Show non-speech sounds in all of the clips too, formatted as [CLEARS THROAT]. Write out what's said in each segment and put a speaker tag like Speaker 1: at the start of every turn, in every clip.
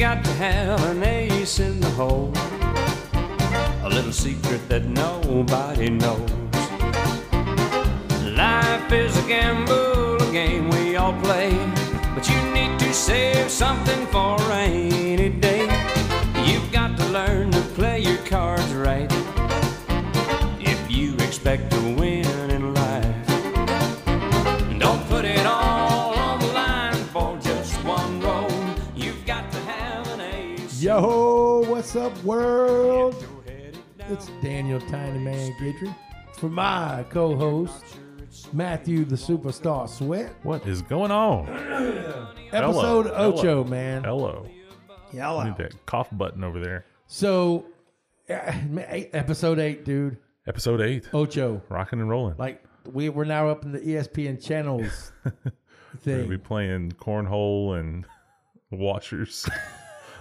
Speaker 1: have an ace in the hole. A little secret that nobody knows. Life is a gamble, a game we all play. But you need to save something for a rainy day. You've got to learn to play your cards right. If you expect to win in life, and don't put it all on the line for just one roll. You've got to have an ace.
Speaker 2: Yo, what's up, world?
Speaker 1: Go ahead and down.
Speaker 2: It's Daniel Tinyman Guidry for my co-host Matthew the Superstar Sweat.
Speaker 3: What is going on?
Speaker 2: Episode
Speaker 3: Hello.
Speaker 2: ocho, man.
Speaker 3: Hello.
Speaker 2: Yellow.
Speaker 3: Need that cough button over there.
Speaker 2: So, eh, man, eight- episode eight, dude.
Speaker 3: Episode eight.
Speaker 2: Ocho.
Speaker 3: Rocking and rolling.
Speaker 2: Oh. Like we we're now up in the E ESPN
Speaker 3: [LAUGHS]
Speaker 2: channels thing.
Speaker 3: we playing cornhole and [LAUGHS]
Speaker 2: [LAUGHS]
Speaker 3: washers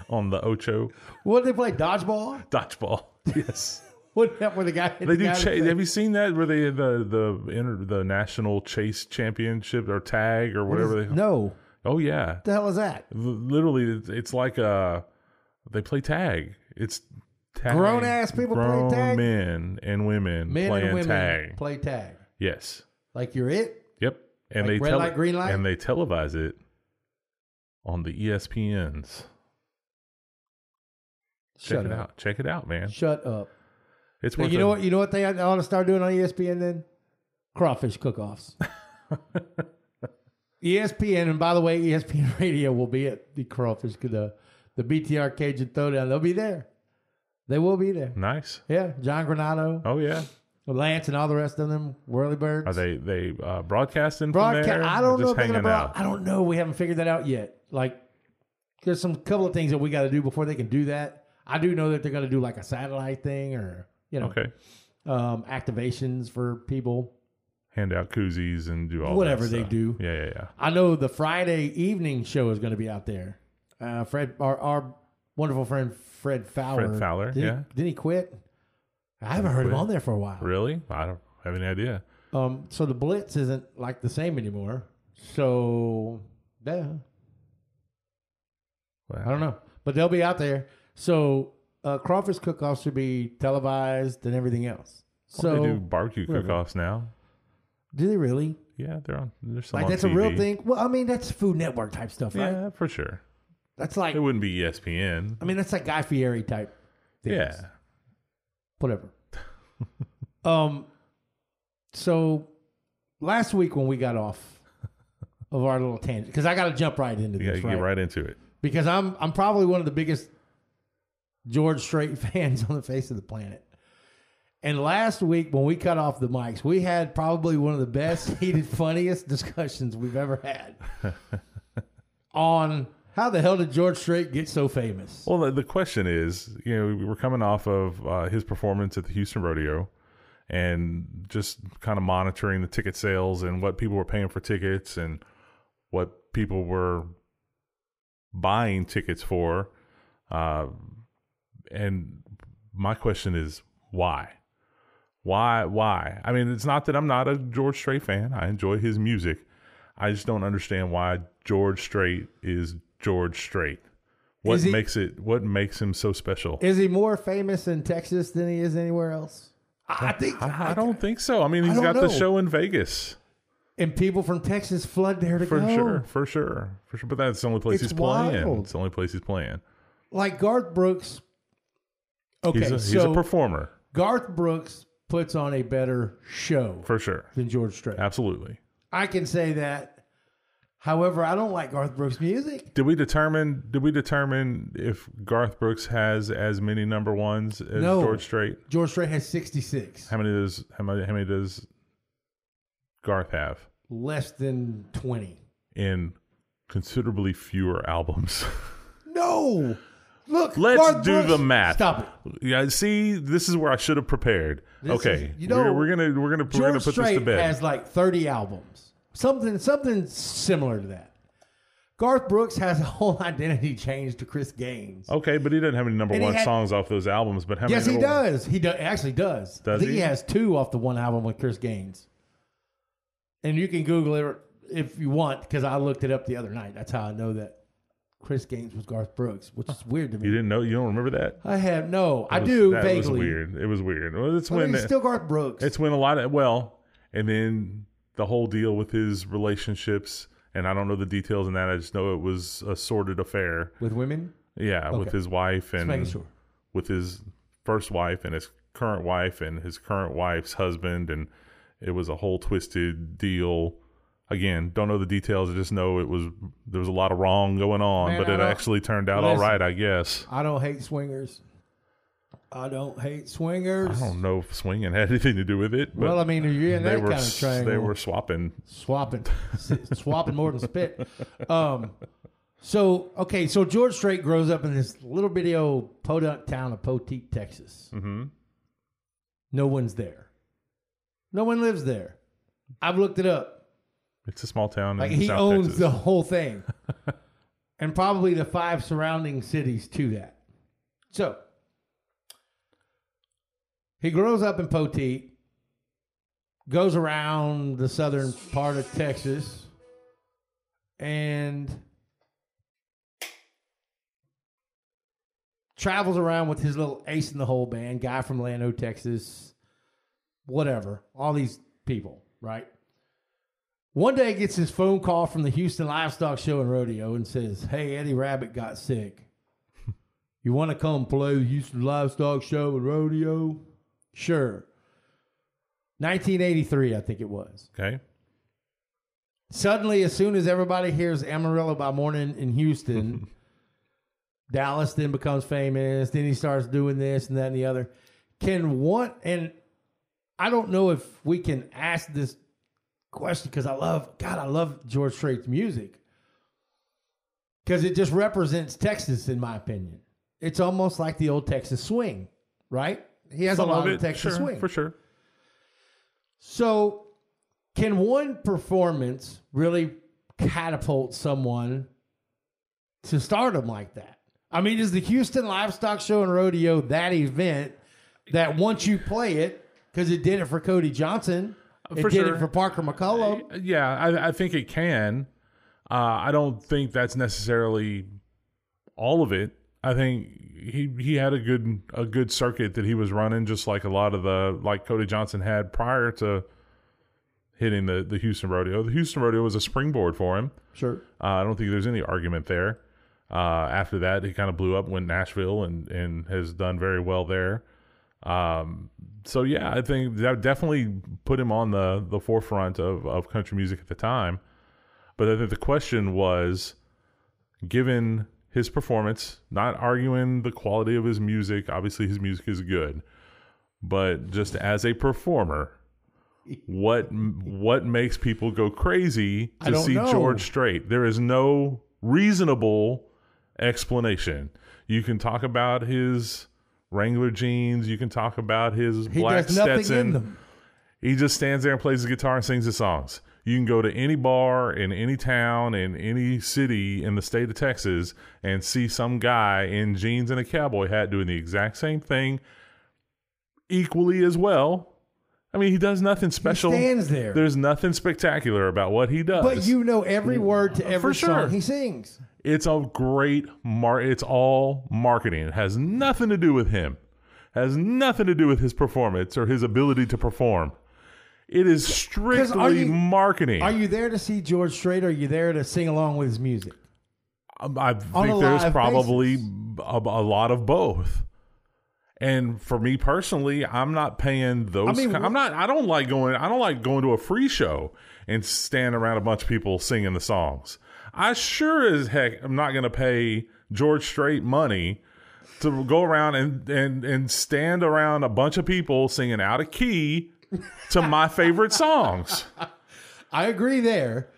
Speaker 3: on the Ocho
Speaker 2: What did they play? Dodgeball? [LAUGHS]
Speaker 3: dodgeball. Yes.
Speaker 2: What that where the guy?
Speaker 3: [LAUGHS] They do chase. Have you seen that where they the the inter, the national chase championship or tag or whatever they?
Speaker 2: No. What
Speaker 3: Oh yeah,
Speaker 2: the hell is that?
Speaker 3: L- literally it's- it's like uh they play tag. It's tag.
Speaker 2: Grown-ass people play
Speaker 3: Grown
Speaker 2: tag?
Speaker 3: men and women
Speaker 2: Men
Speaker 3: playing
Speaker 2: and women
Speaker 3: tag.
Speaker 2: play tag.
Speaker 3: yes.
Speaker 2: Like you're it.
Speaker 3: Yep. And
Speaker 2: Like
Speaker 3: they
Speaker 2: red
Speaker 3: tele-
Speaker 2: light, green light?
Speaker 3: and they televise it on the E ESPNs. Check
Speaker 2: Shut
Speaker 3: it
Speaker 2: up.
Speaker 3: out. Check it out, man.
Speaker 2: Shut up.
Speaker 3: It's
Speaker 2: Now,
Speaker 3: worth
Speaker 2: you know
Speaker 3: a-
Speaker 2: what? You know what they ought to start doing on E ESPN then? Crawfish cook-offs. [LAUGHS] E ESPN, and by the way, E ESPN [LAUGHS] Radio will be at the crawfish the the BTR Cajun Throwdown. They'll be there. They will be there.
Speaker 3: Nice.
Speaker 2: Yeah, John Granado,
Speaker 3: Oh yeah.
Speaker 2: Lance, and all the rest of them, Whirlybirds.
Speaker 3: Are they they uh, broadcasting
Speaker 2: Broadcast.
Speaker 3: from there?
Speaker 2: I
Speaker 3: Or
Speaker 2: don't know.
Speaker 3: Just
Speaker 2: If they're gonna
Speaker 3: hanging
Speaker 2: broad-
Speaker 3: out.
Speaker 2: I don't know. We haven't figured that out yet. Like, there's some couple of things that we got to do before they can do that. I do know that they're going to do like a satellite thing or you know
Speaker 3: Okay.
Speaker 2: um, activations for people.
Speaker 3: Hand out koozies and do all that
Speaker 2: Whatever they
Speaker 3: stuff.
Speaker 2: do.
Speaker 3: Yeah, yeah, yeah.
Speaker 2: I know the Friday evening show is going to be out there. Uh, Fred, our, our wonderful friend Fred Fowler.
Speaker 3: Fred Fowler,
Speaker 2: Did
Speaker 3: yeah.
Speaker 2: He, did he quit? I haven't heard him
Speaker 3: quit.
Speaker 2: on there for a while.
Speaker 3: Really? I don't have any idea.
Speaker 2: Um, so the Blitz isn't like the same anymore. So yeah,
Speaker 3: Well,
Speaker 2: I don't know, but they'll be out there. So uh, Crawford's cook-offs should be televised and everything else. So
Speaker 3: they do barbecue
Speaker 2: whatever.
Speaker 3: cook-offs now.
Speaker 2: do they really?
Speaker 3: Yeah, they're on. There's some
Speaker 2: Like
Speaker 3: on
Speaker 2: that's a real
Speaker 3: TV.
Speaker 2: thing. Well, I mean that's Food Network type stuff, right?
Speaker 3: Yeah, for sure.
Speaker 2: That's like
Speaker 3: It wouldn't be E ESPN.
Speaker 2: I mean, that's like Guy Fieri type. things.
Speaker 3: Yeah,
Speaker 2: Whatever. [LAUGHS] um. So last week when we got off of our little tangent, because I got to jump right into
Speaker 3: you
Speaker 2: this,
Speaker 3: gotta
Speaker 2: right?
Speaker 3: get right into it.
Speaker 2: Because I'm I'm probably one of the biggest George Strait [LAUGHS] fans on the face of the planet. And last week when we cut off the mics, we had probably one of the best [LAUGHS] heated, funniest discussions we've ever
Speaker 3: [LAUGHS]
Speaker 2: had on how the hell did George Strait get so famous.
Speaker 3: Well, the, the question is, you know, we were coming off of uh, his performance at the Houston Rodeo, and just kind of monitoring the ticket sales and what people were paying for tickets and what people were buying tickets for. Uh, and my question is, why? Why? Why? I mean, it's not that I'm not a George Strait fan. I enjoy his music. I just don't understand why George Strait is George Strait. What
Speaker 2: Is he-
Speaker 3: makes it? What makes him so special?
Speaker 2: Is he more famous in Texas than he is anywhere else? I I think.
Speaker 3: I, I don't think so. I mean, he's
Speaker 2: don't
Speaker 3: got the
Speaker 2: know.
Speaker 3: show in Vegas
Speaker 2: And people from Texas flood there to
Speaker 3: for
Speaker 2: go.
Speaker 3: sure, for sure, for sure. But that's the only place
Speaker 2: It's
Speaker 3: he's playing.
Speaker 2: wild.
Speaker 3: It's the only place he's playing.
Speaker 2: Like Garth Brooks. Okay,
Speaker 3: he's a,
Speaker 2: so
Speaker 3: he's a performer
Speaker 2: Garth Brooks puts on a better show
Speaker 3: for sure.
Speaker 2: than George Strait.
Speaker 3: Absolutely.
Speaker 2: I can say that. However, I don't like Garth Brooks' music.
Speaker 3: Did we determine? Did we determine if Garth Brooks has as many number ones as
Speaker 2: No.
Speaker 3: George Strait?
Speaker 2: George Strait has 66,
Speaker 3: How many does how many how many does Garth have
Speaker 2: less than 20.
Speaker 3: in considerably fewer [LAUGHS] albums?
Speaker 2: No. Look,
Speaker 3: Let's
Speaker 2: Garth
Speaker 3: do
Speaker 2: Brooks-
Speaker 3: the math.
Speaker 2: Stop it.
Speaker 3: yeah, see, this is where I should have prepared.
Speaker 2: This
Speaker 3: okay,
Speaker 2: is- you know,
Speaker 3: we're, we're gonna we're gonna we're gonna
Speaker 2: George
Speaker 3: put this to
Speaker 2: Strait
Speaker 3: bed.
Speaker 2: has like 30 albums. Something something similar to that. Garth Brooks has a [LAUGHS] whole identity change to Chris Gaines.
Speaker 3: Okay, but he doesn't have any number
Speaker 2: And he
Speaker 3: one
Speaker 2: had-
Speaker 3: songs off those albums. But how
Speaker 2: yes,
Speaker 3: many
Speaker 2: he
Speaker 3: Oh, number-
Speaker 2: does. He do, actually does.
Speaker 3: Does
Speaker 2: I think he?
Speaker 3: he?
Speaker 2: has two off the one album with Chris Gaines. And you can Google it if you want because I looked it up the other night. That's how I know that Chris Gaines was Garth Brooks, which is weird to
Speaker 3: You
Speaker 2: me.
Speaker 3: didn't know? You don't remember that?
Speaker 2: I have no. I
Speaker 3: It was-
Speaker 2: do
Speaker 3: that
Speaker 2: vaguely.
Speaker 3: was weird. It was weird. Well, it's
Speaker 2: But
Speaker 3: when
Speaker 2: he's still Garth Brooks.
Speaker 3: it's when a lot of well, and then the whole deal with his relationships, and I don't know the details in that. I just know it was a sordid affair.
Speaker 2: with women.
Speaker 3: Yeah, with
Speaker 2: Okay.
Speaker 3: his wife and
Speaker 2: making sure.
Speaker 3: with his first wife and his current wife and his current wife's husband, and it was a whole twisted deal. Again, don't know the details. I just know it was there was a lot of wrong going on,
Speaker 2: Man,
Speaker 3: but
Speaker 2: I
Speaker 3: it
Speaker 2: don't-
Speaker 3: actually turned out all
Speaker 2: Listen.
Speaker 3: right, I guess.
Speaker 2: I don't hate swingers. I don't hate swingers.
Speaker 3: I don't know if swinging [LAUGHS] had anything to do with it, but
Speaker 2: well, I mean, if you're in
Speaker 3: they
Speaker 2: that
Speaker 3: were
Speaker 2: kind of
Speaker 3: s-
Speaker 2: triangle,
Speaker 3: they were swapping.
Speaker 2: swapping, [LAUGHS] s- swapping more than spit. Um, so okay, so George Strait grows up in this little bitty old podunk town of Poteet, Texas.
Speaker 3: Mm-hmm.
Speaker 2: No one's there. No one lives there. I've looked it up.
Speaker 3: It's a small town.
Speaker 2: Like
Speaker 3: in
Speaker 2: he
Speaker 3: South
Speaker 2: owns
Speaker 3: Texas.
Speaker 2: the whole
Speaker 3: [LAUGHS]
Speaker 2: thing. and probably the five surrounding cities to that. So he grows up in Poteet, goes around the southern part of Texas, and travels around with his little ace in the hole band, guy from Lano, Texas, whatever, all these people, right? One day gets his phone call from the Houston Livestock Show and Rodeo and says, Hey, Eddie Rabbit got sick. You want to come play the Houston Livestock Show and Rodeo? Sure. 1983, I think it was.
Speaker 3: Okay.
Speaker 2: Suddenly, as soon as everybody hears Amarillo by morning in
Speaker 3: [LAUGHS]
Speaker 2: Houston, Dallas then becomes famous. Then he starts doing this and that and the other. Can one, and I don't know if we can ask this question because I love, God, I love George Strait's music because it just represents Texas, in my opinion. It's almost like the old Texas swing, right? He has
Speaker 3: Some
Speaker 2: a lot of,
Speaker 3: of it,
Speaker 2: Texas
Speaker 3: sure,
Speaker 2: swing.
Speaker 3: for sure.
Speaker 2: So, can one performance really catapult someone to stardom like that? I mean, is the Houston Livestock Show and Rodeo that event that once you play it, because it did it for Cody Johnson, it
Speaker 3: Uh, For
Speaker 2: did
Speaker 3: sure.
Speaker 2: it for Parker McCullough?
Speaker 3: Yeah, I, I think it can. Uh, I don't think that's necessarily all of it. I think he he had a good a good circuit that he was running, just like a lot of the like Cody Johnson had prior to hitting the the Houston rodeo. The Houston rodeo was a springboard for him.
Speaker 2: Sure.
Speaker 3: Uh, I don't think there's any argument there. Uh, after that, he kind of blew up, went Nashville, and and has done very well there. Um, so yeah, I think that definitely put him on the the forefront of of country music at the time. But I think the question was, given his performance, not arguing the quality of his music. Obviously, his music is good, but just as a performer. What what makes people go crazy
Speaker 2: I
Speaker 3: to
Speaker 2: don't
Speaker 3: see
Speaker 2: know.
Speaker 3: George straight. There is no reasonable explanation. You can talk about his Wrangler jeans. You can talk about his
Speaker 2: He
Speaker 3: black
Speaker 2: does nothing
Speaker 3: Stetson.
Speaker 2: in them.
Speaker 3: He just stands there and plays the guitar and sings his songs. You can go to any bar in any town in any city in the state of Texas and see some guy in jeans and a cowboy hat doing the exact same thing equally as well. I mean, he does nothing special.
Speaker 2: stands there.
Speaker 3: There's nothing spectacular about what he does.
Speaker 2: But you know every word to every
Speaker 3: sure.
Speaker 2: song he sings.
Speaker 3: It's a great mar. It's all marketing. It has nothing to do with him. Has nothing to do with his performance or his ability to perform. It is
Speaker 2: are
Speaker 3: strictly
Speaker 2: you-
Speaker 3: marketing.
Speaker 2: Are you there to see George Strait or are you there to sing along with his music?
Speaker 3: Um, I
Speaker 2: on
Speaker 3: think
Speaker 2: a
Speaker 3: there's
Speaker 2: live
Speaker 3: probably a, a lot of both. And for me personally, I'm not paying those.
Speaker 2: I mean,
Speaker 3: ki- I'm not. I don't like going. I don't like going to a free show and stand around a bunch of people singing the songs. I sure as heck am not going to pay George Strait money to go around and and and stand around a bunch of people singing out of key to my favorite songs.
Speaker 2: I agree there.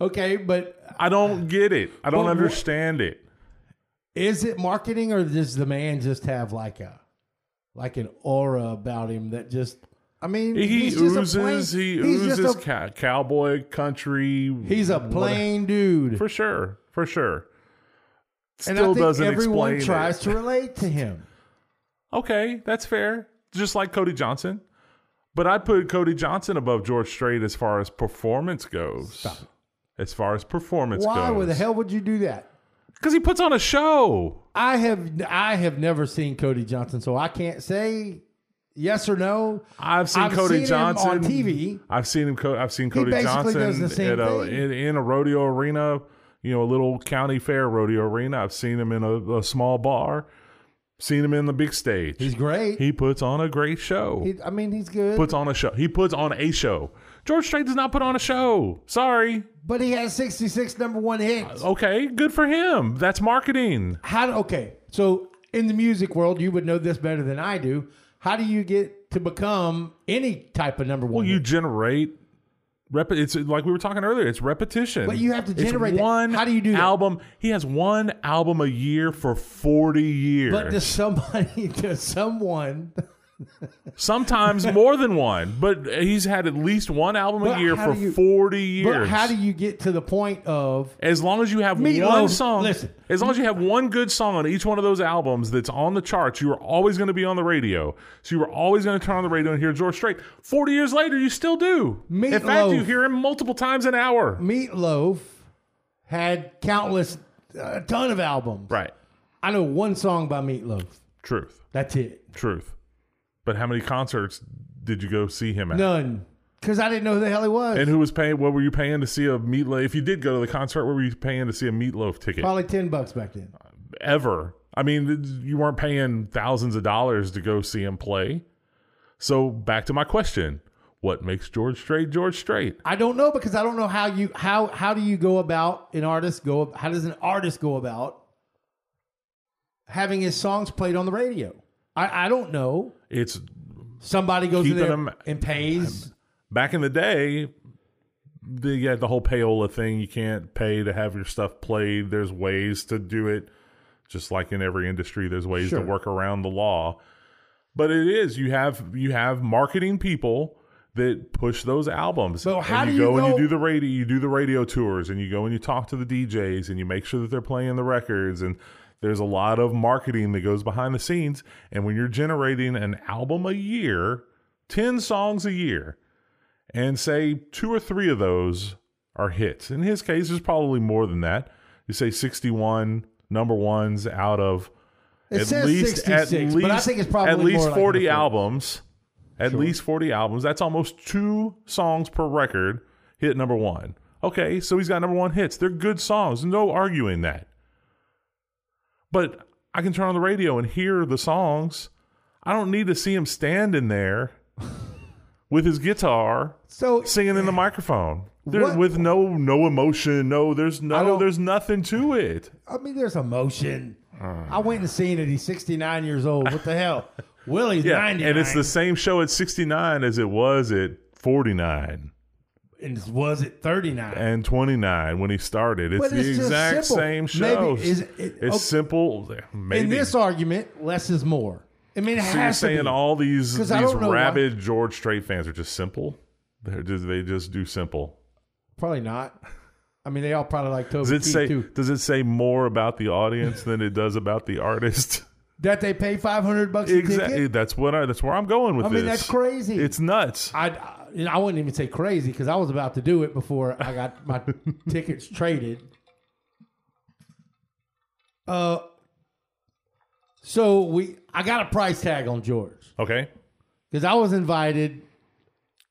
Speaker 2: Okay, but
Speaker 3: I don't get it. I don't
Speaker 2: But wh-
Speaker 3: understand it.
Speaker 2: Is it marketing or does the man just have like a like an aura about him that just I mean
Speaker 3: He
Speaker 2: he's just a
Speaker 3: oozes.
Speaker 2: plain-
Speaker 3: he
Speaker 2: he's just
Speaker 3: oozes
Speaker 2: a-
Speaker 3: cow- cowboy country.
Speaker 2: he's a plain dude.
Speaker 3: for sure, for sure. Still
Speaker 2: and I think
Speaker 3: doesn't
Speaker 2: everyone
Speaker 3: explain. it.
Speaker 2: tries to relate to
Speaker 3: [LAUGHS]
Speaker 2: him.
Speaker 3: Okay, that's fair. Just like Cody Johnson, but I put Cody Johnson above George Strait as far as performance goes. As far as performance
Speaker 2: Why
Speaker 3: goes,
Speaker 2: would the hell would you do that?
Speaker 3: because he puts on a show.
Speaker 2: I have I have never seen Cody Johnson, so I can't say yes or no.
Speaker 3: I've seen
Speaker 2: I've
Speaker 3: Cody
Speaker 2: seen him
Speaker 3: Johnson
Speaker 2: on TV.
Speaker 3: I've seen him. Co- I've seen Cody
Speaker 2: basically
Speaker 3: Johnson
Speaker 2: does the same
Speaker 3: at a,
Speaker 2: thing.
Speaker 3: in, in a rodeo arena. You know, a little county fair rodeo arena. I've seen him in a, a small bar. Seen him in the big stage.
Speaker 2: He's great.
Speaker 3: he puts on a great show.
Speaker 2: He- I mean, he's good,
Speaker 3: puts on a show. He puts on a show. George Strait does not put on a show. Sorry.
Speaker 2: but he has 66 number one hits.
Speaker 3: Okay, good for him. That's marketing.
Speaker 2: How do, okay? So in the music world, you would know this better than I do. How do you get to become any type of number one?
Speaker 3: Well, you
Speaker 2: hit?
Speaker 3: generate. Rep- it's like we were talking earlier. It's repetition.
Speaker 2: But you have to
Speaker 3: It's
Speaker 2: generate that.
Speaker 3: one.
Speaker 2: How do you do that?
Speaker 3: album? He has one album a year for forty years.
Speaker 2: but does somebody, [LAUGHS] does someone? [LAUGHS]
Speaker 3: Sometimes more than one. But he's had at least one album
Speaker 2: But
Speaker 3: a year
Speaker 2: how
Speaker 3: for
Speaker 2: do you-
Speaker 3: forty years.
Speaker 2: But how do you get to the point of?
Speaker 3: As long as you have
Speaker 2: Meatloaf,
Speaker 3: one song,
Speaker 2: listen.
Speaker 3: as long as you have one good song on each one of those albums that's on the charts, you are always going to be on the radio. So you were always going to turn on the radio and hear George Strait. Forty years later, you still do. In fact,
Speaker 2: Meatloaf.
Speaker 3: you hear him multiple times an hour.
Speaker 2: Meatloaf had countless, a ton of albums.
Speaker 3: Right.
Speaker 2: I know one song by Meatloaf.
Speaker 3: Truth.
Speaker 2: That's it.
Speaker 3: Truth. But how many concerts did you go see him at?
Speaker 2: None. Because I didn't know who the hell he was.
Speaker 3: And who was paying? What were you paying to see a meatloaf? If you did go to the concert, what were you paying to see a meatloaf ticket?
Speaker 2: Probably 10 bucks back then.
Speaker 3: ever. I mean, th- you weren't paying thousands of dollars to go see him play. So back to my question: What makes George Strait George Strait?
Speaker 2: I don't know because I don't know how you how how do you go about an artist go how does an artist go about having his songs played on the radio? I, I don't know.
Speaker 3: It's
Speaker 2: Somebody goes in
Speaker 3: Keeping
Speaker 2: there
Speaker 3: them-
Speaker 2: and pays.
Speaker 3: back in the day. The, yeah, the whole payola thing. You can't pay to have your stuff played. There's ways to do it. Just like in every industry, there's ways
Speaker 2: Sure.
Speaker 3: to work around the law. But it is you have you have marketing people that push those albums.
Speaker 2: So how
Speaker 3: and
Speaker 2: do you
Speaker 3: go and
Speaker 2: know-
Speaker 3: you do the radio you do the radio tours and you go and you talk to the DJs and you make sure that they're playing the records and there's a lot of marketing that goes behind the scenes and when you're generating an album a year, 10 songs a year and say two or three of those are hits. In his case there's probably more than that. You say 61 number ones out of
Speaker 2: It
Speaker 3: at
Speaker 2: says
Speaker 3: least
Speaker 2: 66,
Speaker 3: at least
Speaker 2: but I think it's probably
Speaker 3: at least
Speaker 2: more like
Speaker 3: 40
Speaker 2: the full-
Speaker 3: albums at least 40 albums that's almost two songs per record hit number one okay so he's got number one hits they're good songs no arguing that but i can turn on the radio and hear the songs i don't need to see him standing there [LAUGHS] with his guitar
Speaker 2: So
Speaker 3: singing in the microphone There-
Speaker 2: What-
Speaker 3: with no no emotion no there's no
Speaker 2: don't-
Speaker 3: there's nothing to it
Speaker 2: I mean, there's emotion. I went and seen it. He's 69 years old. What the
Speaker 3: [LAUGHS]
Speaker 2: hell? Willie's
Speaker 3: Yeah,
Speaker 2: 90.
Speaker 3: and it's the same show at 69 as it was at 49
Speaker 2: and it was it 39?
Speaker 3: and 29 when he started. It's
Speaker 2: But
Speaker 3: the
Speaker 2: it's just
Speaker 3: exact
Speaker 2: simple.
Speaker 3: same
Speaker 2: Maybe
Speaker 3: show.
Speaker 2: is it-
Speaker 3: it's
Speaker 2: okay.
Speaker 3: simple. Maybe.
Speaker 2: In this argument, less is more. I mean, it
Speaker 3: so you're
Speaker 2: has to
Speaker 3: saying
Speaker 2: be.
Speaker 3: all these
Speaker 2: 'Cause
Speaker 3: these
Speaker 2: I don't know why-
Speaker 3: rabid George Strait fans are just simple? They're just, they just do simple.
Speaker 2: Probably not. I mean, they all probably like
Speaker 3: Does
Speaker 2: Toby
Speaker 3: it
Speaker 2: Keith
Speaker 3: say
Speaker 2: too.
Speaker 3: does it say more about the audience than it does about the artist?
Speaker 2: [LAUGHS] That they pay five hundred bucks a
Speaker 3: exactly.
Speaker 2: ticket.
Speaker 3: That's what I that's where I'm going with
Speaker 2: I
Speaker 3: this.
Speaker 2: mean, that's crazy.
Speaker 3: It's nuts.
Speaker 2: I, I you know, I wouldn't even say crazy because I was about to do it before I got
Speaker 3: [LAUGHS]
Speaker 2: my tickets traded. Uh, so we I got a price tag on George
Speaker 3: Okay.
Speaker 2: because I was invited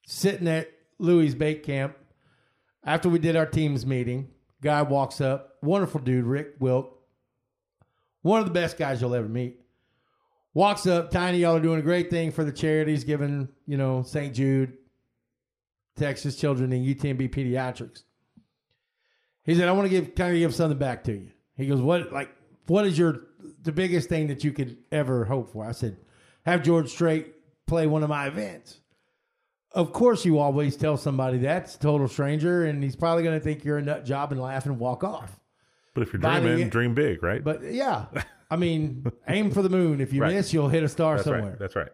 Speaker 2: sitting at Louis Bake Camp after we did our teams meeting. Guy walks up, wonderful dude, Rick Wilk, one of the best guys you'll ever meet. Walks up, Tiny, y'all are doing a great thing for the charities, giving, you know, St. Jude, Texas Children, and UTMB Pediatrics. He said, I want to give kind of give something back to you. He goes, What like what is your the biggest thing that you could ever hope for? I said, have George Strait play one of my events. Of course you always tell somebody that's a total stranger and he's probably gonna think you're a nut job and laugh and walk off.
Speaker 3: But if you're
Speaker 2: By the
Speaker 3: dreaming,
Speaker 2: end-
Speaker 3: dream big, right?
Speaker 2: But
Speaker 3: [LAUGHS]
Speaker 2: yeah. I mean, aim for the moon. If you
Speaker 3: Right.
Speaker 2: miss, you'll hit a star
Speaker 3: that's
Speaker 2: somewhere.
Speaker 3: right. That's right.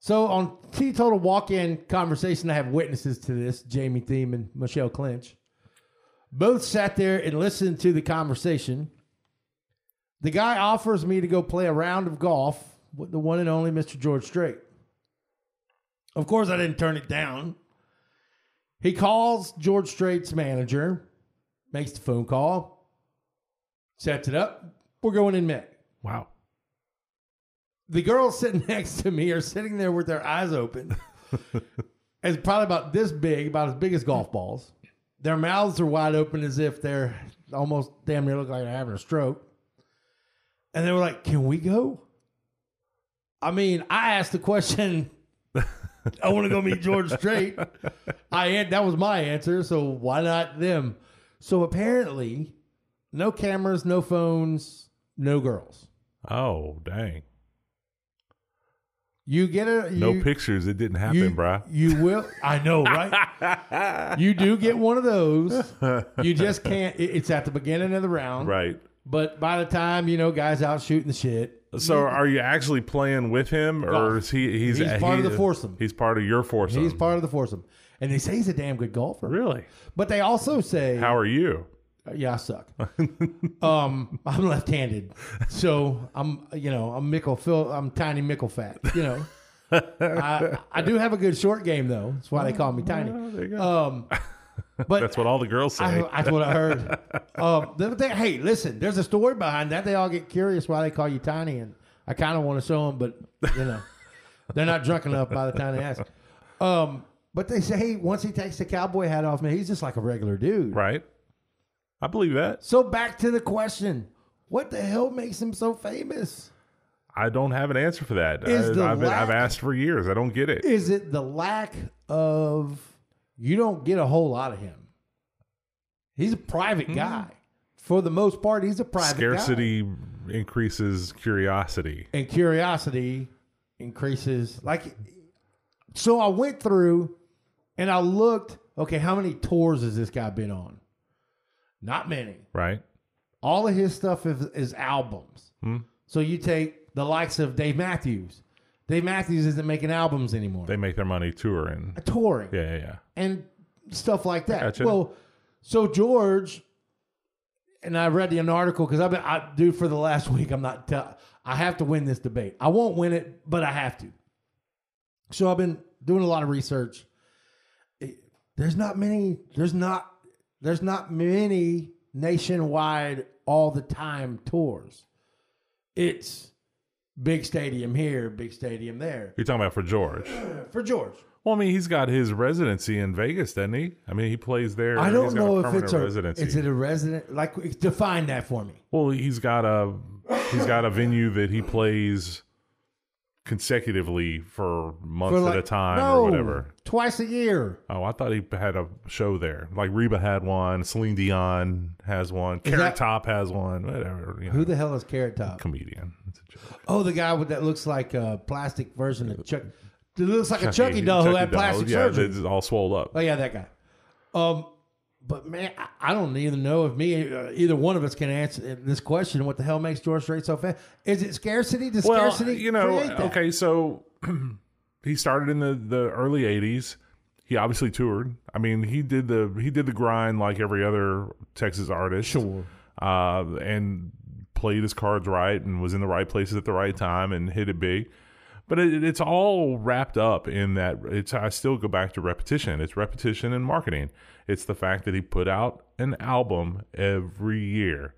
Speaker 2: So on Teetotal Walk In Conversation, I have witnesses to this, Jamie Thiem and Michelle Clinch. Both sat there and listened to the conversation. The guy offers me to go play a round of golf with the one and only Mr. George Strait. Of course, I didn't turn it down. He calls George Strait's manager, makes the phone call. Sets it up. We're going in Mick.
Speaker 3: Wow.
Speaker 2: The girls sitting [LAUGHS] next to me are sitting there with their eyes open. it's probably about this big, about as big as golf balls. Their mouths are wide open as if they're almost damn near look like they're having a stroke. And they were like, Can we go? I mean, I asked the question, I want to go meet George Strait. I an- that was my answer, so why not them? So apparently, no cameras, no phones, no girls.
Speaker 3: Oh, dang.
Speaker 2: You get a
Speaker 3: No
Speaker 2: you,
Speaker 3: pictures. It didn't happen,
Speaker 2: you,
Speaker 3: bruh.
Speaker 2: You will. I know, right? you do get one of those.
Speaker 3: [LAUGHS]
Speaker 2: You just can't. it- It's at the beginning of the round,
Speaker 3: [LAUGHS] Right.
Speaker 2: But by the time you know, guys out shooting the shit.
Speaker 3: So are you actually playing with him or
Speaker 2: Golf.
Speaker 3: is he he's,
Speaker 2: He's part of the foursome.
Speaker 3: He's part of your foursome.
Speaker 2: He's part of the foursome, and they say he's a damn good golfer.
Speaker 3: Um. Really?
Speaker 2: But they also say, uh,
Speaker 3: How are you?
Speaker 2: "Yeah, I
Speaker 3: [LAUGHS]
Speaker 2: suck." um, I'm left-handed, so I'm you know I'm mickle Phil. I'm tiny mickle fat. You
Speaker 3: [LAUGHS]
Speaker 2: know, I, I do have a good short game though. That's why they call me tiny.
Speaker 3: Oh, there you go.
Speaker 2: Um, but
Speaker 3: That's what all the girls say.
Speaker 2: I, that's what I
Speaker 3: [LAUGHS]
Speaker 2: heard. um, the other thing- hey, listen, there's a story behind that. They all get curious why they call you tiny, and I kind of want to show them, but you
Speaker 3: [LAUGHS]
Speaker 2: know, they're not drunk enough by the time they ask. Um, but they say once he takes the cowboy hat off, man, he's just like a regular dude.
Speaker 3: right? I believe that.
Speaker 2: So back to the question: What the hell makes him so famous?
Speaker 3: I don't have an answer for that.
Speaker 2: Is the
Speaker 3: I, I've, been, I've
Speaker 2: lack-
Speaker 3: asked for years. I don't get it.
Speaker 2: Is it the lack of? You don't get a whole lot of him. He's a private guy. For the most part, he's a private guy.
Speaker 3: Hmm. Scarcity increases curiosity.
Speaker 2: and curiosity increases like so i went through and i looked okay how many tours has this guy been on not many
Speaker 3: Right?
Speaker 2: all of his stuff is, is albums
Speaker 3: Hmm.
Speaker 2: so you take the likes of dave matthews dave matthews isn't making albums anymore
Speaker 3: They make their money touring.
Speaker 2: touring
Speaker 3: Yeah, yeah, yeah.
Speaker 2: and stuff like that.
Speaker 3: Gotcha.
Speaker 2: Well, so George, and I read an article because I've been, I, dude, for the last [LAUGHS] week, I'm not, tell, I have to win this debate. I won't win it, but I have to. So I've been doing a lot of research. It- there's not many, there's not, there's not many nationwide all the time tours. It's big stadium here, big stadium there
Speaker 3: You're talking about for George.
Speaker 2: for George.
Speaker 3: Well, I mean, he's got his residency in Vegas, doesn't he? I mean, he plays there.
Speaker 2: I
Speaker 3: and he's
Speaker 2: don't
Speaker 3: got
Speaker 2: know if it's a
Speaker 3: residency.
Speaker 2: Is it a resident? Like define that for me.
Speaker 3: well, he's got a he's got a venue that he plays consecutively for months
Speaker 2: For like-
Speaker 3: at a time
Speaker 2: no,
Speaker 3: or whatever.
Speaker 2: Twice a year.
Speaker 3: Oh, I thought he had a show there. Like Reba had one, Celine Dion has one, Carrot
Speaker 2: that-
Speaker 3: Top has one, whatever. You know,
Speaker 2: Who the hell is Carrot Top?
Speaker 3: comedian? It's a joke.
Speaker 2: Oh, the guy with that looks like a plastic version of Chuck. That looks like a Chucky
Speaker 3: Hey,
Speaker 2: doll who
Speaker 3: E. Chucky
Speaker 2: had
Speaker 3: doll.
Speaker 2: plastic
Speaker 3: yeah,
Speaker 2: surgery.
Speaker 3: it's all swole up.
Speaker 2: Oh yeah, that guy. Um, but man, I, I don't even know if me uh, either one of us can answer this question. What the hell makes George Strait so fast? Is it scarcity? Does
Speaker 3: well,
Speaker 2: scarcity
Speaker 3: you know,
Speaker 2: create that?
Speaker 3: okay, so [CLEARS THROAT] he started in the, the early '80s. He obviously toured. I mean, he did the he did the grind like every other Texas artist.
Speaker 2: Sure.
Speaker 3: uh, and played his cards right and was in the right places at the right time and hit it big. But it, it's all wrapped up in that. It's I still go back to repetition. It's repetition and marketing. It's the fact that he put out an album every year,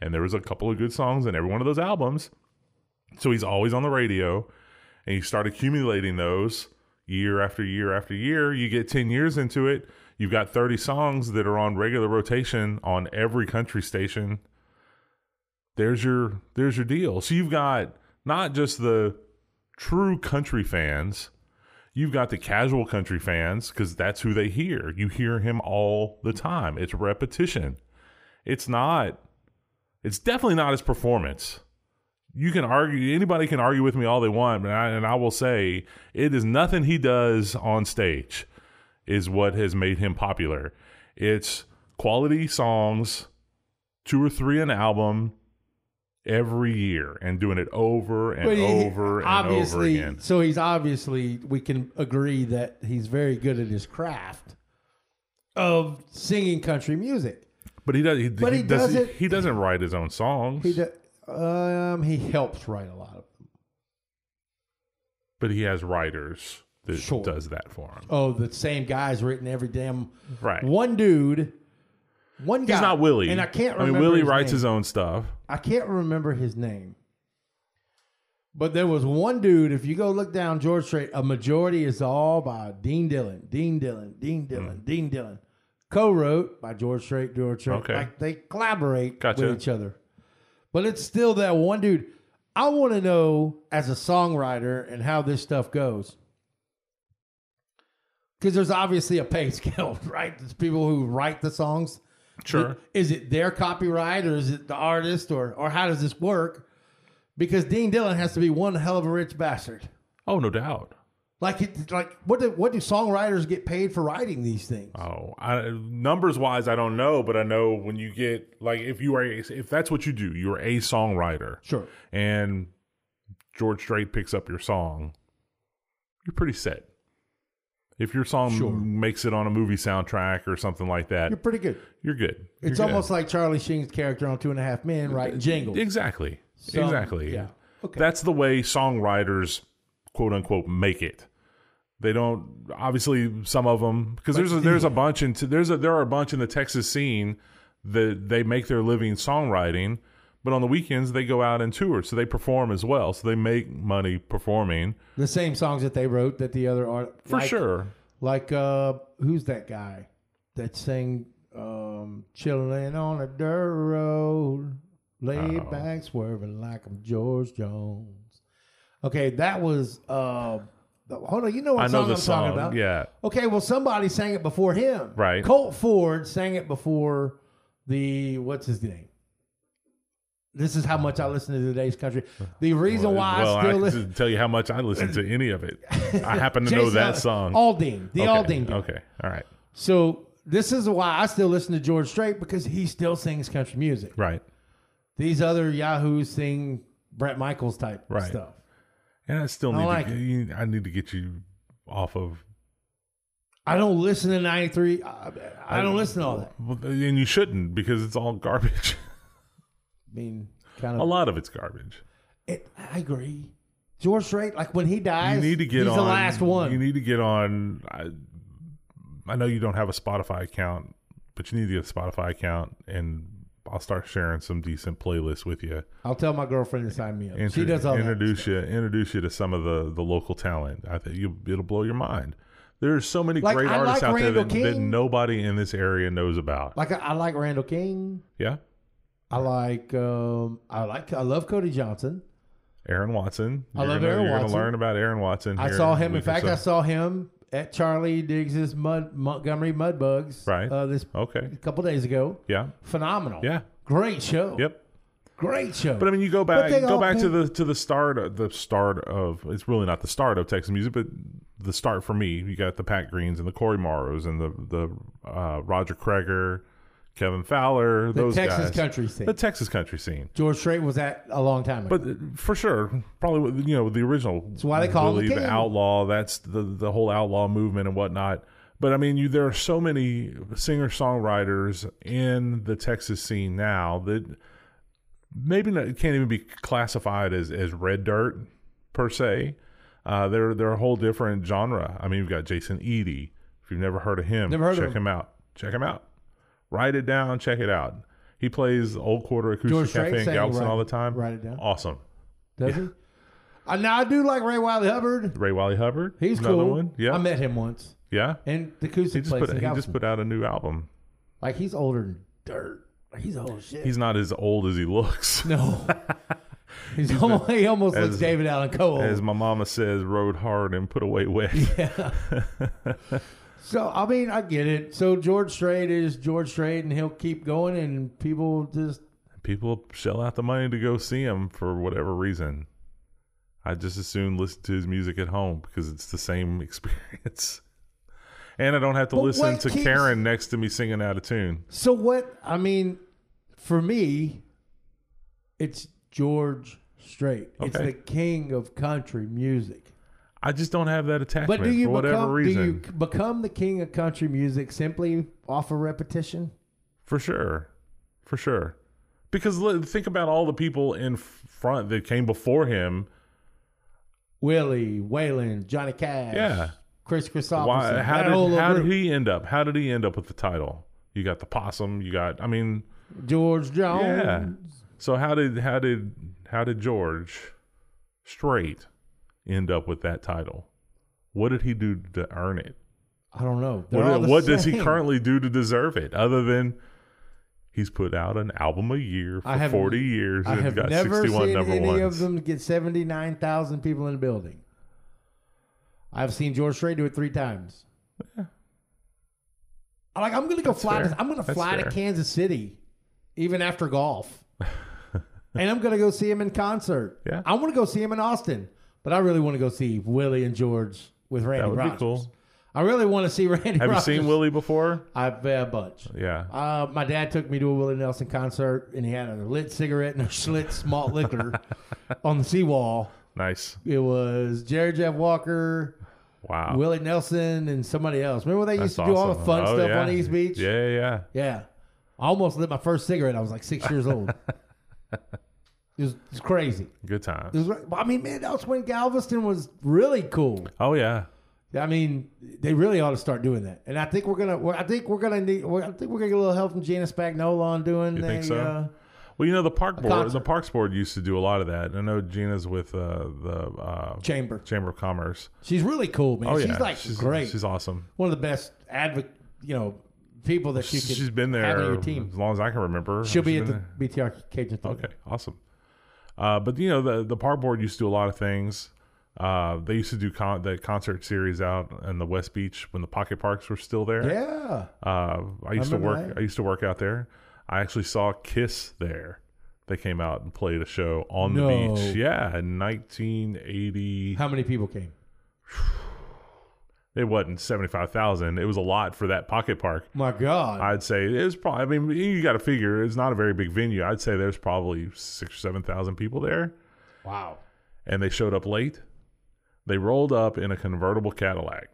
Speaker 3: and there was a couple of good songs in every one of those albums. So he's always on the radio, and you start accumulating those year after year after year. You get 10 years into it, you've got 30 songs that are on regular rotation on every country station. There's your there's your deal. So you've got not just the true country fans, you've got the casual country fans cuz that's who they hear. You hear him all the time. It's repetition. It's not it's definitely not his performance you can argue anybody can argue with me all they want and I, and I will say it is nothing he does on stage is what has made him popular it's quality songs two or three an album every year and doing it over and
Speaker 2: But he-
Speaker 3: over and over
Speaker 2: obviously,
Speaker 3: again
Speaker 2: So he's obviously we can agree that he's very good at his craft of singing country music.
Speaker 3: but he does he,
Speaker 2: But he
Speaker 3: does,
Speaker 2: doesn't-
Speaker 3: he doesn't write his own songs
Speaker 2: He do, um he helps write a lot of them.
Speaker 3: but he has writers that
Speaker 2: Sure.
Speaker 3: does that for him
Speaker 2: Oh, the same guy's written every damn
Speaker 3: right
Speaker 2: one dude One guy.
Speaker 3: He's not Willie.
Speaker 2: And I can't
Speaker 3: I
Speaker 2: remember.
Speaker 3: mean, Willie
Speaker 2: his
Speaker 3: writes
Speaker 2: name.
Speaker 3: his own stuff.
Speaker 2: I can't remember his name. But there was one dude, if you go look down George Strait, a majority is all by Dean Dillon, Dean Dillon,
Speaker 3: Hmm.
Speaker 2: Dean Dillon, Dean Dillon. Co wrote by George Strait, George Strait.
Speaker 3: Okay.
Speaker 2: Like they collaborate
Speaker 3: Gotcha.
Speaker 2: with each other. But it's still that one dude. I want to know as a songwriter and how this stuff goes. Because there's obviously a pay scale, [LAUGHS] right? There's people who write the songs.
Speaker 3: Sure.
Speaker 2: Is it their copyright or is it the artist or or how does this work? Because Dean Dillon has to be one hell of a rich bastard.
Speaker 3: Oh, no doubt.
Speaker 2: Like it, like what do what do songwriters get paid for writing these things?
Speaker 3: Oh, I, numbers wise, I don't know, but I know when you get like if you are a, if that's what you do, you're a songwriter,
Speaker 2: Sure.
Speaker 3: and George Strait picks up your song, you're pretty set. If your song
Speaker 2: Sure.
Speaker 3: makes it on a movie soundtrack or something like that,
Speaker 2: You're
Speaker 3: you're,
Speaker 2: pretty good.
Speaker 3: good.
Speaker 2: It's almost like Charlie Sheen's character on Two and a Half Men, right? Jingle.
Speaker 3: exactly,
Speaker 2: Some-
Speaker 3: exactly.
Speaker 2: yeah. Okay.
Speaker 3: That's the way songwriters, quote unquote, make it. They don't obviously some of them because there's a, there's a bunch in there's a there are a bunch in the Texas scene that they make their living songwriting, but on the weekends they go out and tour, so they perform as well, so they make money performing
Speaker 2: The same songs that they wrote that the other art
Speaker 3: for sure.
Speaker 2: Like uh who's that guy that sang um chilling on a dirt road, laid
Speaker 3: Oh.
Speaker 2: back swerving like I'm George Jones. Okay, that was uh hold on, you know what
Speaker 3: I know
Speaker 2: song
Speaker 3: the
Speaker 2: I'm
Speaker 3: song,
Speaker 2: talking about.
Speaker 3: yeah.
Speaker 2: Okay, well somebody sang it before him.
Speaker 3: Right.
Speaker 2: Colt Ford sang it before the what's his name? This is how much I listen to today's country. The reason why
Speaker 3: well,
Speaker 2: I still
Speaker 3: I
Speaker 2: listen
Speaker 3: can tell you how much I listen to any of it. I happen
Speaker 2: [LAUGHS]
Speaker 3: to know
Speaker 2: Jason
Speaker 3: that song.
Speaker 2: Aldean, the
Speaker 3: okay.
Speaker 2: Aldean. guy.
Speaker 3: Okay, all right,
Speaker 2: So this is why I still listen to George Strait because he still sings country music.
Speaker 3: right.
Speaker 2: These other yahoos sing Brett Michaels type
Speaker 3: Right.
Speaker 2: stuff.
Speaker 3: And I still
Speaker 2: I
Speaker 3: need
Speaker 2: like
Speaker 3: to,
Speaker 2: it.
Speaker 3: you- I need to get you off of
Speaker 2: I don't listen to 93. I, I don't listen to all that.
Speaker 3: Well, and you shouldn't because it's all [LAUGHS] garbage.
Speaker 2: I mean, kind
Speaker 3: a
Speaker 2: of.
Speaker 3: lot of it's garbage.
Speaker 2: It, I agree. George Strait, like when he dies,
Speaker 3: You need to get
Speaker 2: he's
Speaker 3: on.
Speaker 2: the last one.
Speaker 3: You need to get on. I, I know you don't have a Spotify account, but you need to get a Spotify account, and I'll start sharing some decent playlists with you.
Speaker 2: I'll tell my girlfriend to sign me up.
Speaker 3: Intro-
Speaker 2: she does all that.
Speaker 3: introduce you, introduce you to some of the the local talent. I think you, it'll blow your mind. There's so many
Speaker 2: Like,
Speaker 3: great
Speaker 2: I
Speaker 3: artists
Speaker 2: like
Speaker 3: out there
Speaker 2: Randall
Speaker 3: that, that
Speaker 2: King.
Speaker 3: nobody in this area knows about.
Speaker 2: Like I, I like Randall King.
Speaker 3: yeah,
Speaker 2: I like um I like I love Cody Johnson.
Speaker 3: Aaron Watson.
Speaker 2: I
Speaker 3: You're
Speaker 2: love
Speaker 3: gonna-
Speaker 2: Aaron
Speaker 3: you're
Speaker 2: Watson.
Speaker 3: gonna learn about Aaron Watson.
Speaker 2: I
Speaker 3: here
Speaker 2: saw
Speaker 3: in a
Speaker 2: him. In
Speaker 3: week or
Speaker 2: fact,
Speaker 3: so.
Speaker 2: I saw him at Charlie Diggs's Mud, Montgomery Mudbugs.
Speaker 3: Right.
Speaker 2: Uh, this
Speaker 3: Okay.
Speaker 2: a couple days ago.
Speaker 3: Yeah.
Speaker 2: Phenomenal.
Speaker 3: Yeah.
Speaker 2: Great show.
Speaker 3: Yep.
Speaker 2: Great show.
Speaker 3: But I mean, you go back,
Speaker 2: they
Speaker 3: go
Speaker 2: all-
Speaker 3: back to
Speaker 2: they-
Speaker 3: the to the start, of- the start of it's really not the start of Texas music, but the start for me. You got the Pat Greens and the Corey Morrows and the the uh, Roger Kreger, Kevin Fowler,
Speaker 2: the
Speaker 3: those
Speaker 2: Texas
Speaker 3: guys.
Speaker 2: country scene.
Speaker 3: the Texas country scene.
Speaker 2: George Strait was at a long time ago.
Speaker 3: But uh, for sure, probably with, you know the original. That's
Speaker 2: why they call him the king.
Speaker 3: outlaw. That's the the whole outlaw movement and whatnot. But I mean, you there are so many singer songwriters in the Texas scene now that maybe not, it can't even be classified as as red dirt per se. Uh, they're they're a whole different genre. I mean, you've got Jason Eady. If you've never heard of him,
Speaker 2: Never heard of
Speaker 3: check
Speaker 2: him.
Speaker 3: out. Check him out. Write it down. Check it out. He plays Old Quarter Acoustic
Speaker 2: George Strait
Speaker 3: Cafe in
Speaker 2: sang
Speaker 3: Galveston
Speaker 2: Write-
Speaker 3: all the time.
Speaker 2: Write It Down.
Speaker 3: Awesome.
Speaker 2: does he? Uh, now I do like Ray Wiley Hubbard.
Speaker 3: Ray Wiley Hubbard.
Speaker 2: He's
Speaker 3: another
Speaker 2: cool.
Speaker 3: One. Yeah.
Speaker 2: I met him once.
Speaker 3: yeah.
Speaker 2: And the acoustic
Speaker 3: He just
Speaker 2: place
Speaker 3: put
Speaker 2: in
Speaker 3: he just
Speaker 2: Galveston.
Speaker 3: put out a new album.
Speaker 2: like he's older than dirt. Like, he's old as shit.
Speaker 3: He's not as old as he looks. [LAUGHS]
Speaker 2: no. He's almost, [LAUGHS] he almost looks David Allen Cole.
Speaker 3: [LAUGHS] As my mama says, rode hard and put
Speaker 2: [LAUGHS]
Speaker 3: away wet.
Speaker 2: So I mean, I get it. So George Strait is George Strait, and he'll keep going, and people just
Speaker 3: People shell out the money to go see him for whatever reason. I just as soon listen to his music at home because it's the same [LAUGHS] experience. And I don't have to
Speaker 2: But
Speaker 3: listen
Speaker 2: what
Speaker 3: to
Speaker 2: keeps-
Speaker 3: Karen next to me singing out of tune.
Speaker 2: So what? I mean, for me, it's George Strait. It's
Speaker 3: Okay.
Speaker 2: the king of country music.
Speaker 3: I just don't have that attachment
Speaker 2: But do you
Speaker 3: for whatever
Speaker 2: become
Speaker 3: reason.
Speaker 2: do you become the king of country music simply off of repetition?
Speaker 3: For sure. For sure. Because li- think about all the people in f- front that came before him.
Speaker 2: Willie, Waylon, Johnny Cash,
Speaker 3: Yeah.
Speaker 2: Chris Christopherson.
Speaker 3: Why, how
Speaker 2: that whole
Speaker 3: did, how
Speaker 2: group.
Speaker 3: did he end up? How did he end up with the title? You got the possum. You got. I mean,
Speaker 2: George Jones.
Speaker 3: yeah. So how did how did how did George Straight end up with that title? What did he do to earn it?
Speaker 2: I don't know. They're all
Speaker 3: What,
Speaker 2: the
Speaker 3: what does he
Speaker 2: same.
Speaker 3: currently do to deserve it? Other than he's put out an album a year
Speaker 2: I
Speaker 3: for
Speaker 2: have-
Speaker 3: forty years
Speaker 2: I
Speaker 3: and
Speaker 2: have
Speaker 3: got
Speaker 2: never
Speaker 3: sixty-one
Speaker 2: seen
Speaker 3: number
Speaker 2: any
Speaker 3: ones.
Speaker 2: of them get seventy nine thousand people in a building. I've seen George Strait do it three times. I'm Like I'm gonna go fly.
Speaker 3: fair.
Speaker 2: To, I'm gonna
Speaker 3: That's
Speaker 2: fly
Speaker 3: fair.
Speaker 2: to Kansas City, even after
Speaker 3: [LAUGHS]
Speaker 2: golf, and I'm gonna go see him in concert.
Speaker 3: Yeah.
Speaker 2: I want to go see him in Austin, but I really want to go see Willie and George with Randy
Speaker 3: would be
Speaker 2: Rogers.
Speaker 3: cool.
Speaker 2: I really want to see [LAUGHS] Randy.
Speaker 3: Have you
Speaker 2: Rogers.
Speaker 3: seen Willie before?
Speaker 2: I've uh, a bunch.
Speaker 3: Yeah.
Speaker 2: Uh, my dad took me to a Willie Nelson concert, and he had a lit cigarette and a [LAUGHS] Schlitz malt liquor on the seawall.
Speaker 3: nice.
Speaker 2: It was Jerry Jeff Walker,
Speaker 3: Wow.
Speaker 2: Willie Nelson, and somebody else. Remember they
Speaker 3: Oh. That's
Speaker 2: used to do all the
Speaker 3: awesome.
Speaker 2: fun
Speaker 3: Oh,
Speaker 2: stuff
Speaker 3: yeah.
Speaker 2: on East Beach?
Speaker 3: Yeah, yeah, yeah.
Speaker 2: Yeah. I almost lit my first cigarette. I was like six years
Speaker 3: [LAUGHS]
Speaker 2: old. it, was, it was crazy.
Speaker 3: Good time.
Speaker 2: It was, I mean, man, that was when Galveston was really cool.
Speaker 3: Oh yeah.
Speaker 2: I mean, they really ought to start doing that. And I think we're gonna. we're- I think we're gonna need. we're- I think we're gonna get a little help from Janice Spagnola on doing.
Speaker 3: You think
Speaker 2: a,
Speaker 3: so?
Speaker 2: Uh,
Speaker 3: Well, you know the park board,
Speaker 2: concert.
Speaker 3: the parks board used to do a lot of that. I know Gina's with uh, the uh,
Speaker 2: chamber.
Speaker 3: Chamber of Commerce.
Speaker 2: She's really cool, man.
Speaker 3: Oh
Speaker 2: she's
Speaker 3: yeah,
Speaker 2: like great.
Speaker 3: She's awesome.
Speaker 2: One of the best advocate, you know, people that you could
Speaker 3: She's been there
Speaker 2: have on your
Speaker 3: as
Speaker 2: team.
Speaker 3: long as I can remember.
Speaker 2: She'll be
Speaker 3: She's
Speaker 2: at
Speaker 3: been
Speaker 2: the BTR Cajun Thunder.
Speaker 3: Okay, awesome. Uh, but you know the the park board used to do a lot of things. Uh, they used to do con- the concert series out in the West Beach when the pocket parks were still there.
Speaker 2: Yeah.
Speaker 3: Uh, I used to
Speaker 2: remember
Speaker 3: work.
Speaker 2: that.
Speaker 3: I used to work out there. I actually saw Kiss there. They came out and played a show on the
Speaker 2: No.
Speaker 3: beach. Yeah, in 1980.
Speaker 2: How many people came?
Speaker 3: It wasn't 75,000. It was a lot for that pocket park.
Speaker 2: My God.
Speaker 3: I'd say it was probably. I mean, you got to figure it's not a very big venue. I'd say there's probably six or seven thousand people there,
Speaker 2: wow.
Speaker 3: and they showed up late. They rolled up in a convertible Cadillac.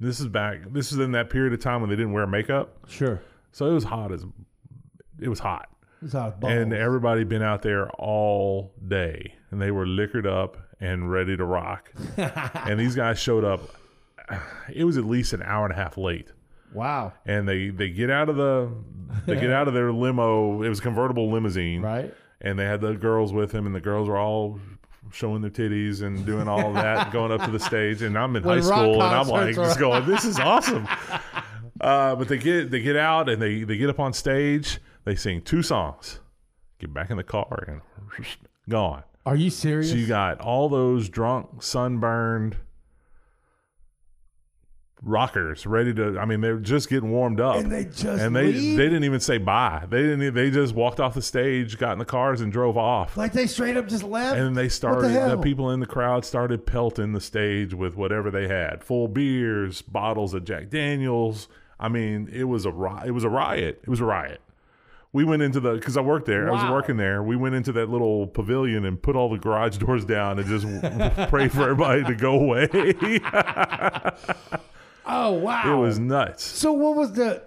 Speaker 3: This is back. This is in that period of time when they didn't wear makeup,
Speaker 2: Sure.
Speaker 3: so it was hot as it was hot,
Speaker 2: It's out
Speaker 3: and everybody been out there all day, and they were liquored up and ready to rock. and these guys showed up. It was at least an hour and a half late
Speaker 2: wow.
Speaker 3: and they they get out of the they get out of their limo. It was a convertible
Speaker 2: [LAUGHS]
Speaker 3: limousine,
Speaker 2: Right.
Speaker 3: And they had the girls with them, and the girls were all showing their titties and doing all
Speaker 2: [LAUGHS]
Speaker 3: that, going up to the stage. And I'm in
Speaker 2: When
Speaker 3: high
Speaker 2: rock
Speaker 3: school, and I'm like,
Speaker 2: concerts are-
Speaker 3: just going,
Speaker 2: [LAUGHS]
Speaker 3: this is awesome. Uh, but they get they get out and they they get up on stage. They sing two songs, get back in the car, and [LAUGHS] gone.
Speaker 2: Are you serious?
Speaker 3: So you got all those drunk, sunburned rockers ready to. I mean, they're just getting warmed up,
Speaker 2: and they just
Speaker 3: And they,
Speaker 2: leave?
Speaker 3: they didn't even say bye. They didn't. e, They just walked off the stage, got in the cars, and drove off.
Speaker 2: like they straight up just left.
Speaker 3: and they started.
Speaker 2: hell?
Speaker 3: people in the crowd started pelting the stage with whatever they had: full beers, bottles of Jack Daniels. I mean, it was a ri- it was a riot. It was a riot. We went into the because I worked there. I was
Speaker 2: Wow.
Speaker 3: working there. We went into that little pavilion and put all the garage doors down and just [LAUGHS] prayed for everybody to go away. [LAUGHS] it
Speaker 2: oh wow.
Speaker 3: was nuts.
Speaker 2: So what was the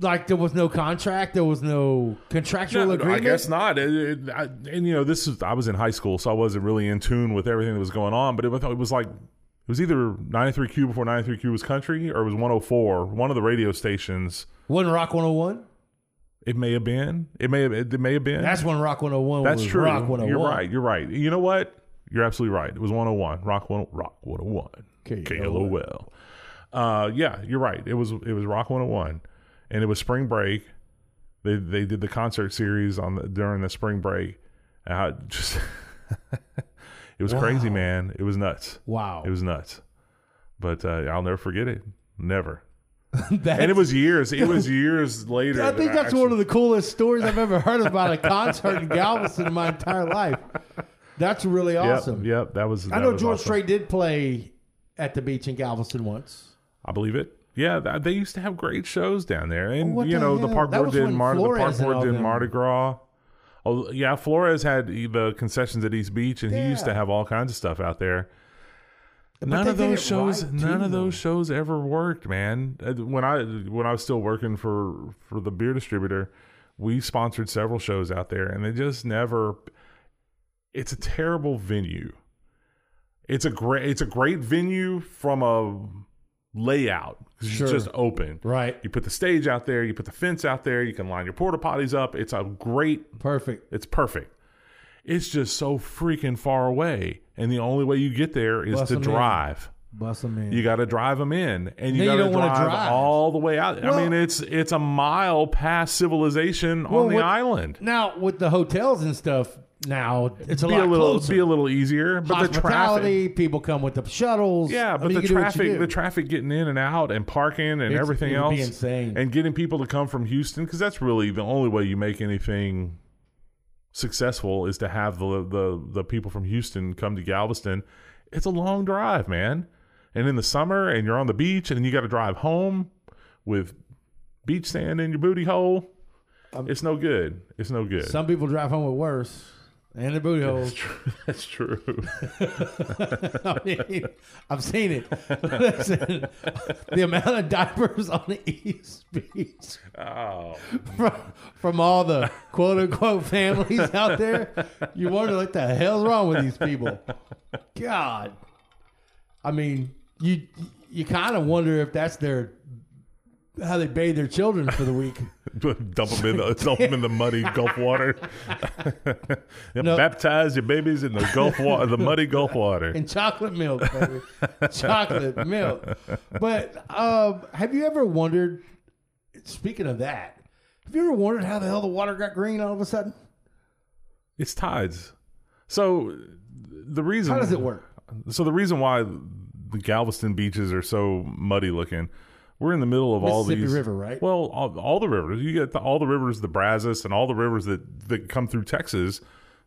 Speaker 2: like? There was no contract. There was no contractual
Speaker 3: I
Speaker 2: agreement.
Speaker 3: guess not. It- it- I- and you know, this is I was in high school, so I wasn't really in tune with everything that was going on. But it, was- it was like it was either 93Q before 93Q was country, or it was 104. One of the radio stations.
Speaker 2: Wasn't Rock 101?
Speaker 3: It may have been. It may have. It may have been.
Speaker 2: That's when Rock 101
Speaker 3: That's
Speaker 2: was
Speaker 3: true.
Speaker 2: Rock 101.
Speaker 3: You're right. You're right. You know what? You're absolutely right. It was 101. Rock one. Rock 101.
Speaker 2: KLOL.
Speaker 3: KLOL. Uh, yeah, you're right. It was it was Rock 101, and it was spring break. They they did the concert series on the, during the spring break. Uh, just [LAUGHS] it was crazy, man. It was nuts.
Speaker 2: Wow.
Speaker 3: It was nuts. But uh, I'll never forget it.
Speaker 2: [LAUGHS]
Speaker 3: Never.
Speaker 2: That's-
Speaker 3: And it was years.
Speaker 2: [LAUGHS]
Speaker 3: It was years later.
Speaker 2: I think that's one of the coolest stories I've ever
Speaker 3: [LAUGHS]
Speaker 2: heard about a concert in Galveston in my entire life. That's really awesome.
Speaker 3: Yep, yep, that was.
Speaker 2: I
Speaker 3: that
Speaker 2: know
Speaker 3: was
Speaker 2: George
Speaker 3: awesome.
Speaker 2: Strait did play at the beach in Galveston once.
Speaker 3: I believe it. Yeah, th- they used to have great shows down there, and
Speaker 2: What
Speaker 3: you
Speaker 2: the
Speaker 3: know the
Speaker 2: hell?
Speaker 3: park
Speaker 2: That
Speaker 3: board
Speaker 2: was
Speaker 3: did
Speaker 2: when
Speaker 3: Mardi. The
Speaker 2: Flores
Speaker 3: park
Speaker 2: and
Speaker 3: board
Speaker 2: all
Speaker 3: did
Speaker 2: them-
Speaker 3: Mardi Gras. Oh yeah, Flores had e, the concessions at East Beach, and he used to
Speaker 2: Yeah.
Speaker 3: have all kinds of stuff out there.
Speaker 2: But
Speaker 3: none
Speaker 2: they
Speaker 3: of
Speaker 2: did
Speaker 3: those
Speaker 2: it
Speaker 3: shows,
Speaker 2: right,
Speaker 3: none
Speaker 2: too,
Speaker 3: of those shows ever worked, man. Uh, When I when I was still working for for the beer distributor, we sponsored several shows out there, and they just never. It's a terrible venue. It's a great it's a great venue from a layout. 'cause
Speaker 2: Sure.
Speaker 3: It's just open.
Speaker 2: Right.
Speaker 3: You put the stage out there, you put the fence out there, you can line your porta potties up. It's a great
Speaker 2: Perfect.
Speaker 3: it's perfect. It's just so freaking far away. And the only way you get there is
Speaker 2: Bus
Speaker 3: to
Speaker 2: 'em in.
Speaker 3: drive.
Speaker 2: Bust them in.
Speaker 3: You got to drive them in, and you
Speaker 2: Then
Speaker 3: got
Speaker 2: you
Speaker 3: to
Speaker 2: don't wanna
Speaker 3: drive,
Speaker 2: drive.
Speaker 3: all the way out.
Speaker 2: Well-
Speaker 3: I mean, it's it's a mile past civilization
Speaker 2: Well,
Speaker 3: on the
Speaker 2: what-
Speaker 3: island.
Speaker 2: now with the hotels and stuff, now it's a
Speaker 3: Be
Speaker 2: lot
Speaker 3: a little
Speaker 2: closer.
Speaker 3: be a little easier, but the traffic.
Speaker 2: Hospitality, people come with the shuttles.
Speaker 3: Yeah,
Speaker 2: I
Speaker 3: but
Speaker 2: mean, you
Speaker 3: the
Speaker 2: can do what you
Speaker 3: traffic,
Speaker 2: do.
Speaker 3: the traffic getting in and out, and parking, and
Speaker 2: It's-
Speaker 3: everything
Speaker 2: it would
Speaker 3: else,
Speaker 2: be insane.
Speaker 3: and getting people to come from Houston because that's really the only way you make anything successful is to have the the the people from Houston come to Galveston. It's a long drive, man, and in the summer, and you're on the beach, and you got to drive home with beach sand in your booty hole. it's no good. It's no good.
Speaker 2: Um, Some people drive home with worse and their booty holes.
Speaker 3: [LAUGHS] that's true. [LAUGHS]
Speaker 2: [LAUGHS] I mean, I've seen it. [LAUGHS] Listen, the amount of diapers on the East Beach
Speaker 3: oh,
Speaker 2: [LAUGHS] from, from all the quote unquote families out there, you wonder what the hell's wrong with these people. God, I mean, you you kind of wonder if that's their how they bathe their children for the week.
Speaker 3: [LAUGHS] dump
Speaker 2: [LAUGHS]
Speaker 3: them in the dump 'em in the muddy Gulf water. [LAUGHS] Baptize your babies in the Gulf water, the muddy Gulf water.
Speaker 2: and chocolate milk, baby. chocolate milk. But um, have you ever wondered? Speaking of that, have you ever wondered how the hell the water got green all of a sudden?
Speaker 3: It's tides. So the reason
Speaker 2: How does it work?
Speaker 3: So the reason why the Galveston beaches are so muddy looking, we're in the middle of all
Speaker 2: Mississippi
Speaker 3: these
Speaker 2: River, right?
Speaker 3: Well, all, all the rivers. You get the, all the rivers, the Brazos, and all the rivers that that come through Texas,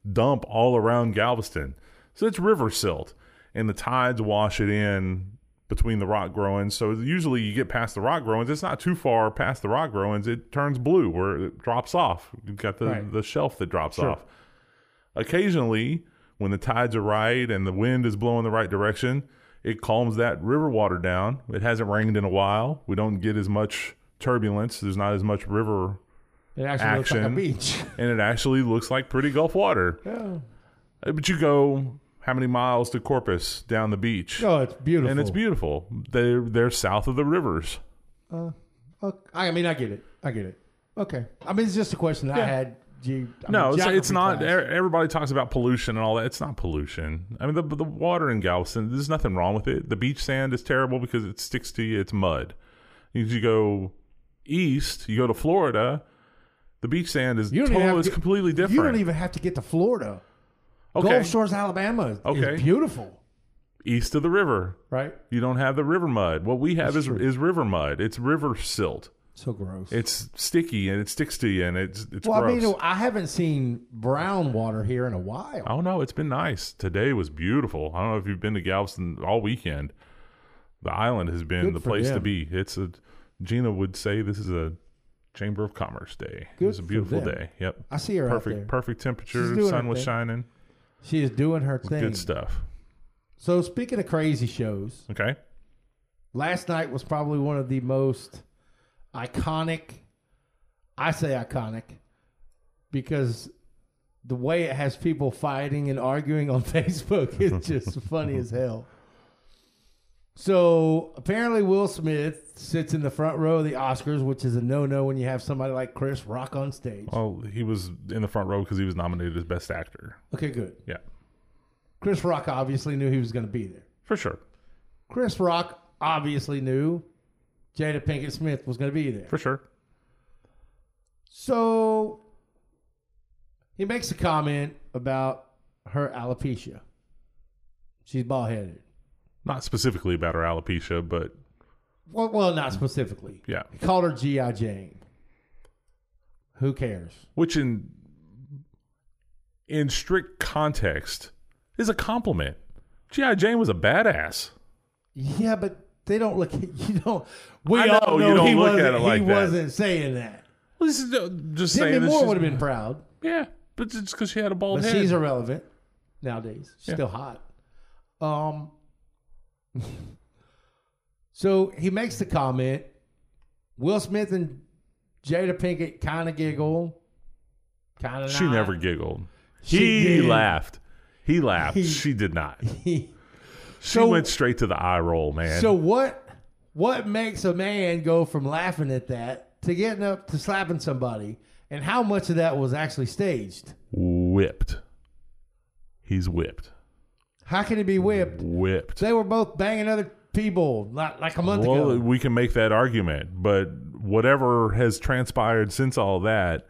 Speaker 3: dump all around Galveston. So it's river silt, and the tides wash it in between the rock growings. So usually you get past the rock growings. It's not too far past the rock growings. It turns blue where it drops off. You've got the
Speaker 2: Right.
Speaker 3: the shelf that drops off occasionally when the tides are right and the wind is blowing the right direction it calms that river water down it hasn't rained in a while we don't get as much turbulence there's not as much river
Speaker 2: It actually [LAUGHS]
Speaker 3: Action.
Speaker 2: looks like a beach.
Speaker 3: and it actually looks like pretty gulf water
Speaker 2: Oh,
Speaker 3: Uh, but you go how many miles to corpus down the beach
Speaker 2: Oh, it's beautiful.
Speaker 3: and it's beautiful they're, they're south of the rivers
Speaker 2: beautiful. I mean, I get it. I get it. Okay. I mean, it's just a question that I had. You, I mean,
Speaker 3: no it's, it's
Speaker 2: geography
Speaker 3: not
Speaker 2: class.
Speaker 3: er- everybody talks about pollution and all that it's not pollution i mean the, the water in galveston there's nothing wrong with it the beach sand is terrible because it sticks to you it's mud As you go east you go to florida the beach sand is
Speaker 2: You don't even
Speaker 3: total,
Speaker 2: have
Speaker 3: it's
Speaker 2: to-
Speaker 3: completely different
Speaker 2: You don't even have to get to Florida.
Speaker 3: okay
Speaker 2: Gulf Shores, Alabama is,
Speaker 3: Okay.
Speaker 2: is beautiful,
Speaker 3: east of the river
Speaker 2: right?
Speaker 3: you don't have the river mud what we have is,
Speaker 2: true.
Speaker 3: is river mud it's river silt
Speaker 2: So gross.
Speaker 3: it's sticky and it sticks to you and it's it's
Speaker 2: well,
Speaker 3: gross
Speaker 2: I mean, I haven't seen brown water here in a while.
Speaker 3: Oh no, it's been nice. Today was beautiful. I don't know if you've been to Galveston all weekend. The island has been
Speaker 2: Good
Speaker 3: the
Speaker 2: for
Speaker 3: place to
Speaker 2: them.
Speaker 3: be. It's a Gina would say this is a Chamber of Commerce day.
Speaker 2: Good
Speaker 3: it was a
Speaker 2: for
Speaker 3: beautiful
Speaker 2: them.
Speaker 3: day. Yep.
Speaker 2: I see her out
Speaker 3: perfect
Speaker 2: there.
Speaker 3: perfect
Speaker 2: She's
Speaker 3: temperature.
Speaker 2: doing
Speaker 3: sun
Speaker 2: her
Speaker 3: was
Speaker 2: thing.
Speaker 3: shining.
Speaker 2: She is doing her thing.
Speaker 3: Good stuff.
Speaker 2: So speaking of crazy shows,
Speaker 3: Okay.
Speaker 2: last night was probably one of the most iconic. I say iconic because the way it has people fighting and arguing on [LAUGHS] Facebook is
Speaker 3: [LAUGHS]
Speaker 2: just funny as hell. So apparently, Will Smith sits in the front row of the Oscars, which is a no-no when you have somebody like Chris Rock on stage.
Speaker 3: Well, he was in the front row because he was nominated as best actor.
Speaker 2: Okay, good.
Speaker 3: Yeah.
Speaker 2: Chris Rock obviously knew he was going to be there.
Speaker 3: For sure.
Speaker 2: Chris Rock obviously knew Jada Pinkett Smith was going to be there.
Speaker 3: For sure.
Speaker 2: So he makes a comment about her alopecia. She's bald headed.
Speaker 3: Not specifically about her alopecia, but
Speaker 2: Well, well, not specifically.
Speaker 3: yeah.
Speaker 2: He called her G.I. Jane. Who cares?
Speaker 3: Which in in strict context is a compliment. G.I. Jane was a badass.
Speaker 2: Yeah, but they don't look [LAUGHS] at you. Don't we
Speaker 3: I know,
Speaker 2: all
Speaker 3: you
Speaker 2: know
Speaker 3: don't
Speaker 2: he,
Speaker 3: look at
Speaker 2: wasn't,
Speaker 3: it like
Speaker 2: he
Speaker 3: that.
Speaker 2: wasn't saying that.
Speaker 3: Well, This is uh, just
Speaker 2: Demi
Speaker 3: saying. this
Speaker 2: Moore
Speaker 3: is-
Speaker 2: would have been proud.
Speaker 3: Yeah, but it's because she had a bald
Speaker 2: But
Speaker 3: head.
Speaker 2: she's irrelevant nowadays. She's
Speaker 3: Yeah.
Speaker 2: Still hot. Um. [LAUGHS] so he makes the comment. Will Smith and Jada Pinkett kind of giggle. Kind of.
Speaker 3: she never giggled.
Speaker 2: She
Speaker 3: he
Speaker 2: did.
Speaker 3: laughed. He laughed.
Speaker 2: He- [LAUGHS]
Speaker 3: she did not. She
Speaker 2: So-
Speaker 3: went straight to the eye roll, man.
Speaker 2: so what? what makes a man go from laughing at that to getting up to slapping somebody, and how much of that was actually staged?
Speaker 3: Whipped. He's whipped.
Speaker 2: How can it be whipped?
Speaker 3: Whipped.
Speaker 2: They were both banging other people not like a month
Speaker 3: Well,
Speaker 2: ago.
Speaker 3: we can make that argument, but whatever has transpired since all that,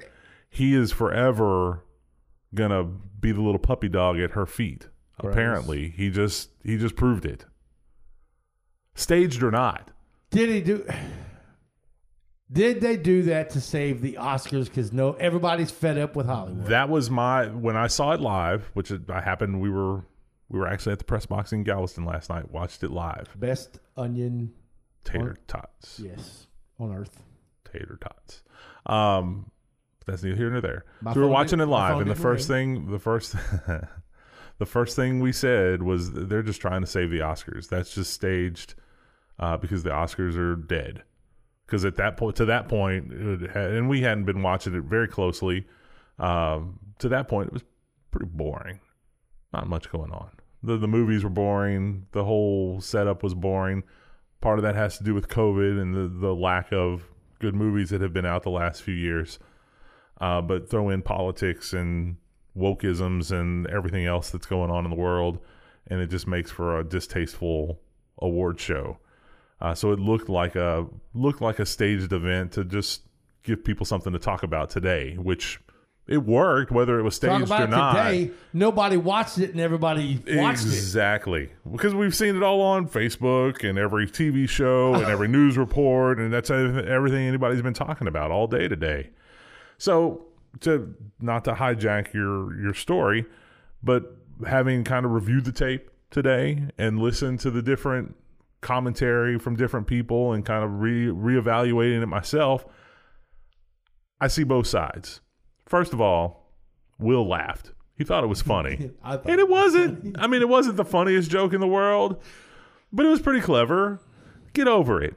Speaker 3: he is forever gonna be the little puppy dog at her feet. Apparently, he just he just proved it, staged or not.
Speaker 2: Did he do? Did they do that to save the Oscars? Because no, everybody's fed up with Hollywood.
Speaker 3: That was my when I saw it live, which it- I happened. We were we were actually at the press box in Galveston last night. Watched it live.
Speaker 2: Best onion,
Speaker 3: Tater tots.
Speaker 2: yes, on earth.
Speaker 3: tater tots. Um, that's neither here nor there.
Speaker 2: My
Speaker 3: so we were
Speaker 2: phone
Speaker 3: watching it
Speaker 2: didn't- my
Speaker 3: live,
Speaker 2: phone
Speaker 3: and the
Speaker 2: didn't
Speaker 3: first thing, the first, [LAUGHS] the first thing we said was they're just trying to save the Oscars. That's just staged uh, because the Oscars are dead. Because at that point, to that point, it had, and we hadn't been watching it very closely. Um, to that point, it was pretty boring. Not much going on. The the movies were boring. The whole setup was boring. Part of that has to do with COVID and the the lack of good movies that have been out the last few years. Uh, but throw in politics and wokeisms and everything else that's going on in the world, and it just makes for a distasteful award show. Uh, so it looked like a looked like a staged event to just give people something to talk about today, which it worked whether it was
Speaker 2: Talk
Speaker 3: staged
Speaker 2: about
Speaker 3: or not.
Speaker 2: today. Nobody watched it, and everybody watched it.
Speaker 3: Exactly. Because we've seen it all on Facebook and every TV show and every news report, and that's ev- everything anybody's been talking about all day today. So, to not to hijack your your story, but having kind of reviewed the tape today and listened to the different commentary from different people and kind of re reevaluating it myself, I see both sides. First of all, Will laughed. He thought it
Speaker 2: [LAUGHS]
Speaker 3: was funny.
Speaker 2: I thought-
Speaker 3: And it wasn't. I mean, it wasn't the funniest joke in the world, but it was pretty clever. Get over it.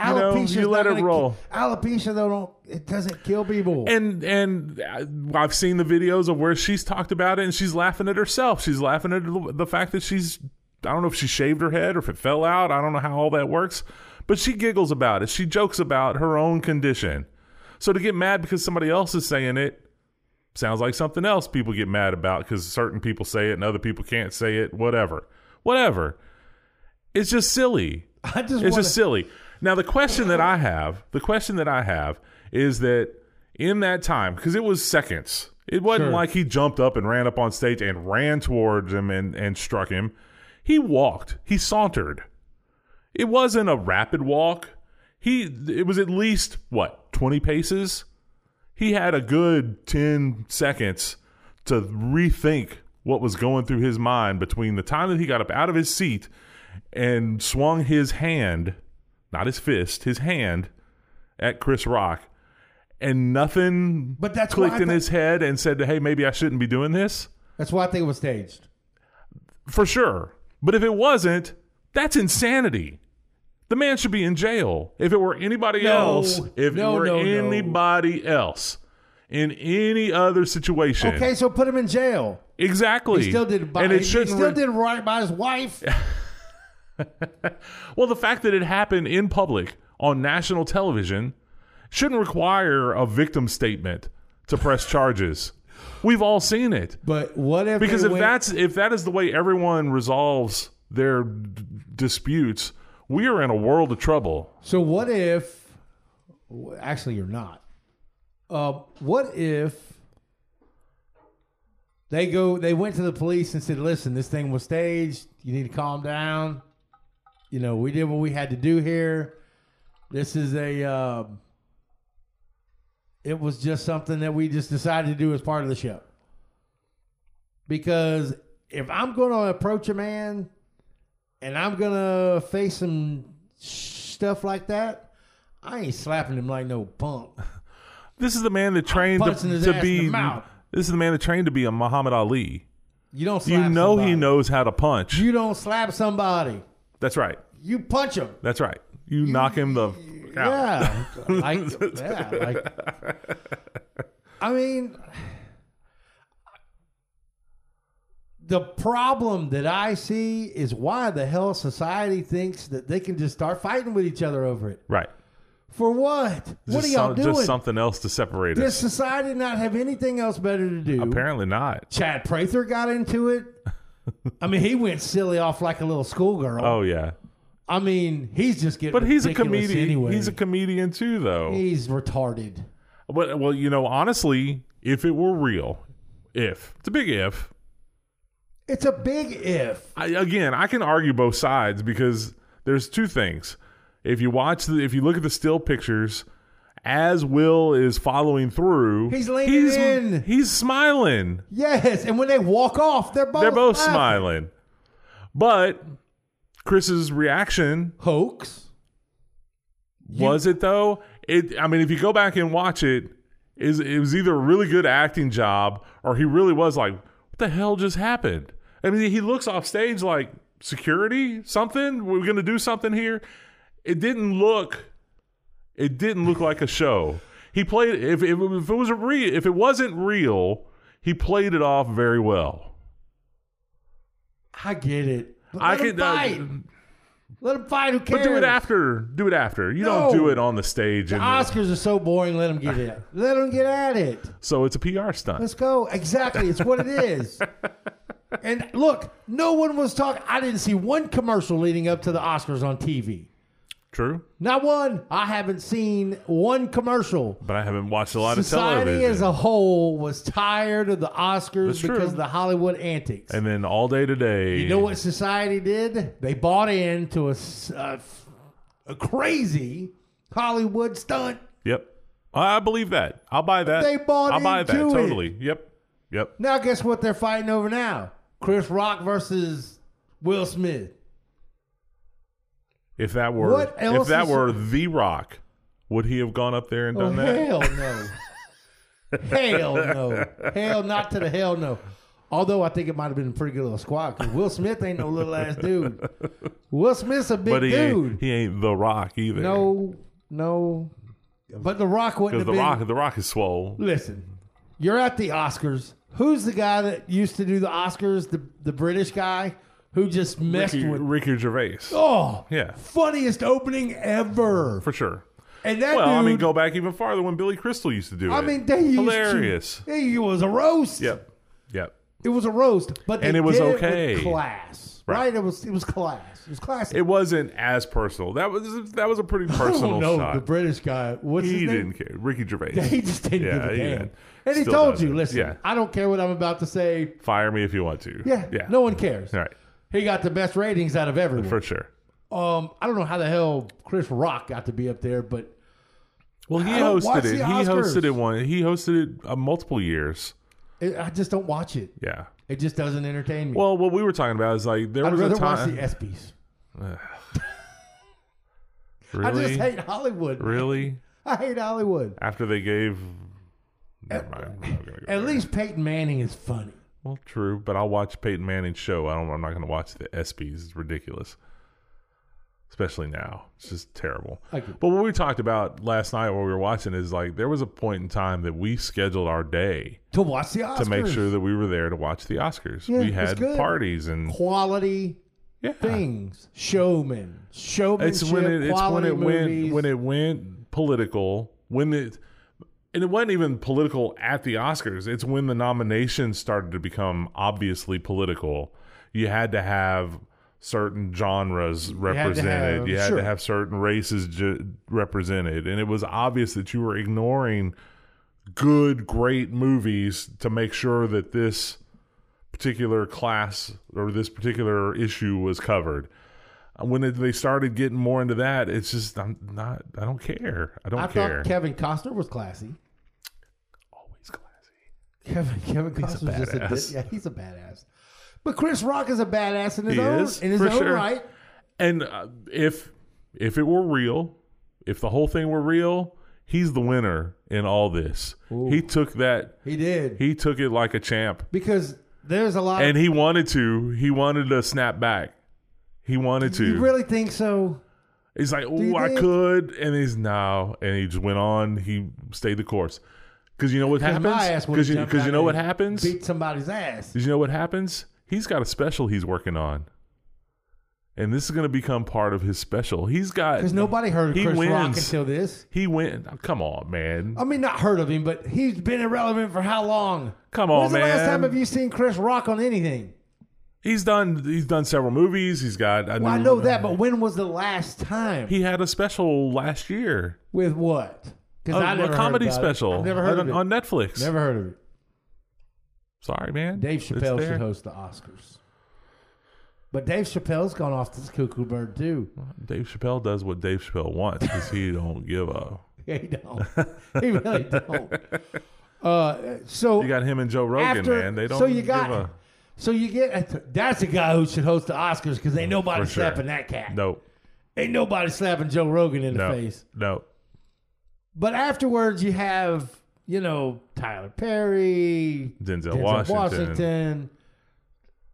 Speaker 3: You know,
Speaker 2: Alopecia's
Speaker 3: you let
Speaker 2: not
Speaker 3: it
Speaker 2: gonna
Speaker 3: roll.
Speaker 2: ki- Alopecia though, don't it doesn't kill people.
Speaker 3: And and I- I've seen the videos of where she's talked about it, and she's laughing at herself. She's laughing at the- the fact that she's. I don't know if she shaved her head or if it fell out. I don't know how all that works, but she giggles about it. She jokes about her own condition. So to get mad because somebody else is saying it sounds like something else people get mad about because certain people say it and other people can't say it. Whatever, whatever. It's just silly.
Speaker 2: I just
Speaker 3: It's
Speaker 2: wanna,
Speaker 3: just silly. Now the question that I have, the question that I have is that in that time, because it was seconds, it wasn't
Speaker 2: Sure.
Speaker 3: like he jumped up and ran up on stage and ran towards him and and struck him. He walked. He sauntered. It wasn't a rapid walk. He it was at least what twenty paces. He had a good ten seconds to rethink what was going through his mind between the time that he got up out of his seat and swung his hand, not his fist, his hand at Chris Rock, and nothing
Speaker 2: But that's why
Speaker 3: clicked
Speaker 2: I
Speaker 3: in
Speaker 2: thought-
Speaker 3: his head and said, "Hey, maybe I shouldn't be doing this."
Speaker 2: that's why I think it was staged.
Speaker 3: for sure. But if it wasn't, that's insanity. The man should be in jail. If it were anybody
Speaker 2: No.
Speaker 3: else, if
Speaker 2: No,
Speaker 3: it were
Speaker 2: no, no.
Speaker 3: anybody else in any other situation,
Speaker 2: Okay, so put him in jail.
Speaker 3: exactly.
Speaker 2: He still did. By,
Speaker 3: and it
Speaker 2: he
Speaker 3: shouldn't.
Speaker 2: still
Speaker 3: re-
Speaker 2: did right by his wife.
Speaker 3: Well, the fact that it happened in public on national television shouldn't require a victim statement to press charges. We've all seen it.
Speaker 2: But what if
Speaker 3: because
Speaker 2: they
Speaker 3: if
Speaker 2: went-
Speaker 3: that's if that is the way everyone resolves their d- disputes we are in a world of trouble
Speaker 2: so, what if? w- Actually, you're not. Um, what if they go? They went to the police and said, "Listen, this thing was staged. You need to calm down. You know, we did what we had to do here. This is a." Um, it was just something that we just decided to do as part of the show. Because if I'm going to approach a man and I'm going to face some stuff like that, I ain't slapping him like no punk.
Speaker 3: this is the man that trained to,
Speaker 2: punching his
Speaker 3: to
Speaker 2: ass in
Speaker 3: be
Speaker 2: the mouth.
Speaker 3: this is the man that trained to be a muhammad ali
Speaker 2: You don't
Speaker 3: you
Speaker 2: slap
Speaker 3: know he
Speaker 2: somebody.
Speaker 3: knows how to punch
Speaker 2: You don't slap somebody.
Speaker 3: that's right
Speaker 2: You punch him.
Speaker 3: that's right you knock him the f- out
Speaker 2: Yeah.
Speaker 3: [LAUGHS]
Speaker 2: like, yeah, like, I mean, The problem that I see is why the hell society thinks that they can just start fighting with each other over it.
Speaker 3: Right.
Speaker 2: For what? what are
Speaker 3: Just
Speaker 2: y'all
Speaker 3: some-
Speaker 2: doing?
Speaker 3: Just something else to separate
Speaker 2: Does
Speaker 3: us.
Speaker 2: society not have anything else better to do?
Speaker 3: Apparently not.
Speaker 2: Chad Prather got into it. I mean, he went silly off like a little schoolgirl.
Speaker 3: Oh yeah,
Speaker 2: I mean, he's just getting.
Speaker 3: but he's a
Speaker 2: ridiculous
Speaker 3: comedian.
Speaker 2: Anyway,
Speaker 3: He's a comedian too, though.
Speaker 2: He's retarded.
Speaker 3: But well, you know, honestly, if it were real, if it's a big if,
Speaker 2: It's a big if.
Speaker 3: I, again, I can argue both sides because there's two things. If you watch the, if you look at the still pictures, as Will is following through,
Speaker 2: He's leaning
Speaker 3: he's,
Speaker 2: in.
Speaker 3: He's smiling.
Speaker 2: Yes, and when they walk off, they're both
Speaker 3: They're both
Speaker 2: laughing.
Speaker 3: smiling. But Chris's reaction
Speaker 2: Hoax.
Speaker 3: was it though? It. I mean, if you go back and watch it, is it was either a really good acting job or he really was like, what the hell just happened? I mean, he looks off stage like security, something. We're gonna do something here. It didn't look. It didn't look like a show. He played if if, if it was a real if it wasn't real, he played it off very well.
Speaker 2: I get it. Let
Speaker 3: I
Speaker 2: him
Speaker 3: could uh,
Speaker 2: fight. Let him fight. Who
Speaker 3: but
Speaker 2: cares?
Speaker 3: do it after. Do it after. You
Speaker 2: No.
Speaker 3: don't do it on the stage.
Speaker 2: The
Speaker 3: And,
Speaker 2: Oscars are so boring. Let them get it. let them get at it.
Speaker 3: so it's a PR stunt.
Speaker 2: Let's go. Exactly. It's what it
Speaker 3: [LAUGHS]
Speaker 2: is. and look, no one was talking. I didn't see one commercial leading up to the Oscars on TV.
Speaker 3: True.
Speaker 2: Not one. I haven't seen one commercial.
Speaker 3: But I haven't watched a lot of
Speaker 2: Society
Speaker 3: television.
Speaker 2: as a whole was tired of the Oscars
Speaker 3: That's true.
Speaker 2: because of the Hollywood antics.
Speaker 3: and then all day today,
Speaker 2: you know what society did? They bought into a, s- a f- a crazy Hollywood stunt.
Speaker 3: Yep, I I believe that. I'll buy that.
Speaker 2: They bought
Speaker 3: I'll buy that
Speaker 2: into it.
Speaker 3: totally. Yep, yep.
Speaker 2: Now, guess what they're fighting over now? Chris Rock versus Will Smith.
Speaker 3: If that were
Speaker 2: What
Speaker 3: if
Speaker 2: else
Speaker 3: that
Speaker 2: is-
Speaker 3: were The Rock, would he have gone up there and
Speaker 2: Oh,
Speaker 3: done that?
Speaker 2: hell no. hell no. Hell not to the hell no. Although I think it might have been a pretty good little squad 'cause Will Smith ain't no little ass dude. Will Smith's a big
Speaker 3: But he
Speaker 2: dude.
Speaker 3: ain't, he ain't The Rock either.
Speaker 2: no, no. But The Rock wouldn't have
Speaker 3: because The
Speaker 2: been.
Speaker 3: Rock The Rock is swole.
Speaker 2: Listen, you're at the Oscars. Who's the guy that used to do the Oscars? The the British guy who just messed
Speaker 3: Ricky,
Speaker 2: with.
Speaker 3: Ricky Gervais.
Speaker 2: Oh,
Speaker 3: Yeah,
Speaker 2: funniest opening ever.
Speaker 3: for sure.
Speaker 2: And that
Speaker 3: Well,
Speaker 2: dude.
Speaker 3: I mean, go back even farther when Billy Crystal used to do
Speaker 2: I
Speaker 3: it.
Speaker 2: mean, they used [LAUGHS]
Speaker 3: hilarious.
Speaker 2: To, it was a roast.
Speaker 3: Yep, yep.
Speaker 2: It was a roast, but
Speaker 3: And
Speaker 2: they
Speaker 3: it was
Speaker 2: did with
Speaker 3: okay.
Speaker 2: class, right.
Speaker 3: Right.
Speaker 2: It was it was class. It was classic.
Speaker 3: It wasn't as personal. That was that was a pretty
Speaker 2: I don't
Speaker 3: personal
Speaker 2: know,
Speaker 3: shot.
Speaker 2: The British guy. What's
Speaker 3: he
Speaker 2: his name?
Speaker 3: didn't care. Ricky Gervais.
Speaker 2: [LAUGHS] He just didn't
Speaker 3: Yeah,
Speaker 2: give a
Speaker 3: he
Speaker 2: damn.
Speaker 3: didn't.
Speaker 2: And he
Speaker 3: Still
Speaker 2: told
Speaker 3: doesn't.
Speaker 2: you, listen,
Speaker 3: Yeah.
Speaker 2: I don't care what I'm about to say.
Speaker 3: Fire me if you want to.
Speaker 2: Yeah,
Speaker 3: Yeah.
Speaker 2: no one cares.
Speaker 3: All right.
Speaker 2: He got the best ratings out of everyone.
Speaker 3: For sure.
Speaker 2: um, I don't know how the hell Chris Rock got to be up there, but
Speaker 3: Well, he
Speaker 2: I don't
Speaker 3: hosted
Speaker 2: watch
Speaker 3: it.
Speaker 2: the
Speaker 3: He
Speaker 2: Oscars.
Speaker 3: hosted it one. He hosted it uh, multiple years.
Speaker 2: it, I just don't watch it.
Speaker 3: Yeah.
Speaker 2: It just doesn't entertain me.
Speaker 3: Well, what we were talking about is like there
Speaker 2: I'd
Speaker 3: was
Speaker 2: rather
Speaker 3: a
Speaker 2: watch the
Speaker 3: time.
Speaker 2: ESPYS. I
Speaker 3: really,
Speaker 2: just hate Hollywood. man.
Speaker 3: really.
Speaker 2: I hate Hollywood.
Speaker 3: After they gave. Never mind. We're not gonna go
Speaker 2: At
Speaker 3: there.
Speaker 2: least Peyton Manning is funny.
Speaker 3: Well, true, but I'll watch Peyton Manning's show. I don't. I'm not going to watch the ESPYS. It's ridiculous, especially now. It's just terrible.
Speaker 2: I get it.
Speaker 3: But what we talked about last night, while we were watching, is like there was a point in time that we scheduled our day
Speaker 2: To watch the Oscars.
Speaker 3: to make sure that we were there to watch the Oscars.
Speaker 2: Yeah,
Speaker 3: we
Speaker 2: it's
Speaker 3: had
Speaker 2: good.
Speaker 3: parties and
Speaker 2: quality
Speaker 3: yeah,
Speaker 2: things. Showmen. Showmanship.
Speaker 3: it's when it it's when
Speaker 2: quality
Speaker 3: it
Speaker 2: movies.
Speaker 3: went when it went political when it and it wasn't even political at the Oscars. It's when the nominations started to become obviously political. You had to have certain genres
Speaker 2: had to have-
Speaker 3: represented. you had
Speaker 2: sure.
Speaker 3: to have certain races ju- represented, and it was obvious that you were ignoring good, great movies to make sure that this particular class or this particular issue was covered. When it, they started getting more into that, it's just I'm not. I don't care. I don't
Speaker 2: I
Speaker 3: care.
Speaker 2: thought Kevin Costner was classy.
Speaker 3: Always classy.
Speaker 2: Kevin Kevin Costner's just a
Speaker 3: badass.
Speaker 2: yeah, he's a badass. But Chris Rock is a badass in his
Speaker 3: He
Speaker 2: own
Speaker 3: is,
Speaker 2: in his
Speaker 3: for
Speaker 2: own
Speaker 3: sure.
Speaker 2: right.
Speaker 3: And uh, if if it were real, if the whole thing were real, he's the winner in all this. He took that.
Speaker 2: He did.
Speaker 3: He took it like a champ,
Speaker 2: because there's a lot of
Speaker 3: and he wanted to. He wanted to snap back. He wanted to.
Speaker 2: you really think so?
Speaker 3: He's like,
Speaker 2: you
Speaker 3: oh, I
Speaker 2: think-
Speaker 3: could, and he's no, and he just went on. He stayed the course, because you know what
Speaker 2: Because
Speaker 3: happens.
Speaker 2: my ass would
Speaker 3: Because you, 'cause you know what happens.
Speaker 2: Beat somebody's ass.
Speaker 3: Did you know what happens? He's got a special he's working on. And this is going to become part of his special. He's got
Speaker 2: Because nobody heard of
Speaker 3: He
Speaker 2: Chris Rock
Speaker 3: wins.
Speaker 2: until this.
Speaker 3: He went. oh, Come on, man.
Speaker 2: I mean, not heard of him, but he's been irrelevant for how long?
Speaker 3: Come on,
Speaker 2: When's the last
Speaker 3: man.
Speaker 2: time have you seen Chris Rock on anything?
Speaker 3: He's done. He's done several movies. He's got. a
Speaker 2: Well, I
Speaker 3: new-
Speaker 2: know that, but when was the last time?
Speaker 3: He had a special last year.
Speaker 2: With what?
Speaker 3: A,
Speaker 2: Because
Speaker 3: a comedy special.
Speaker 2: I've never heard of
Speaker 3: on,
Speaker 2: it.
Speaker 3: on Netflix.
Speaker 2: never heard of it.
Speaker 3: Sorry, man.
Speaker 2: Dave
Speaker 3: It's
Speaker 2: Chappelle
Speaker 3: there.
Speaker 2: should host the Oscars. But Dave Chappelle's gone off this cuckoo bird too. [LAUGHS]
Speaker 3: Dave Chappelle does what Dave Chappelle wants because he don't give a.
Speaker 2: Yeah, he don't. he really
Speaker 3: [LAUGHS]
Speaker 2: don't. Uh, so
Speaker 3: You got him and Joe Rogan,
Speaker 2: after,
Speaker 3: man. They don't.
Speaker 2: so you got,
Speaker 3: give a,
Speaker 2: so you get. That's the guy who should host the Oscars because ain't nobody
Speaker 3: For sure.
Speaker 2: slapping that cat.
Speaker 3: no,
Speaker 2: Ain't nobody slapping Joe Rogan in the
Speaker 3: no,
Speaker 2: face.
Speaker 3: no.
Speaker 2: But afterwards, you have you know Tyler Perry,
Speaker 3: Denzel,
Speaker 2: Denzel
Speaker 3: Washington.
Speaker 2: Washington.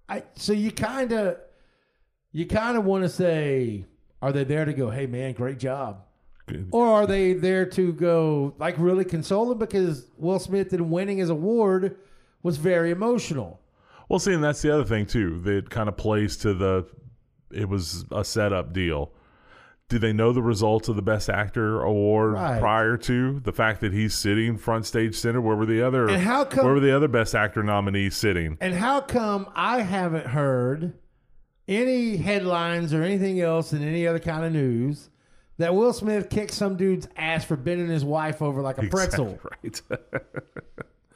Speaker 2: I so you kind of you kind of want to say, are they there to go, hey man, great job,
Speaker 3: Good.
Speaker 2: or are they there to go like really console him because Will Smith in winning his award was very emotional.
Speaker 3: Well, see, and that's the other thing too. That kind of plays to the. It was a setup deal. Did they know the results of the Best Actor award
Speaker 2: Right.
Speaker 3: prior to the fact that he's sitting front stage center? Where were the other?
Speaker 2: And how come-
Speaker 3: Where were the other Best Actor nominees sitting?
Speaker 2: And how come I haven't heard any headlines or anything else in any other kind of news that Will Smith kicked some dude's ass for bending his wife over like a pretzel?
Speaker 3: Exactly [LAUGHS] right.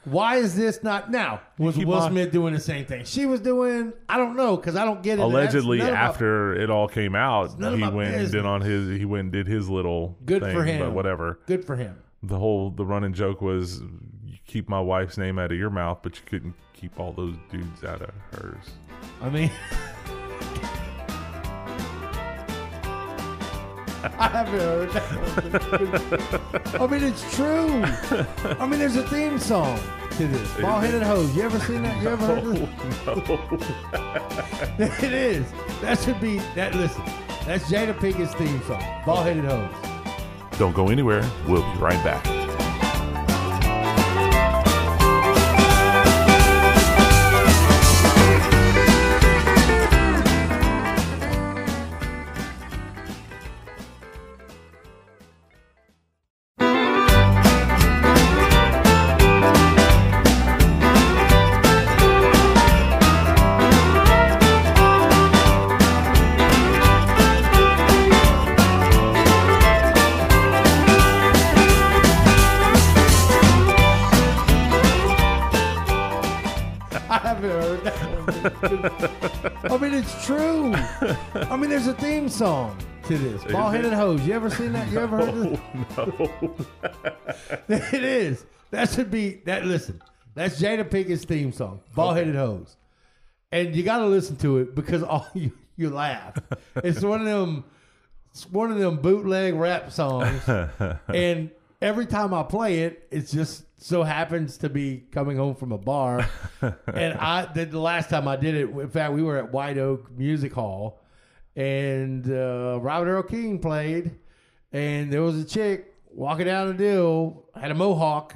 Speaker 2: Why is this not now? Was
Speaker 3: Keep
Speaker 2: Will
Speaker 3: on-
Speaker 2: Smith doing the same thing she was doing? I don't know because I don't get it. That's
Speaker 3: Allegedly,
Speaker 2: none of my-
Speaker 3: after it all came out,
Speaker 2: none of
Speaker 3: he
Speaker 2: my
Speaker 3: went and did
Speaker 2: business.
Speaker 3: on his. He went and did his little.
Speaker 2: Good
Speaker 3: thing,
Speaker 2: for him.
Speaker 3: But whatever.
Speaker 2: good for him.
Speaker 3: The whole the running joke was, you keep my wife's name out of your mouth, but you couldn't keep all those dudes out of hers. [LAUGHS]
Speaker 2: I mean, [LAUGHS] I haven't heard. That. I mean, it's true. I mean, there's a theme song to this. Ball headed hose. You ever seen that? You ever heard
Speaker 3: [LAUGHS]
Speaker 2: this?
Speaker 3: Oh,
Speaker 2: [LAUGHS] it is. That should be that. Listen, that's Jada Pinkett's theme song. Ball headed hose.
Speaker 3: Don't go anywhere. We'll be right [LAUGHS] back.
Speaker 2: I haven't heard that one. I mean, it's true. I mean, there's a theme song to this. Ball headed hose. You ever seen that? You ever
Speaker 3: Oh,
Speaker 2: heard this? [LAUGHS] No. it is. That should be that. Listen, that's Jada Pinkett's theme song. Ball headed hose, and you got to listen to it because all [LAUGHS] you you laugh. It's one of them. It's one of them bootleg rap songs, and every time I play it, it just so happens to be coming home from a bar. and I the, the last time I did it, in fact, we were at White Oak Music Hall, and uh, Robert Earl King played, and there was a chick walking down the deal, had a mohawk,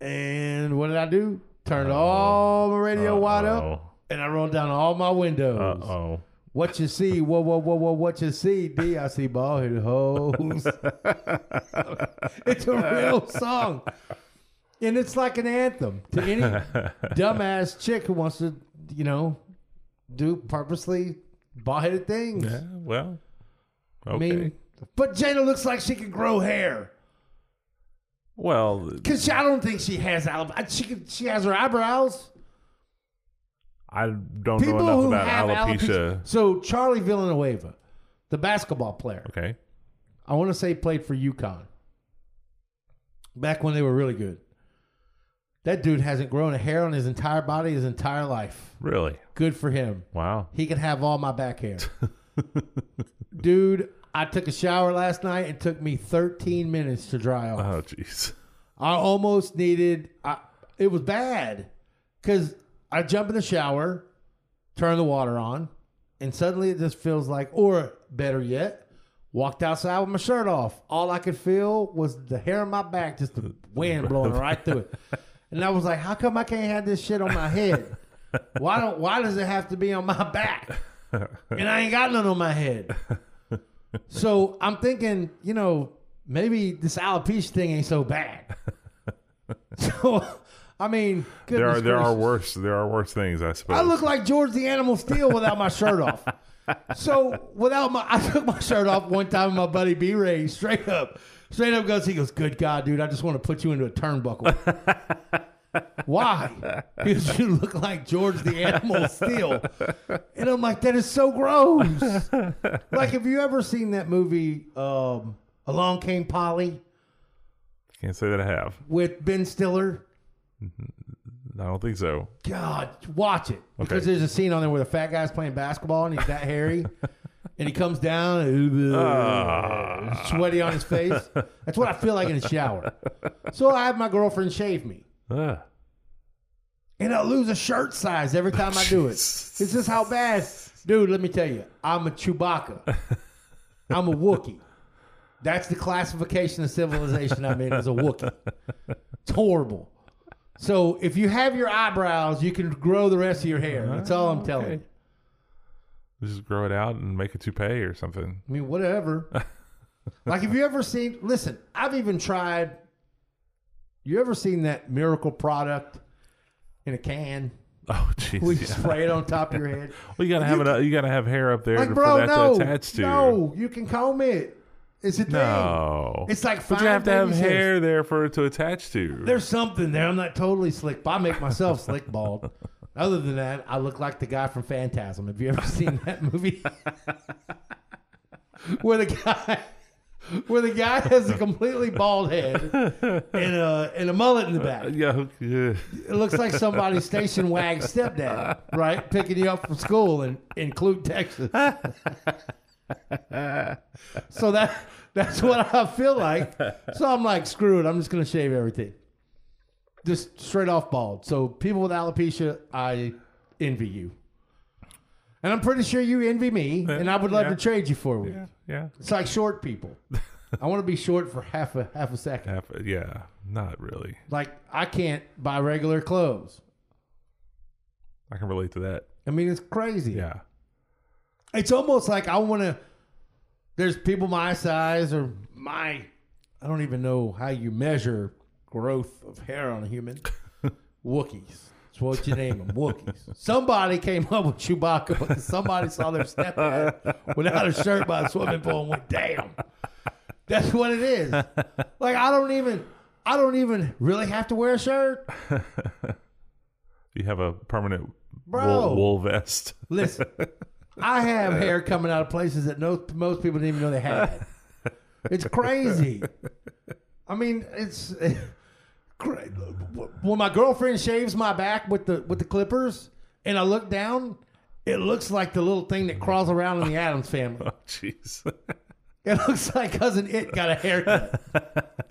Speaker 2: and what did I do? Turned all my radio wide up,
Speaker 3: Uh-oh.
Speaker 2: and I rolled down all my windows.
Speaker 3: Uh oh.
Speaker 2: What you see, whoa, whoa, whoa, whoa, what you see, D, I see ball headed
Speaker 3: [LAUGHS]
Speaker 2: hoes. it's a real song. And it's like an anthem to
Speaker 3: [LAUGHS]
Speaker 2: any dumbass chick who wants to, you know, do purposely ball headed things.
Speaker 3: Yeah. Well.
Speaker 2: I
Speaker 3: Okay.
Speaker 2: mean, but Jada looks like she can grow hair.
Speaker 3: well,
Speaker 2: Because I don't think she has Alabama. She, can, she has her eyebrows.
Speaker 3: I don't
Speaker 2: People
Speaker 3: know enough
Speaker 2: who
Speaker 3: about
Speaker 2: have
Speaker 3: alopecia.
Speaker 2: alopecia. So, Charlie Villanueva, the basketball player.
Speaker 3: Okay.
Speaker 2: I want to say played for UConn. Back when they were really good. That dude hasn't grown a hair on his entire body his entire life.
Speaker 3: Really?
Speaker 2: Good for him.
Speaker 3: Wow.
Speaker 2: He can have all my back hair. dude, I took a shower last night. It took me 13 minutes to dry off.
Speaker 3: Oh, jeez.
Speaker 2: I almost needed. I, it was bad because I jump in the shower, turn the water on, and suddenly it just feels like, or better yet, walked outside with my shirt off. All I could feel was the hair on my back,
Speaker 3: [LAUGHS]
Speaker 2: just the wind blowing right through it. And I was like, how come I can't have this shit on my head? Why don't? Why does it have to be on my back? And I ain't got none on my head. So I'm thinking, you know, maybe this alopecia thing ain't so bad. [LAUGHS] So, I mean,
Speaker 3: there
Speaker 2: goodness
Speaker 3: are there are
Speaker 2: gracious.
Speaker 3: worse there are worse things, I suppose.
Speaker 2: I look like George the Animal Steel without my shirt off. So without my, I took my shirt off one time. and My buddy B Ray straight up, straight up goes. He goes, "Good God, dude! I just want to put you into a turnbuckle." Why? Because you look like George the Animal Steel, and I'm like, that is so gross. like, have you ever seen that movie? Um, Along Came Polly
Speaker 3: Can't say that I have.
Speaker 2: with Ben Stiller.
Speaker 3: I don't think so.
Speaker 2: God, watch it because
Speaker 3: Okay.
Speaker 2: there's a scene on there where the fat guy's playing basketball and he's that hairy, and he comes down and uh,
Speaker 3: Ah.
Speaker 2: sweaty on his face. That's what I feel like in the shower. So I have my girlfriend shave me,
Speaker 3: Ah.
Speaker 2: and I lose a shirt size every time I do it. This is how bad, dude. Let me tell you, I'm a Chewbacca. I'm a Wookiee. That's the classification of civilization I'm in as a Wookiee. It's horrible. So if you have your eyebrows, you can grow the rest of your hair. That's all I'm telling you.
Speaker 3: Just grow it out and make a toupee or something. [LAUGHS]
Speaker 2: I mean, whatever. like, have you ever seen? Listen, I've even tried. You ever seen that miracle product in a can?
Speaker 3: Oh jeez.
Speaker 2: We
Speaker 3: [LAUGHS] yeah.
Speaker 2: spray it on top of your head.
Speaker 3: Well, you gotta have it. You gotta have hair up there
Speaker 2: Like,
Speaker 3: to-
Speaker 2: bro,
Speaker 3: for that
Speaker 2: no,
Speaker 3: to attach to.
Speaker 2: no, you can comb it. It's a thing.
Speaker 3: No.
Speaker 2: It's like
Speaker 3: But you have to
Speaker 2: fine
Speaker 3: have
Speaker 2: baby's
Speaker 3: hair there for it to attach to.
Speaker 2: There's something there. I'm not totally slick, but I make myself slick bald. [LAUGHS] Other than that, I look like the guy from Phantasm. Have you ever [LAUGHS] seen that movie? where the guy [LAUGHS] where the guy has a completely bald head and a and a mullet in the back.
Speaker 3: yeah, who- yeah.
Speaker 2: It looks like somebody's station wag stepdad, right? Picking you up from school in, in Clute, Texas. so that that's what I feel like. So I'm like, screw it. I'm just going to shave everything. Just straight off bald. So people with alopecia, I envy you. And I'm pretty sure you envy me, and I would love
Speaker 3: yeah.
Speaker 2: to trade you for one.
Speaker 3: yeah.
Speaker 2: It's like short people. I want to be short for half a half a second.
Speaker 3: Half, yeah, not really.
Speaker 2: Like I can't buy regular clothes.
Speaker 3: I can relate to that.
Speaker 2: I mean, it's crazy.
Speaker 3: Yeah.
Speaker 2: It's almost like I want to. There's people my size or my. I don't even know how you measure growth of hair on a human. Wookiees. That's what you name them. Wookiees. Somebody came up with Chewbacca, [LAUGHS] but somebody saw their stepdad without a shirt by a swimming pool and went, "Damn." That's what it is. Like I don't even. I don't even really have to wear a shirt.
Speaker 3: You have a permanent
Speaker 2: Bro.
Speaker 3: wool, wool vest. [LAUGHS]
Speaker 2: Listen, I have hair coming out of places that no, most people didn't even know they had. It's crazy. I mean, it's [LAUGHS] cra- when my girlfriend shaves my back with the with the clippers, and I look down, it looks like the little thing that crawls around in the Adams family.
Speaker 3: Oh, jeez. [LAUGHS]
Speaker 2: It looks like cousin it got a haircut.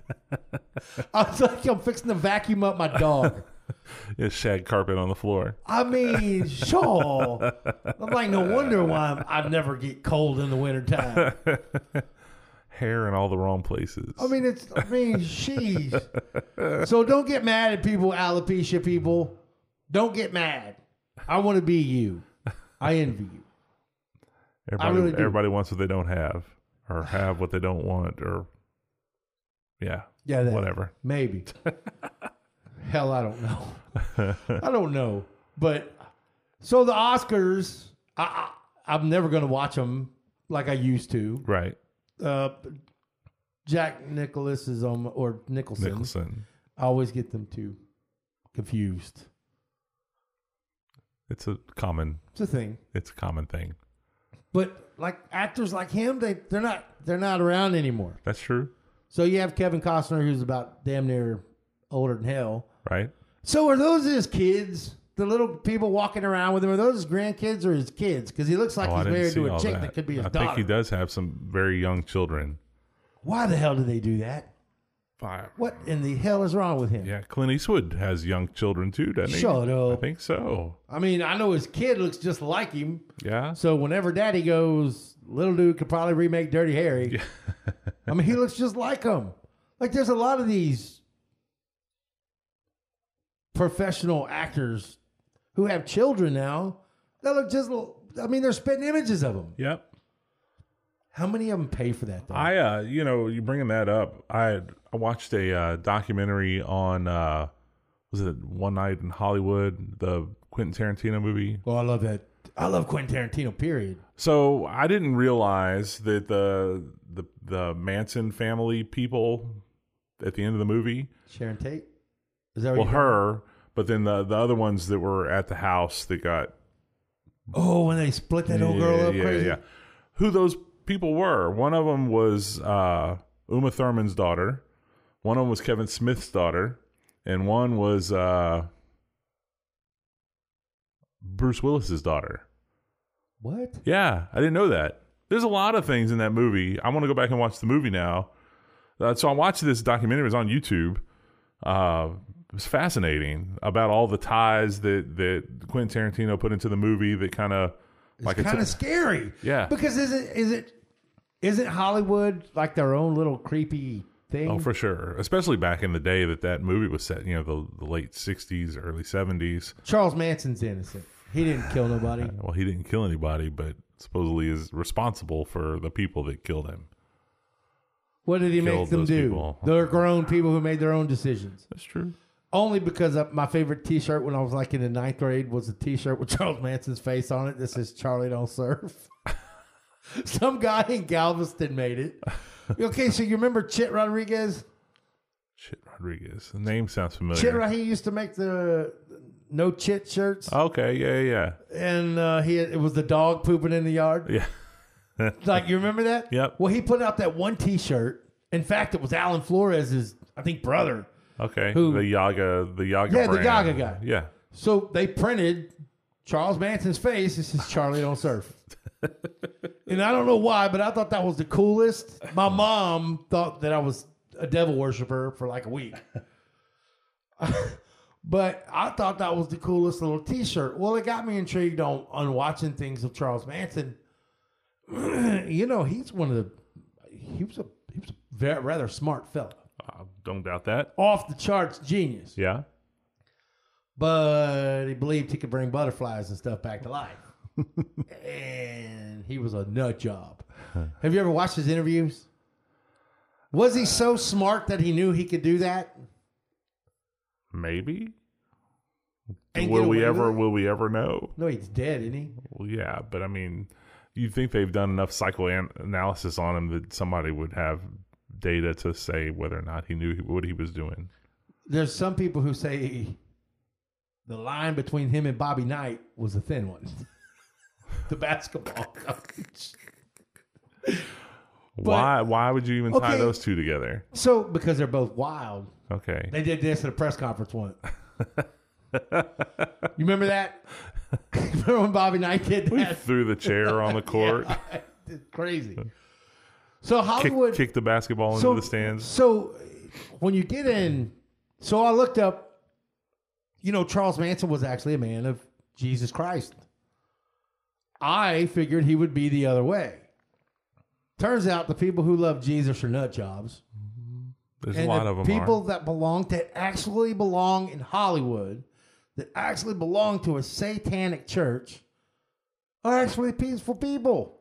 Speaker 2: I was like, I'm fixing to vacuum up my dog.
Speaker 3: yeah, shag carpet on the floor.
Speaker 2: I mean, sure. I'm like, no wonder why I'm, I never get cold in the wintertime.
Speaker 3: Hair in all the wrong places.
Speaker 2: I mean, it's, I mean, sheesh. So don't get mad at people, alopecia people. Don't get mad. I want to be you. I envy you.
Speaker 3: everybody,
Speaker 2: really do.
Speaker 3: everybody wants what they don't have, or have what they don't want, or yeah,
Speaker 2: Yeah, that-
Speaker 3: whatever.
Speaker 2: Maybe. Hell, I don't know. I don't know. But so the Oscars, I, I, I'm never going to watch them like I used to.
Speaker 3: Right,
Speaker 2: uh, Jack Nicholas is on or Nicholson.
Speaker 3: Nicholson.
Speaker 2: I always get them too confused.
Speaker 3: It's a common.
Speaker 2: It's a thing.
Speaker 3: It's a common thing.
Speaker 2: But like actors like him, they they're not they're not around anymore.
Speaker 3: That's true.
Speaker 2: So you have Kevin Costner, who's about damn near older than hell.
Speaker 3: Right.
Speaker 2: So are those his kids? The little people walking around with him are those his grandkids or his kids? Because he looks like
Speaker 3: Oh, I
Speaker 2: he's
Speaker 3: didn't
Speaker 2: married
Speaker 3: see
Speaker 2: to a
Speaker 3: all
Speaker 2: chick that.
Speaker 3: that.
Speaker 2: could be his
Speaker 3: I
Speaker 2: daughter.
Speaker 3: think he does have some very young children.
Speaker 2: Why the hell do they do that? What in the hell is wrong with him?
Speaker 3: Yeah, Clint Eastwood has young children too, doesn't he?
Speaker 2: Shut
Speaker 3: I
Speaker 2: up.
Speaker 3: think so.
Speaker 2: I mean, I know his kid looks just like him,
Speaker 3: Yeah.
Speaker 2: So whenever Daddy goes, little dude could probably remake Dirty Harry. I mean, he looks just like him. Like there's a lot of these professional actors who have children now that look just. l- I mean, they're spitting images of them.
Speaker 3: Yep.
Speaker 2: How many of them pay for that? Though?
Speaker 3: I, uh, you know, you bringing that up. I I watched a uh, documentary on uh, was it One Night in Hollywood, the Quentin Tarantino movie.
Speaker 2: well, I love that. I love Quentin Tarantino. Period.
Speaker 3: So I didn't realize that the the the Manson family people at the end of the movie,
Speaker 2: Sharon Tate. Is that what
Speaker 3: well,
Speaker 2: you-
Speaker 3: her, but then the the other ones that were at the house that got
Speaker 2: Oh, when they split that old girl up crazy.
Speaker 3: Who those people were? One of them was uh, Uma Thurman's daughter. One of them was Kevin Smith's daughter, and one was uh, Bruce Willis's daughter.
Speaker 2: What?
Speaker 3: Yeah, I didn't know that. There's a lot of things in that movie. I want to go back and watch the movie now. Uh, so I watched this documentary. It was on YouTube. Uh, it was fascinating about all the ties that that Quentin Tarantino put into the movie. That kind of
Speaker 2: It's
Speaker 3: like
Speaker 2: kind of scary.
Speaker 3: Yeah.
Speaker 2: Because is it is it isn't Hollywood like their own little creepy thing?
Speaker 3: Oh, for sure. Especially back in the day that that movie was set, you know, the, the late 60s, early 70s.
Speaker 2: Charles Manson's innocent. He didn't kill
Speaker 3: [SIGHS]
Speaker 2: nobody.
Speaker 3: Well, he didn't kill anybody, but supposedly is responsible for the people that killed him.
Speaker 2: What did he make
Speaker 3: Killed
Speaker 2: them
Speaker 3: those
Speaker 2: do?
Speaker 3: people.
Speaker 2: They're grown people who made their own decisions.
Speaker 3: That's true.
Speaker 2: Only because of my favorite T-shirt when I was like in the ninth grade was a T-shirt with [LAUGHS] Charles Manson's face on it. This is Charlie Don't Surf. [LAUGHS] Some guy in Galveston made
Speaker 3: [LAUGHS]
Speaker 2: it. Okay, so you remember Chit Rodriguez?
Speaker 3: Shit, Rodriguez. The name sounds familiar.
Speaker 2: Chit Rod- he used to make the no chit shirts.
Speaker 3: okay, yeah, yeah,
Speaker 2: and uh, he had, it was the dog pooping in the yard.
Speaker 3: yeah.
Speaker 2: Like you remember that?
Speaker 3: Yep.
Speaker 2: Well, he put out that one T-shirt. In fact, it was Alan Flores's, I think, brother.
Speaker 3: Okay.
Speaker 2: Who-
Speaker 3: The Yaga, the Yaga
Speaker 2: Yeah, the
Speaker 3: brand.
Speaker 2: Yaga guy.
Speaker 3: Yeah.
Speaker 2: So they printed Charles Manson's face. This is Charlie Don't Surf. and I don't know why, but I thought that was the coolest. My mom thought that I was a devil worshiper for like a week. [LAUGHS] but I thought that was the coolest little T-shirt. Well, it got me intrigued on on watching things of Charles Manson. [CLEARS THROAT] you know, he's one of the he was a he was a very, rather smart fella,
Speaker 3: I don't doubt that.
Speaker 2: off the charts genius
Speaker 3: Yeah.
Speaker 2: but he believed he could bring butterflies and stuff back to
Speaker 3: [LAUGHS]
Speaker 2: life. and he was a nut job. Have you ever watched his interviews? Was he so smart that he knew he could do that?
Speaker 3: Maybe.
Speaker 2: And
Speaker 3: will
Speaker 2: get away
Speaker 3: we
Speaker 2: with
Speaker 3: ever?
Speaker 2: it?
Speaker 3: Will we ever know?
Speaker 2: No, he's dead, isn't he?
Speaker 3: Well, yeah, but I mean, you'd think they've done enough psychoanalysis on him that somebody would have data to say whether or not he knew what he was doing.
Speaker 2: There's some people who say the line between him and Bobby Knight was a thin one. [LAUGHS] the basketball coach.
Speaker 3: why? Why would you even tie
Speaker 2: Okay.
Speaker 3: those two together?
Speaker 2: So, because they're both wild,
Speaker 3: Okay,
Speaker 2: They did this at a press conference once. [LAUGHS] you remember that? [LAUGHS] remember when Bobby Knight did
Speaker 3: we
Speaker 2: that?
Speaker 3: threw
Speaker 2: [LAUGHS]
Speaker 3: the chair on the court,
Speaker 2: It's crazy. So
Speaker 3: kick,
Speaker 2: Hollywood.
Speaker 3: kicked the basketball
Speaker 2: so,
Speaker 3: into the stands.
Speaker 2: So when you get in, so I looked up. You know, Charles Manson was actually a man of Jesus Christ. I figured he would be the other way. Turns out the people who love Jesus are nut jobs.
Speaker 3: There's a
Speaker 2: and
Speaker 3: lot
Speaker 2: the
Speaker 3: of them.
Speaker 2: people that belong that actually belong in Hollywood, that actually belong to a satanic church, are actually peaceful people.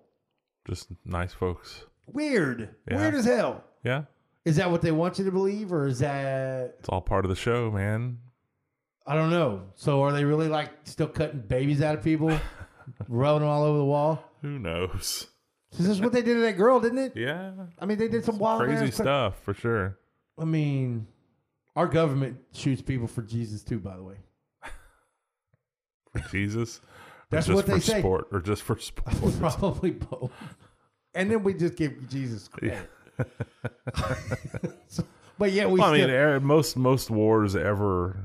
Speaker 3: just nice folks.
Speaker 2: Weird,
Speaker 3: Yeah.
Speaker 2: weird as hell.
Speaker 3: Yeah,
Speaker 2: Is that what they want you to believe, or is that
Speaker 3: it's all part of the show, man.
Speaker 2: I don't know? So are they really like still cutting babies out of people, [LAUGHS] rubbing them all over the wall?
Speaker 3: Who knows?
Speaker 2: This is what they did to that girl, didn't it?
Speaker 3: Yeah,
Speaker 2: I mean, they did some wild
Speaker 3: crazy
Speaker 2: ass-
Speaker 3: stuff for sure.
Speaker 2: I mean, our government shoots people for Jesus too. By the way,
Speaker 3: For Jesus,
Speaker 2: That's
Speaker 3: or just
Speaker 2: what they
Speaker 3: for
Speaker 2: say.
Speaker 3: sport, or just for sport.
Speaker 2: Probably both. And then we just give Jesus credit. [LAUGHS] but yet we [LAUGHS]
Speaker 3: Well, I mean,
Speaker 2: still,
Speaker 3: er, most most wars ever,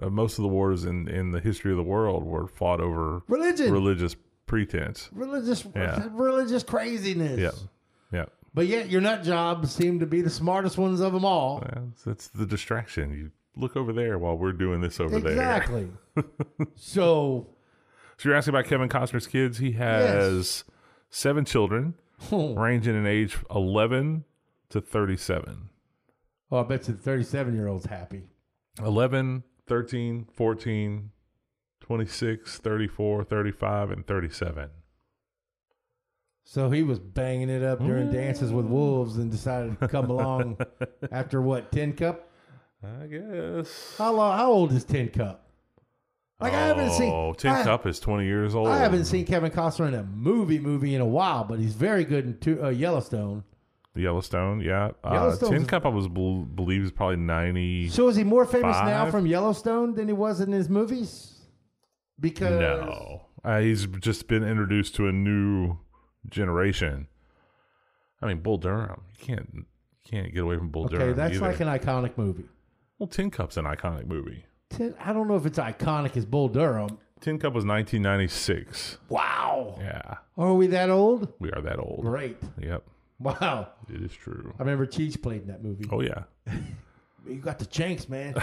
Speaker 3: uh, most of the wars in in the history of the world were fought over
Speaker 2: religion,
Speaker 3: religious pretense.
Speaker 2: religious,
Speaker 3: Yeah.
Speaker 2: religious craziness.
Speaker 3: Yeah, yeah.
Speaker 2: But yet your nut jobs seem to be the smartest ones of them all.
Speaker 3: That's, that's the distraction. You look over there while we're doing this over there. [LAUGHS]
Speaker 2: exactly. so,
Speaker 3: So you're asking about Kevin Costner's kids. He has seven children,
Speaker 2: oh,
Speaker 3: ranging in age 11 to 37.
Speaker 2: I bet you the 37 year old's happy.
Speaker 3: 11, 13, 14, 26, 34, 35, and 37.
Speaker 2: So he was banging it up
Speaker 3: Mm.
Speaker 2: during dances with wolves and decided to come along after what, 10 cup?
Speaker 3: I guess.
Speaker 2: How long, how old is 10 cup? Like I haven't seen
Speaker 3: Oh, Tin
Speaker 2: I-
Speaker 3: Cup is 20 years old.
Speaker 2: I haven't seen Kevin Costner in a movie movie in a while, but he's very good in two, uh, Yellowstone.
Speaker 3: Yellowstone, yeah. Uh,
Speaker 2: Yellowstone's-
Speaker 3: Tin Cup, I was bel believe, is probably 90.
Speaker 2: So is he more famous now
Speaker 3: Five?
Speaker 2: from Yellowstone than he was in his movies? Because
Speaker 3: No, uh, he's just been introduced to a new generation. I mean, Bull Durham. You can't you can't get away from Bull
Speaker 2: okay,
Speaker 3: Durham.
Speaker 2: that's
Speaker 3: either.
Speaker 2: like an iconic movie.
Speaker 3: well, Tin Cup's an iconic movie.
Speaker 2: Ten, I don't know if it's iconic as Bull Durham.
Speaker 3: Tin Cup was 1996.
Speaker 2: Wow,
Speaker 3: Yeah,
Speaker 2: Oh, are we that old?
Speaker 3: we are that old.
Speaker 2: Great.
Speaker 3: Yep,
Speaker 2: Wow,
Speaker 3: it is true.
Speaker 2: I remember Cheech played in that movie.
Speaker 3: Oh yeah,
Speaker 2: You got the chanks, man.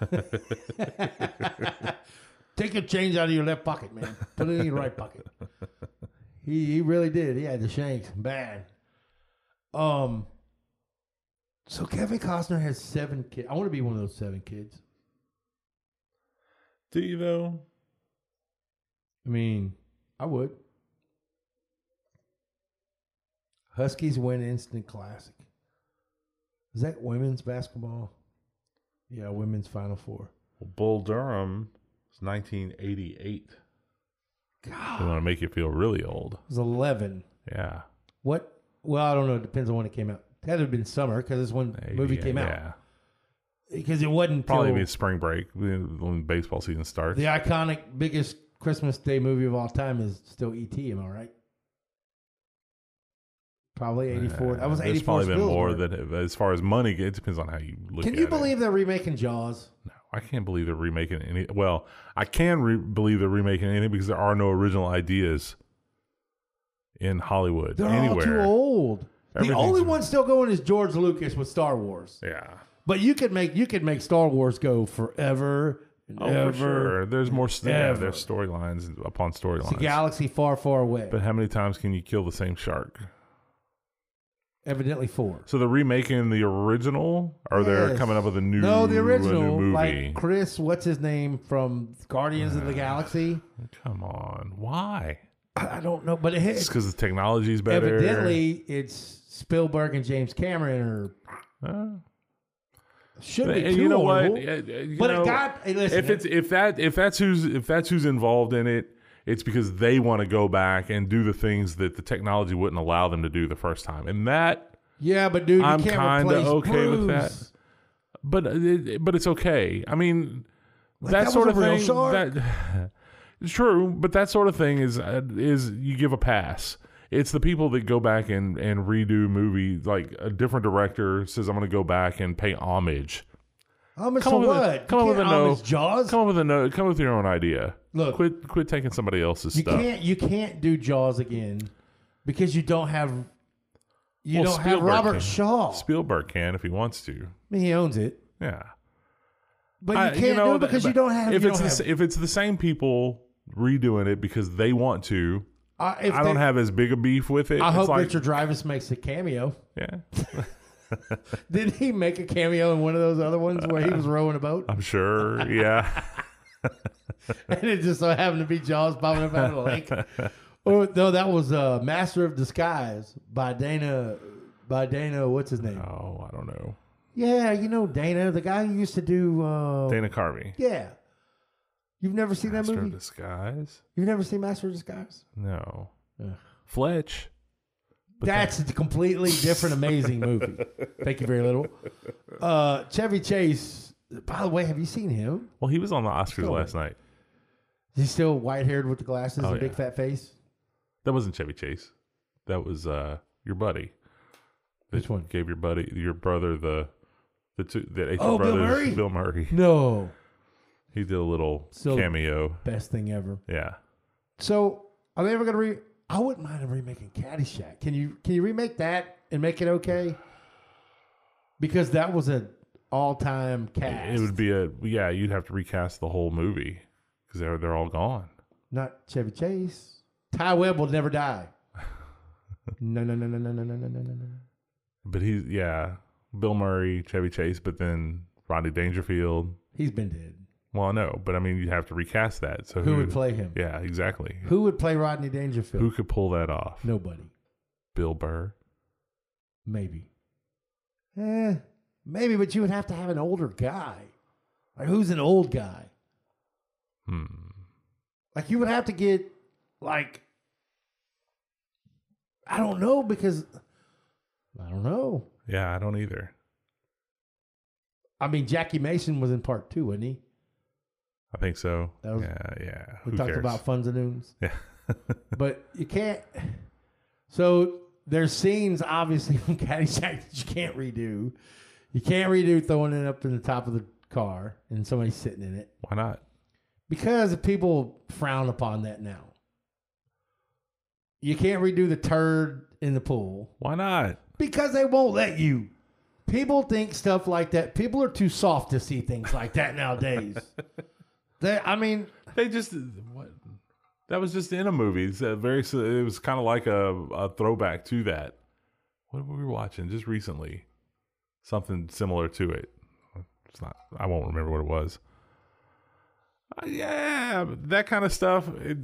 Speaker 2: [LAUGHS] Take your change out of your left pocket, man. Put it in your right pocket. He he really did. He had the shanks bad. Um. So Kevin Costner has seven kids. I want to be one of those seven kids.
Speaker 3: do you though?
Speaker 2: I mean, I would. Huskies win instant classic. Is that women's basketball? Yeah, women's final four.
Speaker 3: Well, Bull Durham is 1988. They want to make you feel really old.
Speaker 2: It was eleven.
Speaker 3: Yeah,
Speaker 2: What? Well, I don't know. It depends on when it came out. That would have been summer because it's when the movie
Speaker 3: Yeah,
Speaker 2: came out.
Speaker 3: Yeah,
Speaker 2: Because it wasn't
Speaker 3: probably
Speaker 2: till
Speaker 3: be spring break when when baseball season starts.
Speaker 2: the iconic biggest Christmas Day movie of all time is still E.T. Am I right? Probably eighty four.
Speaker 3: Uh,
Speaker 2: That was
Speaker 3: there's
Speaker 2: eighty four.
Speaker 3: Probably been more than as far as money. It depends on how you look.
Speaker 2: Can
Speaker 3: at
Speaker 2: you
Speaker 3: it.
Speaker 2: believe they're remaking Jaws?
Speaker 3: No, I can't believe they're remaking any. Well, I can re- believe they're remaking anything because there are no original ideas in Hollywood
Speaker 2: They're all too
Speaker 3: anywhere.
Speaker 2: old. The
Speaker 3: Everything's-
Speaker 2: only one still going is George Lucas with Star Wars.
Speaker 3: Yeah.
Speaker 2: But you could make you could make Star Wars go forever and
Speaker 3: Oh,
Speaker 2: ever.
Speaker 3: for sure. There's more. St- yeah,
Speaker 2: Ever.
Speaker 3: there's storylines upon
Speaker 2: It's a
Speaker 3: storylines.
Speaker 2: galaxy far, far away.
Speaker 3: But how many times can you kill the same shark?
Speaker 2: Evidently four.
Speaker 3: So they're remaking the original, or they're
Speaker 2: Yes.
Speaker 3: coming up with a new
Speaker 2: No, the
Speaker 3: a new
Speaker 2: original,
Speaker 3: movie.
Speaker 2: like Chris, what's his name from Guardians
Speaker 3: Uh,
Speaker 2: of the Galaxy?
Speaker 3: Come on, why?
Speaker 2: I I don't know, but it,
Speaker 3: It's because the technology's better.
Speaker 2: evidently it's Spielberg and James Cameron, or
Speaker 3: Huh?
Speaker 2: should
Speaker 3: But,
Speaker 2: be.
Speaker 3: and
Speaker 2: too
Speaker 3: you know
Speaker 2: old.
Speaker 3: what? Uh, uh, you
Speaker 2: but
Speaker 3: know,
Speaker 2: it got. Hey, listen,
Speaker 3: if it's if that if that's who's if that's who's involved in it, it's because they want to go back and do the things that the technology wouldn't allow them to do the first time, and that.
Speaker 2: yeah, but dude, you
Speaker 3: I'm
Speaker 2: can't
Speaker 3: kinda
Speaker 2: replace
Speaker 3: okay with
Speaker 2: Bruce.
Speaker 3: But uh, it, but it's okay. I mean, that,
Speaker 2: that
Speaker 3: sort
Speaker 2: was
Speaker 3: of
Speaker 2: a real
Speaker 3: thing.
Speaker 2: shark.
Speaker 3: That, [LAUGHS] true, but that sort of thing is uh, is you give a pass. It's the people that go back and and redo movies like a different director says I'm going to go back and pay homage.
Speaker 2: Homage
Speaker 3: Come
Speaker 2: to
Speaker 3: up with a-
Speaker 2: what?
Speaker 3: come
Speaker 2: you
Speaker 3: up with
Speaker 2: can't
Speaker 3: a no.
Speaker 2: homage Jaws.
Speaker 3: Come up with a no, come up with your own idea.
Speaker 2: Look.
Speaker 3: quit quit taking somebody else's
Speaker 2: you
Speaker 3: stuff.
Speaker 2: can't. You can't do Jaws again because you don't have. You
Speaker 3: Well,
Speaker 2: don't have
Speaker 3: Spielberg
Speaker 2: Robert
Speaker 3: can.
Speaker 2: Shaw.
Speaker 3: Spielberg can if he wants to.
Speaker 2: I mean, he owns it,
Speaker 3: Yeah,
Speaker 2: but you
Speaker 3: I-
Speaker 2: can't do it
Speaker 3: th-
Speaker 2: because you
Speaker 3: but
Speaker 2: don't have.
Speaker 3: If
Speaker 2: you
Speaker 3: it's
Speaker 2: don't
Speaker 3: the,
Speaker 2: have-
Speaker 3: s- if it's the same people redoing it because they want to,
Speaker 2: I, if
Speaker 3: I
Speaker 2: they-
Speaker 3: don't have as big a beef with it.
Speaker 2: I
Speaker 3: It's
Speaker 2: hope
Speaker 3: like-
Speaker 2: Richard Dreyfuss makes a [LAUGHS] cameo.
Speaker 3: Yeah,
Speaker 2: Did he make a cameo in one of those other ones where [LAUGHS] he was rowing a boat
Speaker 3: I'm sure.
Speaker 2: [LAUGHS]
Speaker 3: Yeah,
Speaker 2: and it just so happened to be Jaws popping up out of the [LAUGHS] lake? Or no, that was uh, Master of Disguise by Dana. By Dana, what's his name?
Speaker 3: Oh, I don't know.
Speaker 2: Yeah, you know Dana, the guy who used to do. Uh,
Speaker 3: Dana Carvey.
Speaker 2: Yeah, you've never seen that
Speaker 3: Master of
Speaker 2: movie.
Speaker 3: Disguise?
Speaker 2: You've never seen Master of Disguise?
Speaker 3: No.
Speaker 2: Ugh.
Speaker 3: Fletch.
Speaker 2: That's a completely different, amazing [LAUGHS] movie. Thank you very little. Uh, Chevy Chase. By the way, have you seen him?
Speaker 3: Well, he was on the Oscars last night.
Speaker 2: He's still white haired with the glasses
Speaker 3: Oh,
Speaker 2: and big
Speaker 3: yeah.
Speaker 2: fat face.
Speaker 3: That wasn't Chevy Chase. That was uh your buddy. That
Speaker 2: Which one?
Speaker 3: Gave your buddy your brother the the two that ate
Speaker 2: Oh,
Speaker 3: the
Speaker 2: Bill
Speaker 3: brothers
Speaker 2: Murray?
Speaker 3: Bill Murray. [LAUGHS]
Speaker 2: No,
Speaker 3: He did a little
Speaker 2: So-
Speaker 3: cameo.
Speaker 2: best thing ever.
Speaker 3: Yeah.
Speaker 2: So are they ever gonna re? I wouldn't mind them remaking Caddyshack. Can you can you remake that and make it okay? Because that was an all time cast.
Speaker 3: It would be a yeah, you'd have to recast the whole movie cuz they're they're all gone.
Speaker 2: not Chevy Chase. Ty Webb will never
Speaker 3: [LAUGHS]
Speaker 2: die. No no no no no no no no no no. no.
Speaker 3: But he's yeah, Bill Murray, Chevy Chase, but then Rodney Dangerfield.
Speaker 2: He's been dead.
Speaker 3: Well, I know, but I mean, you'd have to recast that. So
Speaker 2: Who would play him?
Speaker 3: Yeah, exactly.
Speaker 2: Who would play Rodney Dangerfield?
Speaker 3: Who could pull that off?
Speaker 2: Nobody.
Speaker 3: Bill Burr.
Speaker 2: Maybe. Eh, maybe, but you would have to have an older guy. Like, who's an old guy?
Speaker 3: Hmm.
Speaker 2: Like, you would have to get, like, I don't know because I don't know.
Speaker 3: Yeah, I don't either.
Speaker 2: I mean, Jackie Mason was in part two, wasn't he?
Speaker 3: I think so.
Speaker 2: That was-
Speaker 3: yeah, yeah.
Speaker 2: We
Speaker 3: Who
Speaker 2: talked
Speaker 3: cares?
Speaker 2: about Funds and Noons.
Speaker 3: [LAUGHS] Yeah.
Speaker 2: but you can't. So there's scenes obviously [LAUGHS] from Caddyshack that you can't redo. You can't redo throwing it up in the top of the car and somebody sitting in it
Speaker 3: Why not?
Speaker 2: because people frown upon that now. You can't redo the turd in the pool
Speaker 3: Why not?
Speaker 2: because they won't let you. People think stuff like that. People are too soft to see things like that
Speaker 3: [LAUGHS]
Speaker 2: nowadays. they, I mean,
Speaker 3: They just what? That was just in a movie. It's a very. It was kind of like a, a throwback to that. What were we watching just recently? Something similar to it. It's not. I won't remember what it was. Uh, yeah, that kind of stuff. It,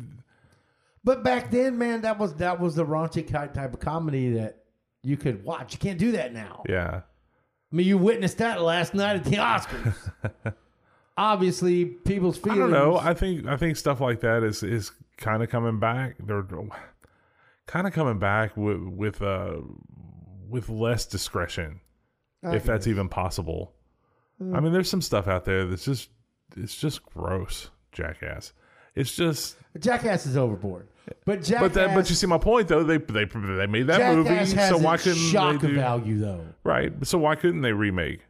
Speaker 2: But back then, man, that was that was the raunchy ki- type of comedy that you could watch. You can't do that now.
Speaker 3: yeah,
Speaker 2: I mean, you witnessed that last night at the Oscars.
Speaker 3: [LAUGHS]
Speaker 2: Obviously, people's
Speaker 3: I
Speaker 2: feelings.
Speaker 3: don't know. I think I think stuff like that is is kind of coming back. They're kind of coming back with with uh with less discretion. if that's even possible.
Speaker 2: Hmm.
Speaker 3: I mean, there's some stuff out there that's just it's just gross, jackass. It's just,
Speaker 2: Jackass is overboard. But Jackass,
Speaker 3: but that, but you see my point though. They they they made that
Speaker 2: Jackass
Speaker 3: movie,
Speaker 2: has
Speaker 3: so why
Speaker 2: its
Speaker 3: couldn't
Speaker 2: shock
Speaker 3: they do,
Speaker 2: value though?
Speaker 3: right? So why couldn't they remake?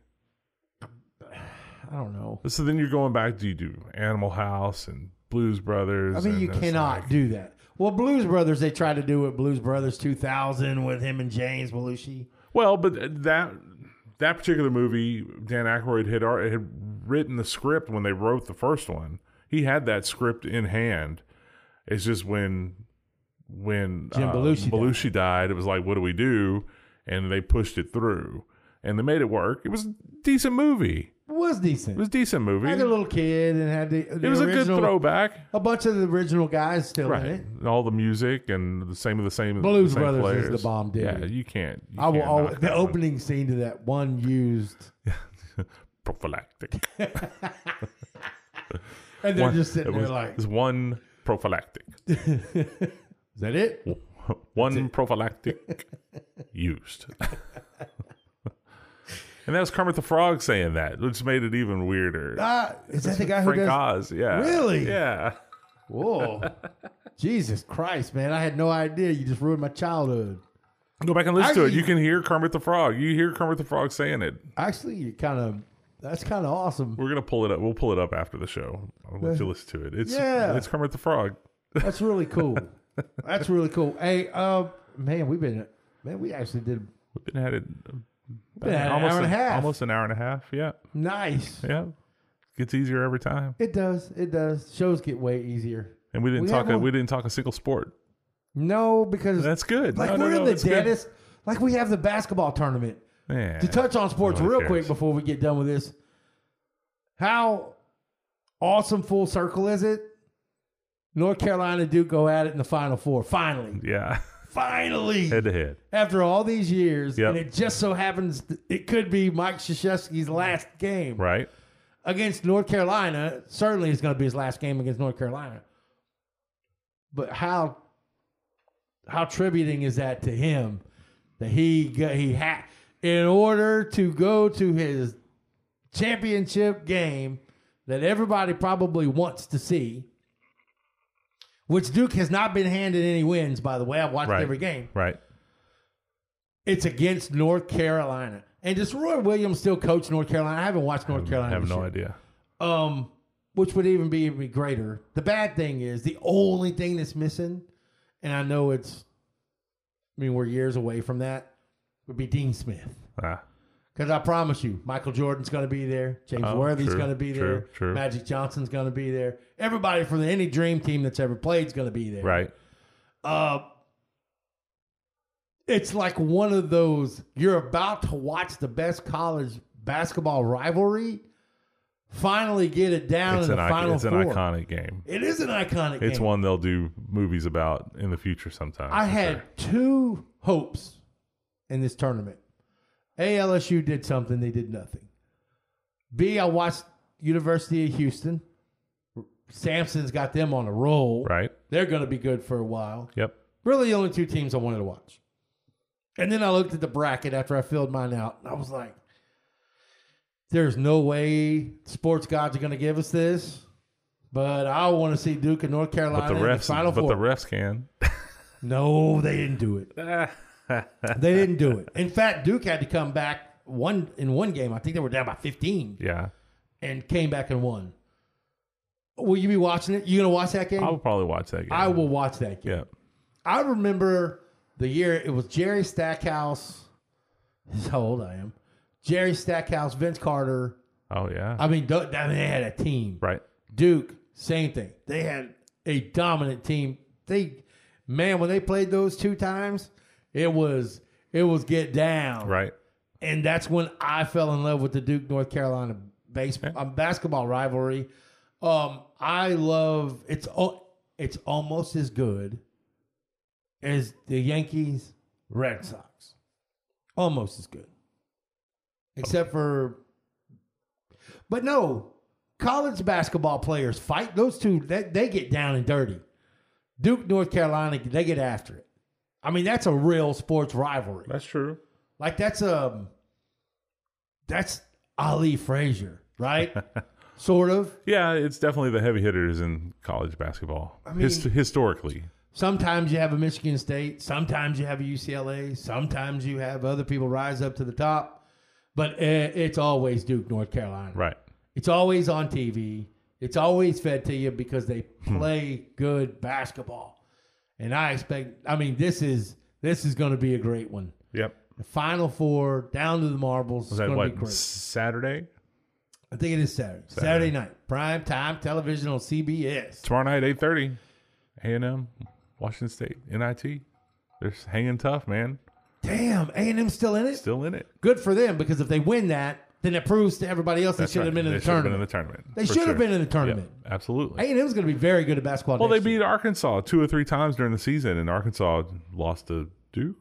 Speaker 2: I don't know.
Speaker 3: So then you're going back. Do you do Animal House and Blues Brothers?
Speaker 2: I mean,
Speaker 3: and
Speaker 2: you
Speaker 3: it's
Speaker 2: cannot
Speaker 3: like-
Speaker 2: do that. Well, Blues Brothers, they tried to do it. Blues Brothers 2000 with him and James Belushi.
Speaker 3: Well, but that that particular movie, Dan Aykroyd had al- had written the script when they wrote the first one. He had that script in hand. It's just when when uh,
Speaker 2: Jim Belushi
Speaker 3: Belushi died, it was like, what do we do? And they pushed it through, and they made it work. It was a decent movie.
Speaker 2: It was decent.
Speaker 3: It was a decent movie.
Speaker 2: like a little kid and had the, the
Speaker 3: it was a
Speaker 2: original-
Speaker 3: good throwback,
Speaker 2: A bunch of the original guys still in
Speaker 3: right?
Speaker 2: it.
Speaker 3: And All the music and the same of the same
Speaker 2: Blues
Speaker 3: the same
Speaker 2: Brothers is
Speaker 3: players.
Speaker 2: the bomb, dude.
Speaker 3: Yeah, you can't. You
Speaker 2: I will.
Speaker 3: can't
Speaker 2: Always,
Speaker 3: knock
Speaker 2: the
Speaker 3: that one.
Speaker 2: opening scene to that one used,
Speaker 3: [LAUGHS] prophylactic.
Speaker 2: and they're
Speaker 3: One-
Speaker 2: just sitting
Speaker 3: it
Speaker 2: there
Speaker 3: was-
Speaker 2: like,
Speaker 3: it's one prophylactic,
Speaker 2: [LAUGHS] "Is that it?"
Speaker 3: one
Speaker 2: [LAUGHS]
Speaker 3: prophylactic used. and that was Kermit the Frog saying that, which made it even weirder.
Speaker 2: Ah, is that the guy who
Speaker 3: Frank
Speaker 2: does?
Speaker 3: Oz, yeah,
Speaker 2: Really?
Speaker 3: yeah. [LAUGHS]
Speaker 2: Whoa, Jesus Christ, man! I had no idea. You just ruined my childhood.
Speaker 3: Go back and listen to it.
Speaker 2: Actually-
Speaker 3: You can hear Kermit the Frog. You hear Kermit the Frog saying it.
Speaker 2: Actually, you kind of. That's kind of awesome.
Speaker 3: We're gonna pull it up. We'll pull it up after the show. I'll let you listen to it. It's
Speaker 2: Uh, Yeah.
Speaker 3: it's Kermit the Frog.
Speaker 2: That's really cool. that's really cool. Hey, uh, man, we've been man, we actually did
Speaker 3: We've been at it
Speaker 2: been at it an hour and a half.
Speaker 3: Almost an hour and a half. Yeah,
Speaker 2: nice.
Speaker 3: yeah. Gets easier every time.
Speaker 2: It does. It does. Shows get way easier.
Speaker 3: And we didn't
Speaker 2: We
Speaker 3: talk.
Speaker 2: have
Speaker 3: A,
Speaker 2: a-
Speaker 3: we didn't talk a single sport.
Speaker 2: No, because
Speaker 3: That's good.
Speaker 2: like
Speaker 3: No, no,
Speaker 2: we're
Speaker 3: no,
Speaker 2: in the
Speaker 3: it's good.
Speaker 2: deadest. Like we have the basketball tournament.
Speaker 3: Yeah.
Speaker 2: to touch on sports
Speaker 3: Nobody
Speaker 2: real quick
Speaker 3: cares.
Speaker 2: before we get done with this, how awesome full circle is it? North Carolina Duke go at it in the Final Four. Finally,
Speaker 3: Yeah.
Speaker 2: finally,
Speaker 3: head to head.
Speaker 2: after all these years,
Speaker 3: Yep.
Speaker 2: and it just so happens th- it could be Mike Krzyzewski's last game
Speaker 3: Right.
Speaker 2: against North Carolina. Certainly, it's going to be his last game against North Carolina. But how how tributing is that to him that he got, he had in order to go to his championship game that everybody probably wants to see, which Duke has not been handed any wins. By the way, I've watched
Speaker 3: Right.
Speaker 2: every game.
Speaker 3: Right.
Speaker 2: It's against North Carolina. And does Roy Williams still coach North Carolina? I haven't watched North
Speaker 3: I
Speaker 2: Carolina.
Speaker 3: have
Speaker 2: this
Speaker 3: no
Speaker 2: year
Speaker 3: idea.
Speaker 2: um, which would even be even greater. The bad thing is the only thing that's missing, and I know it's, I mean, we're years away from that, would be Dean Smith.
Speaker 3: Ah,
Speaker 2: Because I promise you, Michael Jordan's going to be there. James
Speaker 3: Oh,
Speaker 2: Worthy's
Speaker 3: true,
Speaker 2: going to be
Speaker 3: true,
Speaker 2: there.
Speaker 3: true.
Speaker 2: Magic Johnson's going to be there. Everybody from any dream team that's ever played is going to be there.
Speaker 3: right.
Speaker 2: Uh, it's like one of those you're about to watch the best college basketball rivalry finally get it down
Speaker 3: It's
Speaker 2: in
Speaker 3: an,
Speaker 2: the
Speaker 3: icon,
Speaker 2: final
Speaker 3: it's an
Speaker 2: four.
Speaker 3: iconic game.
Speaker 2: It is an iconic.
Speaker 3: It's
Speaker 2: game.
Speaker 3: one they'll do movies about in the future sometime.
Speaker 2: I
Speaker 3: for
Speaker 2: had
Speaker 3: sure.
Speaker 2: two hopes in this tournament. A LSU did something; they did nothing. B I watched University of Houston. Samson's got them on a roll.
Speaker 3: right.
Speaker 2: They're going to be good for a while.
Speaker 3: Yep.
Speaker 2: Really, the only two teams I wanted to watch. And then I looked at the bracket after I filled mine out, and I was like, "There's no way sports gods are going to give us this." But I want to see Duke and North Carolina
Speaker 3: But the
Speaker 2: in the
Speaker 3: refs,
Speaker 2: Final
Speaker 3: but
Speaker 2: Four.
Speaker 3: the refs can.
Speaker 2: no, they didn't do
Speaker 3: [LAUGHS]
Speaker 2: it. They didn't do it. In fact, Duke had to come back one in one game. I think they were down by 15
Speaker 3: yeah,
Speaker 2: and came back and won. Will you be watching it? You gonna watch that game?
Speaker 3: I will probably watch that game.
Speaker 2: I will watch that game.
Speaker 3: Yeah.
Speaker 2: I remember the year it was Jerry Stackhouse. [LAUGHS] This how old I am. Jerry Stackhouse, Vince Carter.
Speaker 3: Oh yeah.
Speaker 2: I mean, Duke- I mean, they had a team.
Speaker 3: right.
Speaker 2: Duke, same thing. They had a dominant team. They, man, when they played those two times, it was it was get down.
Speaker 3: Right.
Speaker 2: and that's when I fell in love with the Duke North Carolina baseball um, basketball rivalry. Um, I love it's al- it's almost as good as the Yankees Red Sox, almost as good, except for. But no, college basketball players fight those two. They, they get down and dirty. Duke North Carolina, they get after it. I mean, that's a real sports rivalry.
Speaker 3: That's true.
Speaker 2: Like that's um that's Ali Frazier,
Speaker 3: [LAUGHS]
Speaker 2: right? sort of.
Speaker 3: Yeah, it's definitely the heavy hitters in college basketball. Hist- historically,
Speaker 2: Sometimes you have a Michigan State, sometimes you have a UCLA, sometimes you have other people rise up to the top, but eh, it's always Duke North Carolina.
Speaker 3: right.
Speaker 2: It's always on TV. It's always fed to you because they
Speaker 3: Hmm.
Speaker 2: play good basketball. And I expect I mean this is this is going to be a great one.
Speaker 3: Yep.
Speaker 2: The final four down to the marbles
Speaker 3: Was
Speaker 2: is
Speaker 3: that
Speaker 2: going to be
Speaker 3: what
Speaker 2: great.
Speaker 3: Saturday?
Speaker 2: I think it is Saturday. Saturday, night, prime time television on CBS.
Speaker 3: Tomorrow night, eight thirty. A and M, Washington State, NIT. They're s- hanging tough, man.
Speaker 2: Damn, A and M's still in it.
Speaker 3: Still in it.
Speaker 2: Good for them because if they win that, then it proves to everybody else they
Speaker 3: That's
Speaker 2: should have
Speaker 3: right.
Speaker 2: been in
Speaker 3: They
Speaker 2: the
Speaker 3: should have been in the
Speaker 2: tournament.
Speaker 3: tournament.
Speaker 2: They
Speaker 3: for
Speaker 2: should have
Speaker 3: sure.
Speaker 2: been in the
Speaker 3: Yep,
Speaker 2: tournament.
Speaker 3: absolutely.
Speaker 2: A and M's going to be very good at basketball.
Speaker 3: Well, they
Speaker 2: next year.
Speaker 3: beat Arkansas two or three times during the season, and Arkansas lost to Duke,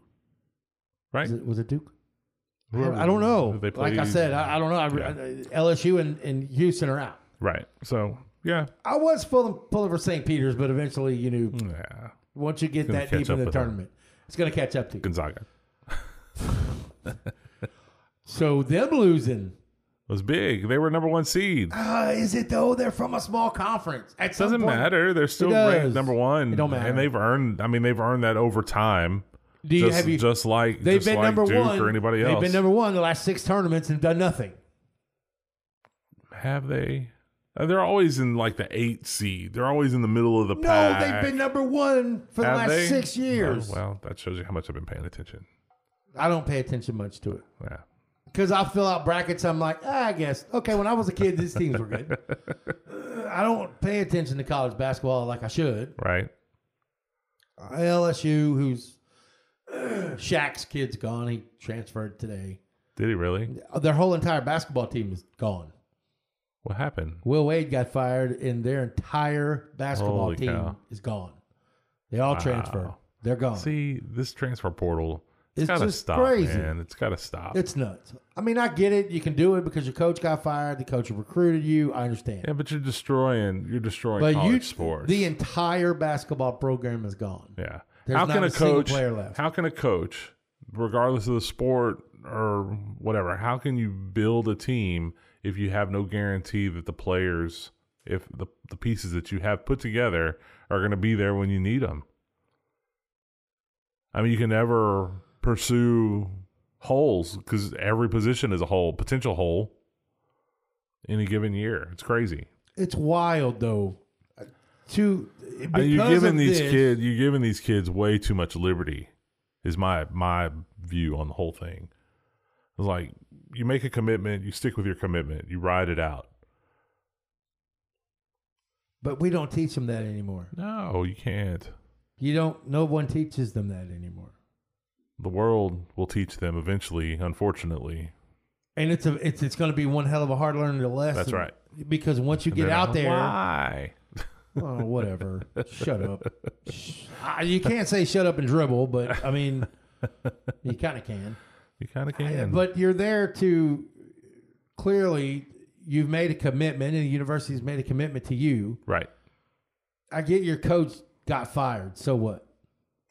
Speaker 3: right?
Speaker 2: Was it, was it Duke?
Speaker 3: Whoever-
Speaker 2: I don't know.
Speaker 3: They
Speaker 2: like I
Speaker 3: played-
Speaker 2: said, I, I don't know. I, I- LSU and, and Houston are out.
Speaker 3: right? So yeah,
Speaker 2: I was pulling pulling for St. Peter's, but eventually, you knew
Speaker 3: yeah.
Speaker 2: once you get
Speaker 3: Mm. Gonna
Speaker 2: that
Speaker 3: catch
Speaker 2: deep in
Speaker 3: up
Speaker 2: the
Speaker 3: with them.
Speaker 2: tournament, it's going to catch up to you.
Speaker 3: Gonzaga
Speaker 2: So them losing
Speaker 3: was big. They were number one seed.
Speaker 2: Uh, is it though? They're from a small conference. At some
Speaker 3: Doesn't
Speaker 2: point-
Speaker 3: matter. They're still
Speaker 2: does.
Speaker 3: ranked number one.
Speaker 2: It don't matter.
Speaker 3: And they've earned. I mean, they've earned that over time.
Speaker 2: Do you,
Speaker 3: just,
Speaker 2: have you,
Speaker 3: just like
Speaker 2: they've
Speaker 3: just
Speaker 2: been
Speaker 3: like
Speaker 2: number
Speaker 3: Duke
Speaker 2: one
Speaker 3: or anybody
Speaker 2: They've
Speaker 3: else.
Speaker 2: been number one the last six tournaments and done nothing.
Speaker 3: Have they? Uh, They're always in like the eight seed. They're always in the middle of the
Speaker 2: No,
Speaker 3: pack.
Speaker 2: they've been number one for the
Speaker 3: Have
Speaker 2: last
Speaker 3: they?
Speaker 2: six years.
Speaker 3: Oh, well, that shows you how much I've been paying attention.
Speaker 2: I don't pay attention much to it
Speaker 3: Yeah.
Speaker 2: because I fill out brackets. I'm like, ah, I guess okay. When I was a kid, these teams were
Speaker 3: [LAUGHS]
Speaker 2: good. Uh, I don't pay attention to college basketball like I should.
Speaker 3: Right.
Speaker 2: LSU, who's [CLEARS THROAT] Shaq's kid's gone. He transferred today.
Speaker 3: Did he really?
Speaker 2: Their whole entire basketball team is gone.
Speaker 3: What happened?
Speaker 2: Will Wade got fired, and their entire basketball
Speaker 3: Holy
Speaker 2: team
Speaker 3: cow.
Speaker 2: is gone. They all transfer. They're gone.
Speaker 3: See, this transfer portal, it's,
Speaker 2: It's
Speaker 3: gotta
Speaker 2: just
Speaker 3: stop,
Speaker 2: crazy.
Speaker 3: man. It's gotta stop.
Speaker 2: It's nuts. I mean, I get it. You can do it because your coach got fired. The coach recruited you. I understand.
Speaker 3: yeah, but you're destroying you're destroying
Speaker 2: but
Speaker 3: college
Speaker 2: you,
Speaker 3: sports.
Speaker 2: the entire basketball program is gone.
Speaker 3: yeah.
Speaker 2: There's
Speaker 3: how
Speaker 2: not
Speaker 3: can
Speaker 2: a
Speaker 3: a
Speaker 2: single
Speaker 3: coach
Speaker 2: player left.
Speaker 3: how can a coach, regardless of the sport or whatever, how can you build a team if you have no guarantee that the players if the the pieces that you have put together are going to be there when you need them? I mean, you can never pursue holes because every position is a hole, potential hole in a given year. It's crazy.
Speaker 2: It's wild though. To because
Speaker 3: I mean, you're giving
Speaker 2: of
Speaker 3: these
Speaker 2: this,
Speaker 3: kids, you're giving these kids way too much liberty. Is my my view on the whole thing. It's like you make a commitment, you stick with your commitment, you ride it out.
Speaker 2: but we don't teach them that anymore.
Speaker 3: No, you can't.
Speaker 2: You don't. No one teaches them that anymore.
Speaker 3: The world will teach them eventually. Unfortunately,
Speaker 2: and it's a it's it's going to be one hell of a hard learning lesson.
Speaker 3: That's right.
Speaker 2: Because once you get
Speaker 3: They're
Speaker 2: out
Speaker 3: like,
Speaker 2: there,
Speaker 3: Why?
Speaker 2: oh, whatever, shut up. [LAUGHS] Sh- I- Ah, you can't say shut up and dribble, but I mean, you kind of can.
Speaker 3: You kind of can.
Speaker 2: But you're there to clearly you've made a commitment, and the university's made a commitment to you.
Speaker 3: right.
Speaker 2: I get your coach got fired. So what?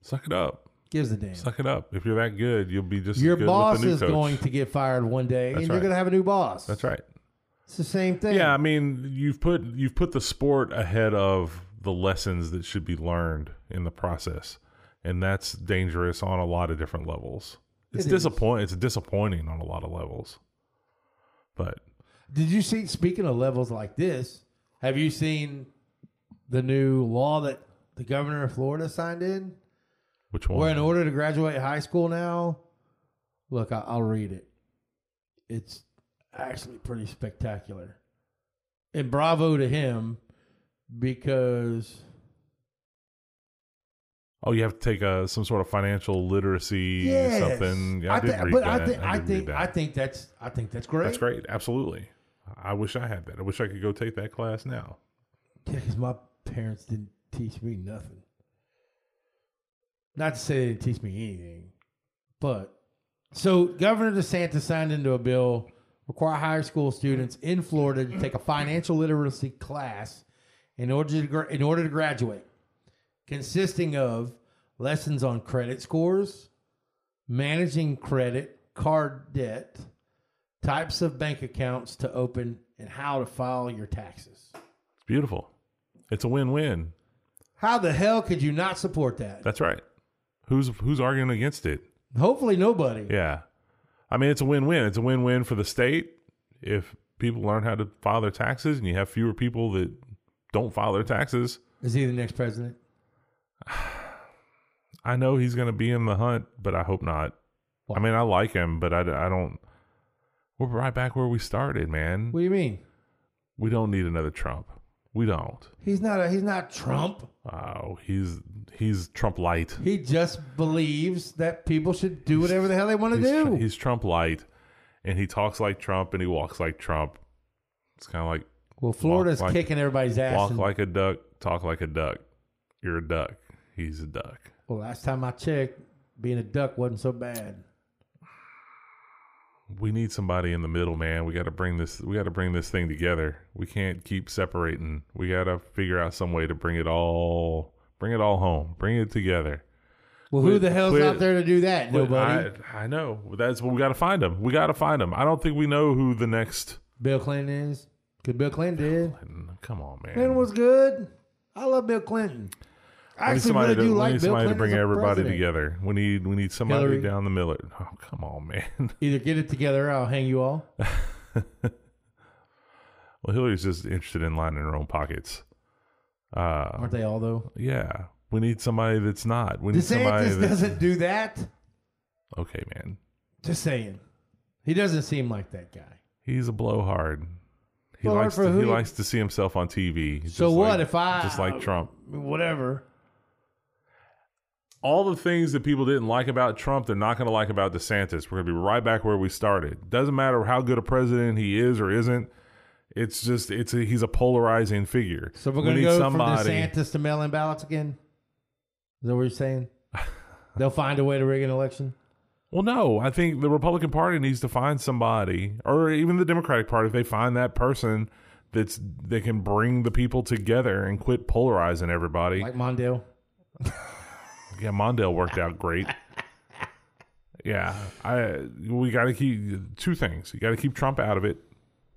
Speaker 3: Suck it up.
Speaker 2: Gives a damn.
Speaker 3: Suck it up. If you're that good, you'll be just as
Speaker 2: Your
Speaker 3: good
Speaker 2: boss
Speaker 3: with the new
Speaker 2: is
Speaker 3: coach.
Speaker 2: going to get fired one day,
Speaker 3: That's
Speaker 2: and you're
Speaker 3: right.
Speaker 2: going to have a new boss.
Speaker 3: That's right.
Speaker 2: It's the same thing.
Speaker 3: Yeah, I mean, you've put you've put the sport ahead of the lessons that should be learned in the process, and that's dangerous on a lot of different levels. It's
Speaker 2: It is.
Speaker 3: disappoint. It's disappointing on a lot of levels. But
Speaker 2: Did you see? Speaking of levels like this, have you seen the new law that the governor of Florida signed in?
Speaker 3: which one?
Speaker 2: Where in order to graduate high school now, look, I, I'll read it. It's actually pretty spectacular, and bravo to him because
Speaker 3: oh, you have to take a, some sort of financial literacy
Speaker 2: yes,
Speaker 3: something. Yeah, I, did
Speaker 2: thi-
Speaker 3: read
Speaker 2: but
Speaker 3: that.
Speaker 2: I think I,
Speaker 3: did read
Speaker 2: think
Speaker 3: that.
Speaker 2: I think that's I think that's great.
Speaker 3: that's great. Absolutely. I wish I had that. I wish I could go take that class now.
Speaker 2: because my parents didn't teach me nothing. Not to say they didn't teach me anything, but so Governor DeSantis signed into a bill require high school students in Florida to take a financial literacy class in order to gra- in order to graduate, consisting of lessons on credit scores, managing credit, card debt, types of bank accounts to open, and how to file your taxes.
Speaker 3: It's beautiful. It's a win-win.
Speaker 2: How the hell could you not support that?
Speaker 3: That's right. Who's who's arguing against it?
Speaker 2: Hopefully nobody.
Speaker 3: Yeah. I mean, it's a win win. It's a win win for the state if people learn how to file their taxes and you have fewer people that don't file their taxes.
Speaker 2: Is he the next president?
Speaker 3: I know he's going to be in the hunt, but I hope not. I mean, I like him, but I, I don't. We're right back where we started, man.
Speaker 2: What do you mean?
Speaker 3: We don't need another Trump. We don't.
Speaker 2: He's not a, he's not Trump.
Speaker 3: Oh, he's he's Trump light.
Speaker 2: He just believes that people should do whatever the hell they want to
Speaker 3: He's,
Speaker 2: do.
Speaker 3: Tr- he's Trump light, and he talks like Trump and he walks like Trump. It's kind of like
Speaker 2: well, Florida's
Speaker 3: walk like-
Speaker 2: kicking everybody's ass.
Speaker 3: Walk
Speaker 2: and-
Speaker 3: like a duck, talk like a duck. You're a duck. He's a duck.
Speaker 2: well, last time I checked, being a duck wasn't so bad.
Speaker 3: We need somebody in the middle, man. We got to bring this. We got to bring this thing together. We can't keep separating. We got to figure out some way to bring it all, bring it all home, bring it together.
Speaker 2: Well, who
Speaker 3: Quit-
Speaker 2: the hell's
Speaker 3: quit-
Speaker 2: out there to do that? Nobody.
Speaker 3: I, I know. That's what we got to find him. We got to find him. I don't think we know who the next.
Speaker 2: Bill Clinton is. Because Bill Clinton did.
Speaker 3: Come on, man.
Speaker 2: Clinton was good. I love Bill Clinton. I
Speaker 3: we need
Speaker 2: actually
Speaker 3: somebody,
Speaker 2: really
Speaker 3: to,
Speaker 2: do
Speaker 3: we
Speaker 2: like Bill
Speaker 3: need somebody
Speaker 2: Clinton
Speaker 3: to bring
Speaker 2: as a
Speaker 3: everybody
Speaker 2: president.
Speaker 3: together. We need we need somebody
Speaker 2: Hillary.
Speaker 3: down the middle. Oh, come on, man. [LAUGHS]
Speaker 2: Either get it together or I'll hang you all.
Speaker 3: Uh, Well, Hillary's just interested in lining her own pockets. Uh,
Speaker 2: Aren't they all though?
Speaker 3: yeah, we need somebody that's not. We need somebody
Speaker 2: DeSantis
Speaker 3: that's
Speaker 2: doesn't do that.
Speaker 3: okay, man.
Speaker 2: Just saying, he doesn't seem like that guy.
Speaker 3: He's a blowhard. He
Speaker 2: Blowhard
Speaker 3: likes
Speaker 2: for
Speaker 3: to,
Speaker 2: who
Speaker 3: he
Speaker 2: you-
Speaker 3: likes to see himself on TV. Just
Speaker 2: So what
Speaker 3: like-
Speaker 2: if I-
Speaker 3: just like Trump?
Speaker 2: Whatever.
Speaker 3: All the things that people didn't like about Trump, they're not going to like about DeSantis. We're going to be right back where we started. Doesn't matter how good a president he is or isn't. It's just it's a, he's a polarizing figure.
Speaker 2: So we're
Speaker 3: We
Speaker 2: going to
Speaker 3: need
Speaker 2: go from DeSantis to mail-in ballots again. Is that what you're
Speaker 3: [LAUGHS]
Speaker 2: saying? They'll find a way to rig an election.
Speaker 3: Well, no, I think the Republican Party needs to find somebody, or even the Democratic Party, if they find that person that's that can bring the people together and quit polarizing everybody.
Speaker 2: Like Mondale.
Speaker 3: yeah, Mondale worked
Speaker 2: [LAUGHS]
Speaker 3: out great. yeah, I we got to keep two things. You got to keep Trump out of it,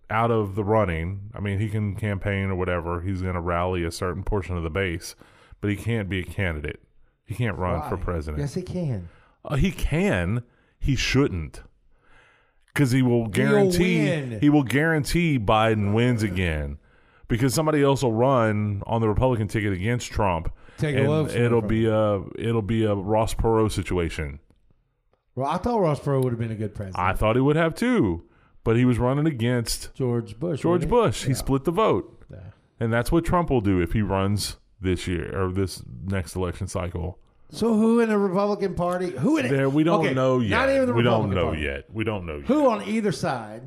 Speaker 3: out of the running. I mean, he can campaign or whatever. He's going to rally a certain portion of the base, but he can't be a candidate. He can't run for
Speaker 2: Why?
Speaker 3: president.
Speaker 2: Yes, he can.
Speaker 3: Uh, he can. He shouldn't. Because he will guarantee
Speaker 2: win.
Speaker 3: he will guarantee Biden wins again. Because somebody else will run on the Republican ticket against Trump.
Speaker 2: Take a
Speaker 3: and
Speaker 2: vote from
Speaker 3: it'll
Speaker 2: him.
Speaker 3: be a it'll be a Ross Perot situation.
Speaker 2: Well, I thought Ross Perot would have been a good president.
Speaker 3: I thought he would have too, but he was running against
Speaker 2: George Bush.
Speaker 3: George
Speaker 2: wasn't
Speaker 3: Bush. He split the vote.
Speaker 2: it? Yeah.
Speaker 3: And that's what Trump will do if he runs this year or this next election cycle.
Speaker 2: So who in the Republican Party? Who in
Speaker 3: There, we don't
Speaker 2: okay,
Speaker 3: know yet.
Speaker 2: Not even the
Speaker 3: we
Speaker 2: Republican
Speaker 3: don't know
Speaker 2: Party.
Speaker 3: yet. We don't know yet.
Speaker 2: Who on either side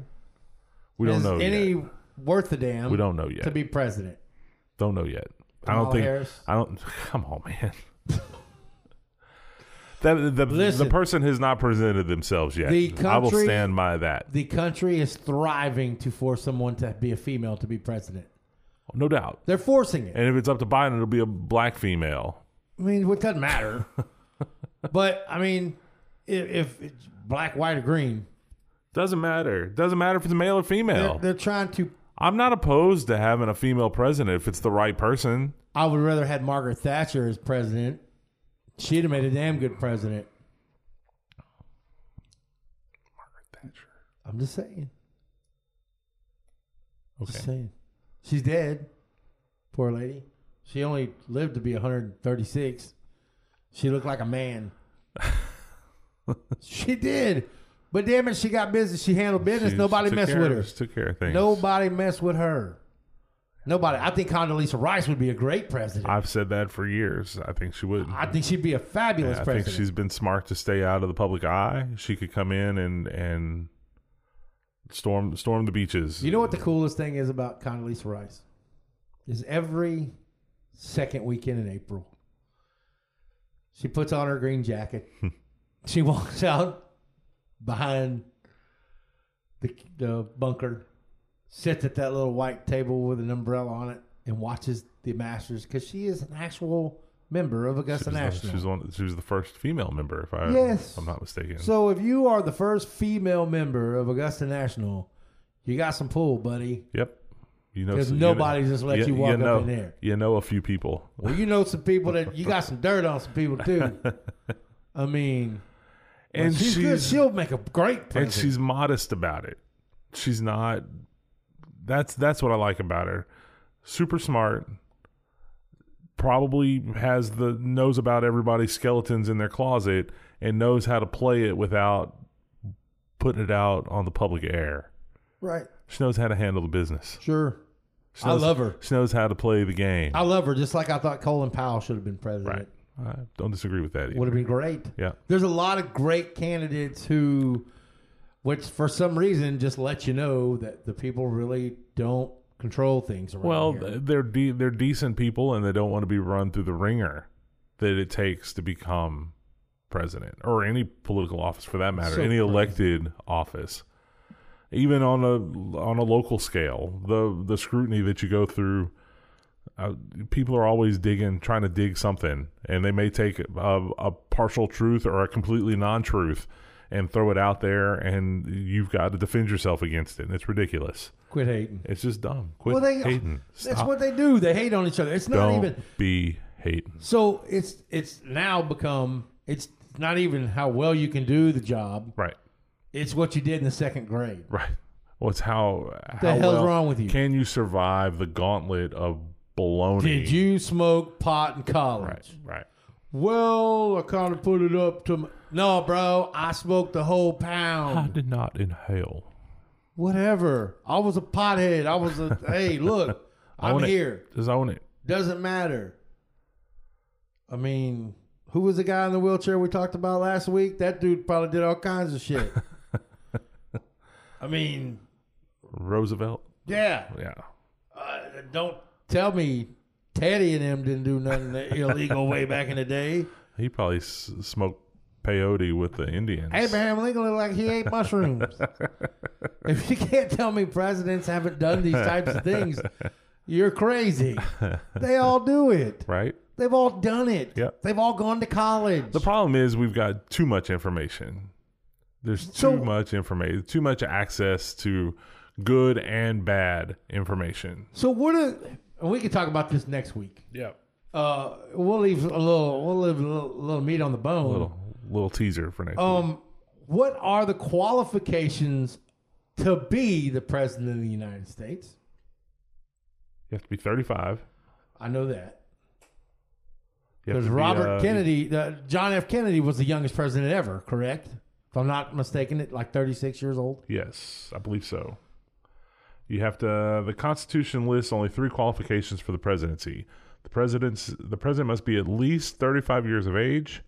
Speaker 3: we don't
Speaker 2: is
Speaker 3: know
Speaker 2: any
Speaker 3: yet.
Speaker 2: worth a damn?
Speaker 3: We don't know yet.
Speaker 2: to be president.
Speaker 3: don't know yet. I
Speaker 2: Kamala
Speaker 3: don't think.
Speaker 2: Harris?
Speaker 3: I don't. [LAUGHS] Come on, man. that the,
Speaker 2: Listen.
Speaker 3: the person has not presented themselves yet.
Speaker 2: The
Speaker 3: I will
Speaker 2: country-
Speaker 3: stand by that,
Speaker 2: The country is thriving to force someone to be a female to be president.
Speaker 3: no doubt.
Speaker 2: They're forcing it.
Speaker 3: And if it's up to Biden, it'll be a black female.
Speaker 2: I mean, it doesn't matter. but I mean, if, if it's black, white, or green,
Speaker 3: Doesn't matter. Doesn't matter if it's male or
Speaker 2: they're,
Speaker 3: female.
Speaker 2: they're trying to.
Speaker 3: I'm not opposed to having a female president if it's the right person.
Speaker 2: I would rather had Margaret Thatcher as president. She'd have made a damn good president. I'm just saying. Just saying. She's dead. Poor lady. She only lived to be 136. She looked like a
Speaker 3: [LAUGHS]
Speaker 2: man. she did. But damn it, she got busy. She handled business.
Speaker 3: She
Speaker 2: Nobody
Speaker 3: took
Speaker 2: messed
Speaker 3: care-
Speaker 2: with her.
Speaker 3: she Took care of things.
Speaker 2: Nobody messed with her. Nobody. I think Condoleezza Rice would be a great president. I,
Speaker 3: I've said that for years. I think she would.
Speaker 2: think she'd be a fabulous
Speaker 3: I think
Speaker 2: president.
Speaker 3: she's been smart to stay out of the public eye. She could come in and and storm storm the beaches.
Speaker 2: you know what the coolest thing is about Condoleezza Rice? Is every second weekend in April, she puts on her green jacket.
Speaker 3: [LAUGHS]
Speaker 2: she walks out behind the, the bunker, sits at that little white table with an umbrella on it, and watches the Masters because she is an actual member of
Speaker 3: she
Speaker 2: Augusta
Speaker 3: was, the,
Speaker 2: National.
Speaker 3: she was one. She was the first female member, if I
Speaker 2: Yes.
Speaker 3: if I'm not mistaken.
Speaker 2: So if you are the first female member of Augusta National, you got some pull, buddy.
Speaker 3: yep. You know,
Speaker 2: 'Cause
Speaker 3: you
Speaker 2: nobody just lets you walk up
Speaker 3: know-
Speaker 2: in there.
Speaker 3: You know a few people.
Speaker 2: Well, you know some people that you got some dirt on some people
Speaker 3: [LAUGHS]
Speaker 2: too. I mean,
Speaker 3: And
Speaker 2: she's, good.
Speaker 3: she's-
Speaker 2: She'll make a great
Speaker 3: and
Speaker 2: president.
Speaker 3: she's modest about it. She's not. That's that's what I like about her. Super smart. Probably has the knows about everybody's skeletons in their closet and knows how to play it without putting it out on the public air.
Speaker 2: right.
Speaker 3: She knows how to handle the business.
Speaker 2: Sure.
Speaker 3: She
Speaker 2: I
Speaker 3: knows-
Speaker 2: love her.
Speaker 3: She knows how to play the game.
Speaker 2: I love her just like I thought Colin Powell should have been president.
Speaker 3: right. I don't disagree with that. Either.
Speaker 2: Would have been great.
Speaker 3: Yeah.
Speaker 2: There's a lot of great candidates who, which for some reason just let you know that the people really don't control things around
Speaker 3: Well,
Speaker 2: here.
Speaker 3: they're de- they're decent people, and they don't want to be run through the ringer that it takes to become president or any political office for that matter,
Speaker 2: So
Speaker 3: any
Speaker 2: crazy.
Speaker 3: elected office, even on a on a local scale. The the scrutiny that you go through. Uh, people are always digging, trying to dig something, and they may take a, a partial truth or a completely non-truth and throw it out there, and you've got to defend yourself against it. And it's ridiculous.
Speaker 2: Quit hating.
Speaker 3: It's just dumb. Quit
Speaker 2: Well, they
Speaker 3: hating.
Speaker 2: that's
Speaker 3: Stop.
Speaker 2: what they do. They hate on each other. It's not
Speaker 3: Don't
Speaker 2: even
Speaker 3: be hating.
Speaker 2: so. It's it's now become it's not even how well you can do the job.
Speaker 3: Right.
Speaker 2: It's what you did in the second grade.
Speaker 3: Right. Well, it's how. What
Speaker 2: hell's wrong with you?
Speaker 3: Can you survive the gauntlet of baloney?
Speaker 2: Did you smoke pot in college?
Speaker 3: Right. Right.
Speaker 2: Well, I kind of put it up to my, no, bro. I smoked the whole
Speaker 3: I
Speaker 2: pound.
Speaker 3: did not inhale.
Speaker 2: Whatever. I was a pothead. I was a hey.
Speaker 3: [LAUGHS]
Speaker 2: Look, I'm
Speaker 3: Own it.
Speaker 2: here.
Speaker 3: Just own it.
Speaker 2: Doesn't matter. I mean, who was the guy in the wheelchair we talked about last week? That dude probably did all kinds of shit. I mean,
Speaker 3: Roosevelt.
Speaker 2: yeah.
Speaker 3: Yeah.
Speaker 2: Uh, don't tell me Teddy and them didn't do nothing illegal way back in the day.
Speaker 3: He probably s- smoked peyote with the Indians.
Speaker 2: Abraham Lincoln looked like he ate mushrooms. if you can't tell me presidents haven't done these types of things, you're crazy. They all do it.
Speaker 3: Right.
Speaker 2: They've all done it.
Speaker 3: Yep.
Speaker 2: They've all gone to college.
Speaker 3: The problem is we've got too much information. There's too
Speaker 2: So-
Speaker 3: much information, too much access to good and bad information.
Speaker 2: So what? Are, and we can talk about this next week.
Speaker 3: Yeah.
Speaker 2: Uh, we'll leave a little. We'll leave a little, little meat on the bone.
Speaker 3: Little little teaser for next week.
Speaker 2: Um, what are the qualifications to be the president of the United States?
Speaker 3: You have to be 35.
Speaker 2: I know that
Speaker 3: You have
Speaker 2: because
Speaker 3: to be,
Speaker 2: Robert
Speaker 3: uh,
Speaker 2: Kennedy, the, John F. Kennedy was the youngest president ever. Correct, if I'm not mistaken, at like 36 years old.
Speaker 3: Yes, I believe so. You have to. The Constitution lists only three qualifications for the presidency The president's the president must be at least 35 years of age,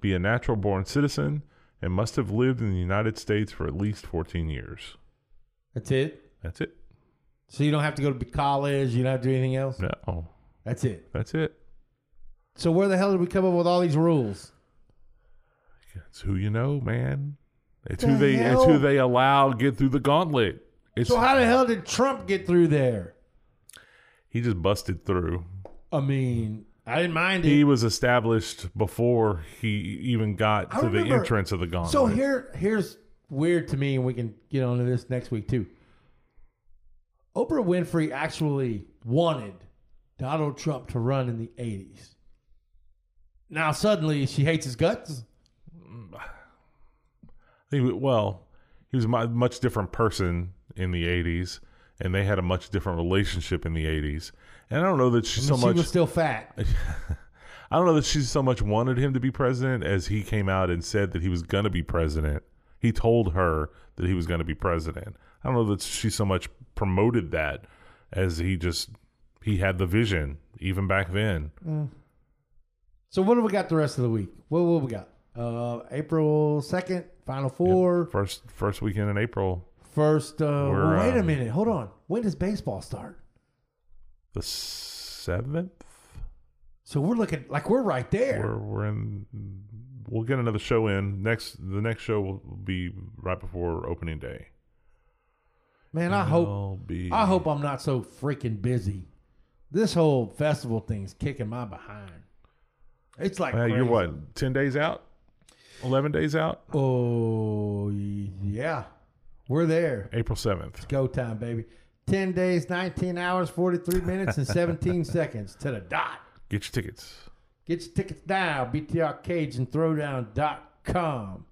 Speaker 3: be a natural born citizen, and must have lived in the United States for at least 14 years.
Speaker 2: That's it.
Speaker 3: That's it.
Speaker 2: So you don't have to go to college. You don't have to do anything else.
Speaker 3: No,
Speaker 2: That's it.
Speaker 3: that's it.
Speaker 2: So where the hell did we come up with all these rules?
Speaker 3: It's who you know, man. It's
Speaker 2: The
Speaker 3: who they it's
Speaker 2: hell?
Speaker 3: who they allow get through the gauntlet. It's
Speaker 2: So how the hell did Trump get through there?
Speaker 3: he just busted through.
Speaker 2: I mean, I didn't mind it.
Speaker 3: He was established before he even got
Speaker 2: I
Speaker 3: to the
Speaker 2: remember-
Speaker 3: entrance of the gauntlet.
Speaker 2: So here, here's weird to me, and we can get onto this next week too. Oprah Winfrey actually wanted Donald Trump to run in the '80s. Now suddenly she hates his guts.
Speaker 3: He w- well, he was a mu- much different person in the '80s, and they had a much different relationship in the '80s. And I don't know that she so
Speaker 2: she
Speaker 3: much.
Speaker 2: was still fat.
Speaker 3: [LAUGHS] I don't know that she so much wanted him to be president as he came out and said that he was going to be president. He told her that he was going to be president. I don't know that she so much promoted that as he just he had the vision even back then.
Speaker 2: So what do we got the rest of the week? What what we got? Uh, April second, Final Four,
Speaker 3: First first weekend in April,
Speaker 2: first. Uh,
Speaker 3: We're,
Speaker 2: well, wait a
Speaker 3: uh,
Speaker 2: minute, hold on. When does baseball start?
Speaker 3: the seventh,
Speaker 2: So we're looking like we're right there.
Speaker 3: we're we're in. We'll get another show in next. The next show will be right before opening day.
Speaker 2: Man, I hope
Speaker 3: I'll be-
Speaker 2: Oh, I hope I'm not so freaking busy. This whole festival thing's kicking my behind. It's like
Speaker 3: Uh, you're
Speaker 2: crazy.
Speaker 3: what ten days out, eleven days out.
Speaker 2: Oh yeah, we're there.
Speaker 3: April seventh.
Speaker 2: Go time, baby. Ten days, nineteen hours, forty-three minutes, and seventeen [LAUGHS] seconds to the dot.
Speaker 3: Get your tickets.
Speaker 2: Get your tickets now. BTRcagingThrowdown.com.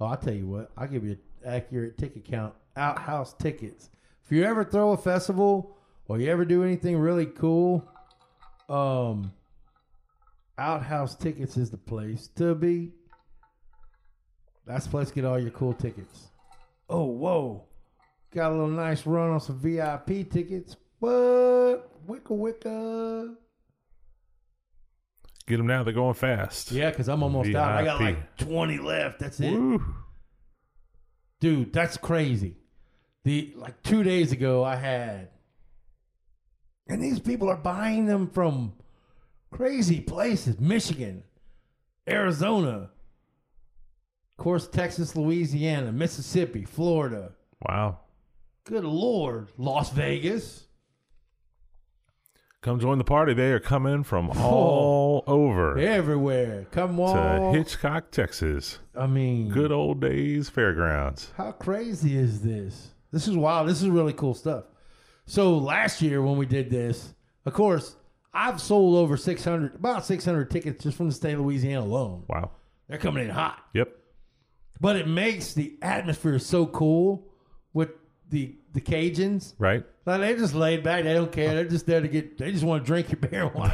Speaker 2: Oh, I'll tell you what. I'll give you an accurate ticket count. Outhouse tickets. If you ever throw a festival or you ever do anything really cool, um, Outhouse tickets is the place to be. That's the place to get all your cool tickets. Oh, whoa. Got a little nice run on some VIP tickets. What? Wicka wicka.
Speaker 3: Get them now. They're going fast.
Speaker 2: Yeah, because I'm almost out. I got
Speaker 3: VIP.
Speaker 2: like 20 left. That's it.
Speaker 3: Woo.
Speaker 2: Dude, that's crazy. The like two days ago I had and these people are buying them from crazy places. Michigan, Arizona, of course, Texas, Louisiana, Mississippi, Florida.
Speaker 3: Wow.
Speaker 2: Good lord. Las Vegas.
Speaker 3: Come join the party. They are coming from
Speaker 2: Oh.
Speaker 3: all over
Speaker 2: Everywhere. Come
Speaker 3: to
Speaker 2: on.
Speaker 3: Hitchcock, Texas.
Speaker 2: I mean
Speaker 3: Good old days fairgrounds.
Speaker 2: How crazy is this? This is wild. This is really cool stuff. So last year when we did this, of course, I've sold over 600, about 600 tickets just from the state of Louisiana alone.
Speaker 3: Wow.
Speaker 2: They're coming in hot.
Speaker 3: Yep.
Speaker 2: But it makes the atmosphere so cool with the the Cajuns.
Speaker 3: Right.
Speaker 2: Like they just laid back. They don't care. They're just there to get. They just want to drink your beer. [LAUGHS]
Speaker 3: [LAUGHS]
Speaker 2: wine.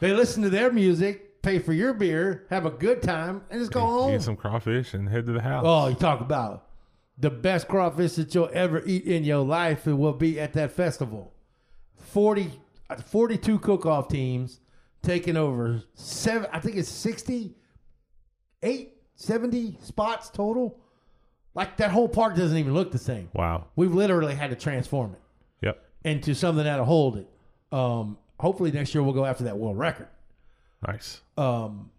Speaker 2: they listen to their music, pay for your beer, have a good time, and just go home.
Speaker 3: Get some crawfish and head to the house.
Speaker 2: Oh, you talk about the best crawfish that you'll ever eat in your life. It will be at that festival. 40, 42 cook-off teams taking over seven. I think it's 68, 70 spots total. Like that whole park doesn't even look the same.
Speaker 3: Wow.
Speaker 2: We've literally had to transform it
Speaker 3: Yep.
Speaker 2: into something that'll hold it. Um, hopefully next year we'll go after that world record.
Speaker 3: Nice.
Speaker 2: Um,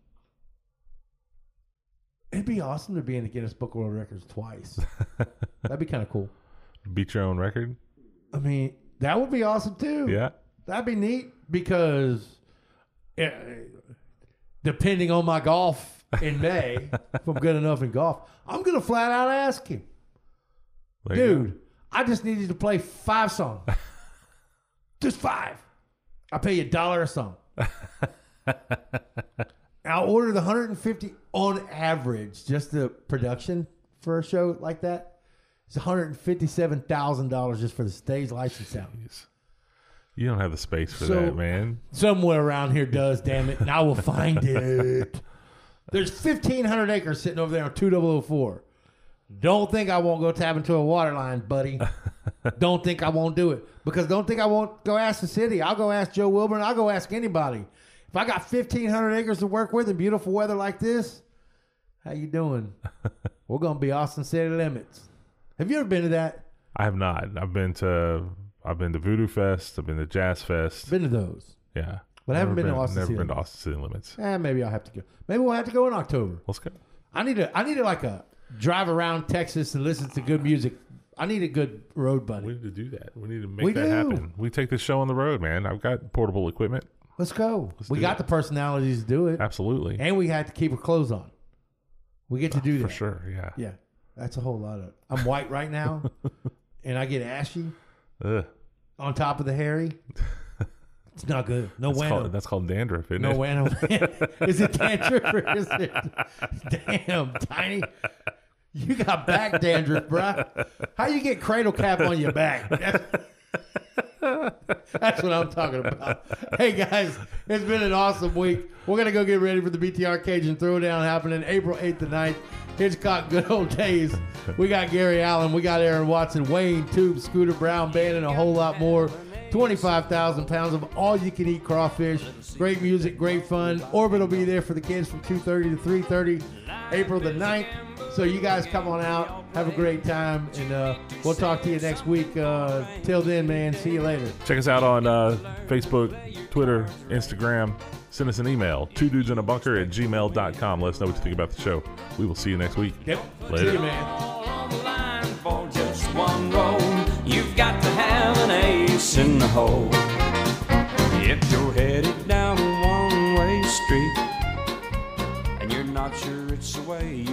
Speaker 2: it'd be awesome to be in the Guinness Book of World Records twice. That'd be kind of cool.
Speaker 3: Beat your own record.
Speaker 2: I mean, that would be awesome too.
Speaker 3: Yeah.
Speaker 2: that'd be neat because, eh, depending on my golf in May, if I'm good enough in golf, I'm gonna flat out ask him,
Speaker 3: There you go.
Speaker 2: dude. I just need you to play five
Speaker 3: [LAUGHS]
Speaker 2: songs, just five. I'll pay you a dollar a
Speaker 3: [LAUGHS]
Speaker 2: song. I'll order the 150 on average, just the production for a show like that. It's $157,000 just for the stage license sound.
Speaker 3: Jeez. You don't have the space for
Speaker 2: So-
Speaker 3: that, man.
Speaker 2: Somewhere around here does, damn it, and I will find it. There's 1,500 acres oh sitting over there on 2004. Don't think I won't go tap into a water line, buddy. don't think I won't do it because don't think I won't go ask the city. I'll go ask Joe Wilburn. I'll go ask anybody. If I got fifteen hundred acres to work with in beautiful weather like this, how you doing? We're gonna be Austin city limits. Have you ever been to that?
Speaker 3: I have not. I've been to I've been to Voodoo Fest. I've been to Jazz Fest.
Speaker 2: Been to those?
Speaker 3: yeah,
Speaker 2: But I haven't been to Austin
Speaker 3: Never
Speaker 2: City
Speaker 3: been to Austin City Limits.
Speaker 2: Eh, maybe I'll have to go. Maybe we'll have to go in October.
Speaker 3: Let's go.
Speaker 2: I need a I need a, like a drive around Texas and listen to good music. I need a good road
Speaker 3: We
Speaker 2: buddy.
Speaker 3: need to do that. We need to make
Speaker 2: We
Speaker 3: that
Speaker 2: do.
Speaker 3: happen. We take this show on the road, man. I've got portable equipment.
Speaker 2: Let's go. we
Speaker 3: do
Speaker 2: got
Speaker 3: it.
Speaker 2: the personalities to do it,
Speaker 3: Absolutely,
Speaker 2: and we had to keep our clothes on. We get to do that.
Speaker 3: for sure. Yeah.
Speaker 2: Yeah, that's a whole lot of. I'm white right
Speaker 3: [LAUGHS]
Speaker 2: now, and I get ashy
Speaker 3: Ugh.
Speaker 2: on top of the hairy. It's not good. No
Speaker 3: That's,
Speaker 2: bueno.
Speaker 3: called, that's called dandruff, isn't
Speaker 2: No
Speaker 3: it?
Speaker 2: bueno. [LAUGHS] is it dandruff or is it? Damn, tiny. You got back dandruff, bruh. How you get cradle cap on your back? That's, that's what I'm talking about. Hey guys, it's been an awesome week. We're gonna go get ready for the BTR Cajun Throwdown happening April 8th and 9th. Hitchcock, good old days. We got Gary Allen, we got Aaron Watson, Wayne Tube, Scooter Brown Band, and a whole lot more. 25,000 pounds of all you can eat crawfish. Great music, great fun. Orbit will be there for the kids from 2.30 to 3.30, April the 9th. So you guys come on out, have a great time, and uh, we'll talk to you next week. Uh, till then, man, see you later.
Speaker 3: Check us out on uh, Facebook, Twitter, Instagram. Send us an email, two dudes in a bunker at gmail.com. Let us know what you think about the show. We will see you next week. Later.
Speaker 2: See you, man.
Speaker 1: all on the line for just one roll. You've got to have an ace in the hole. If you're headed down a one way street and you're not sure it's the way you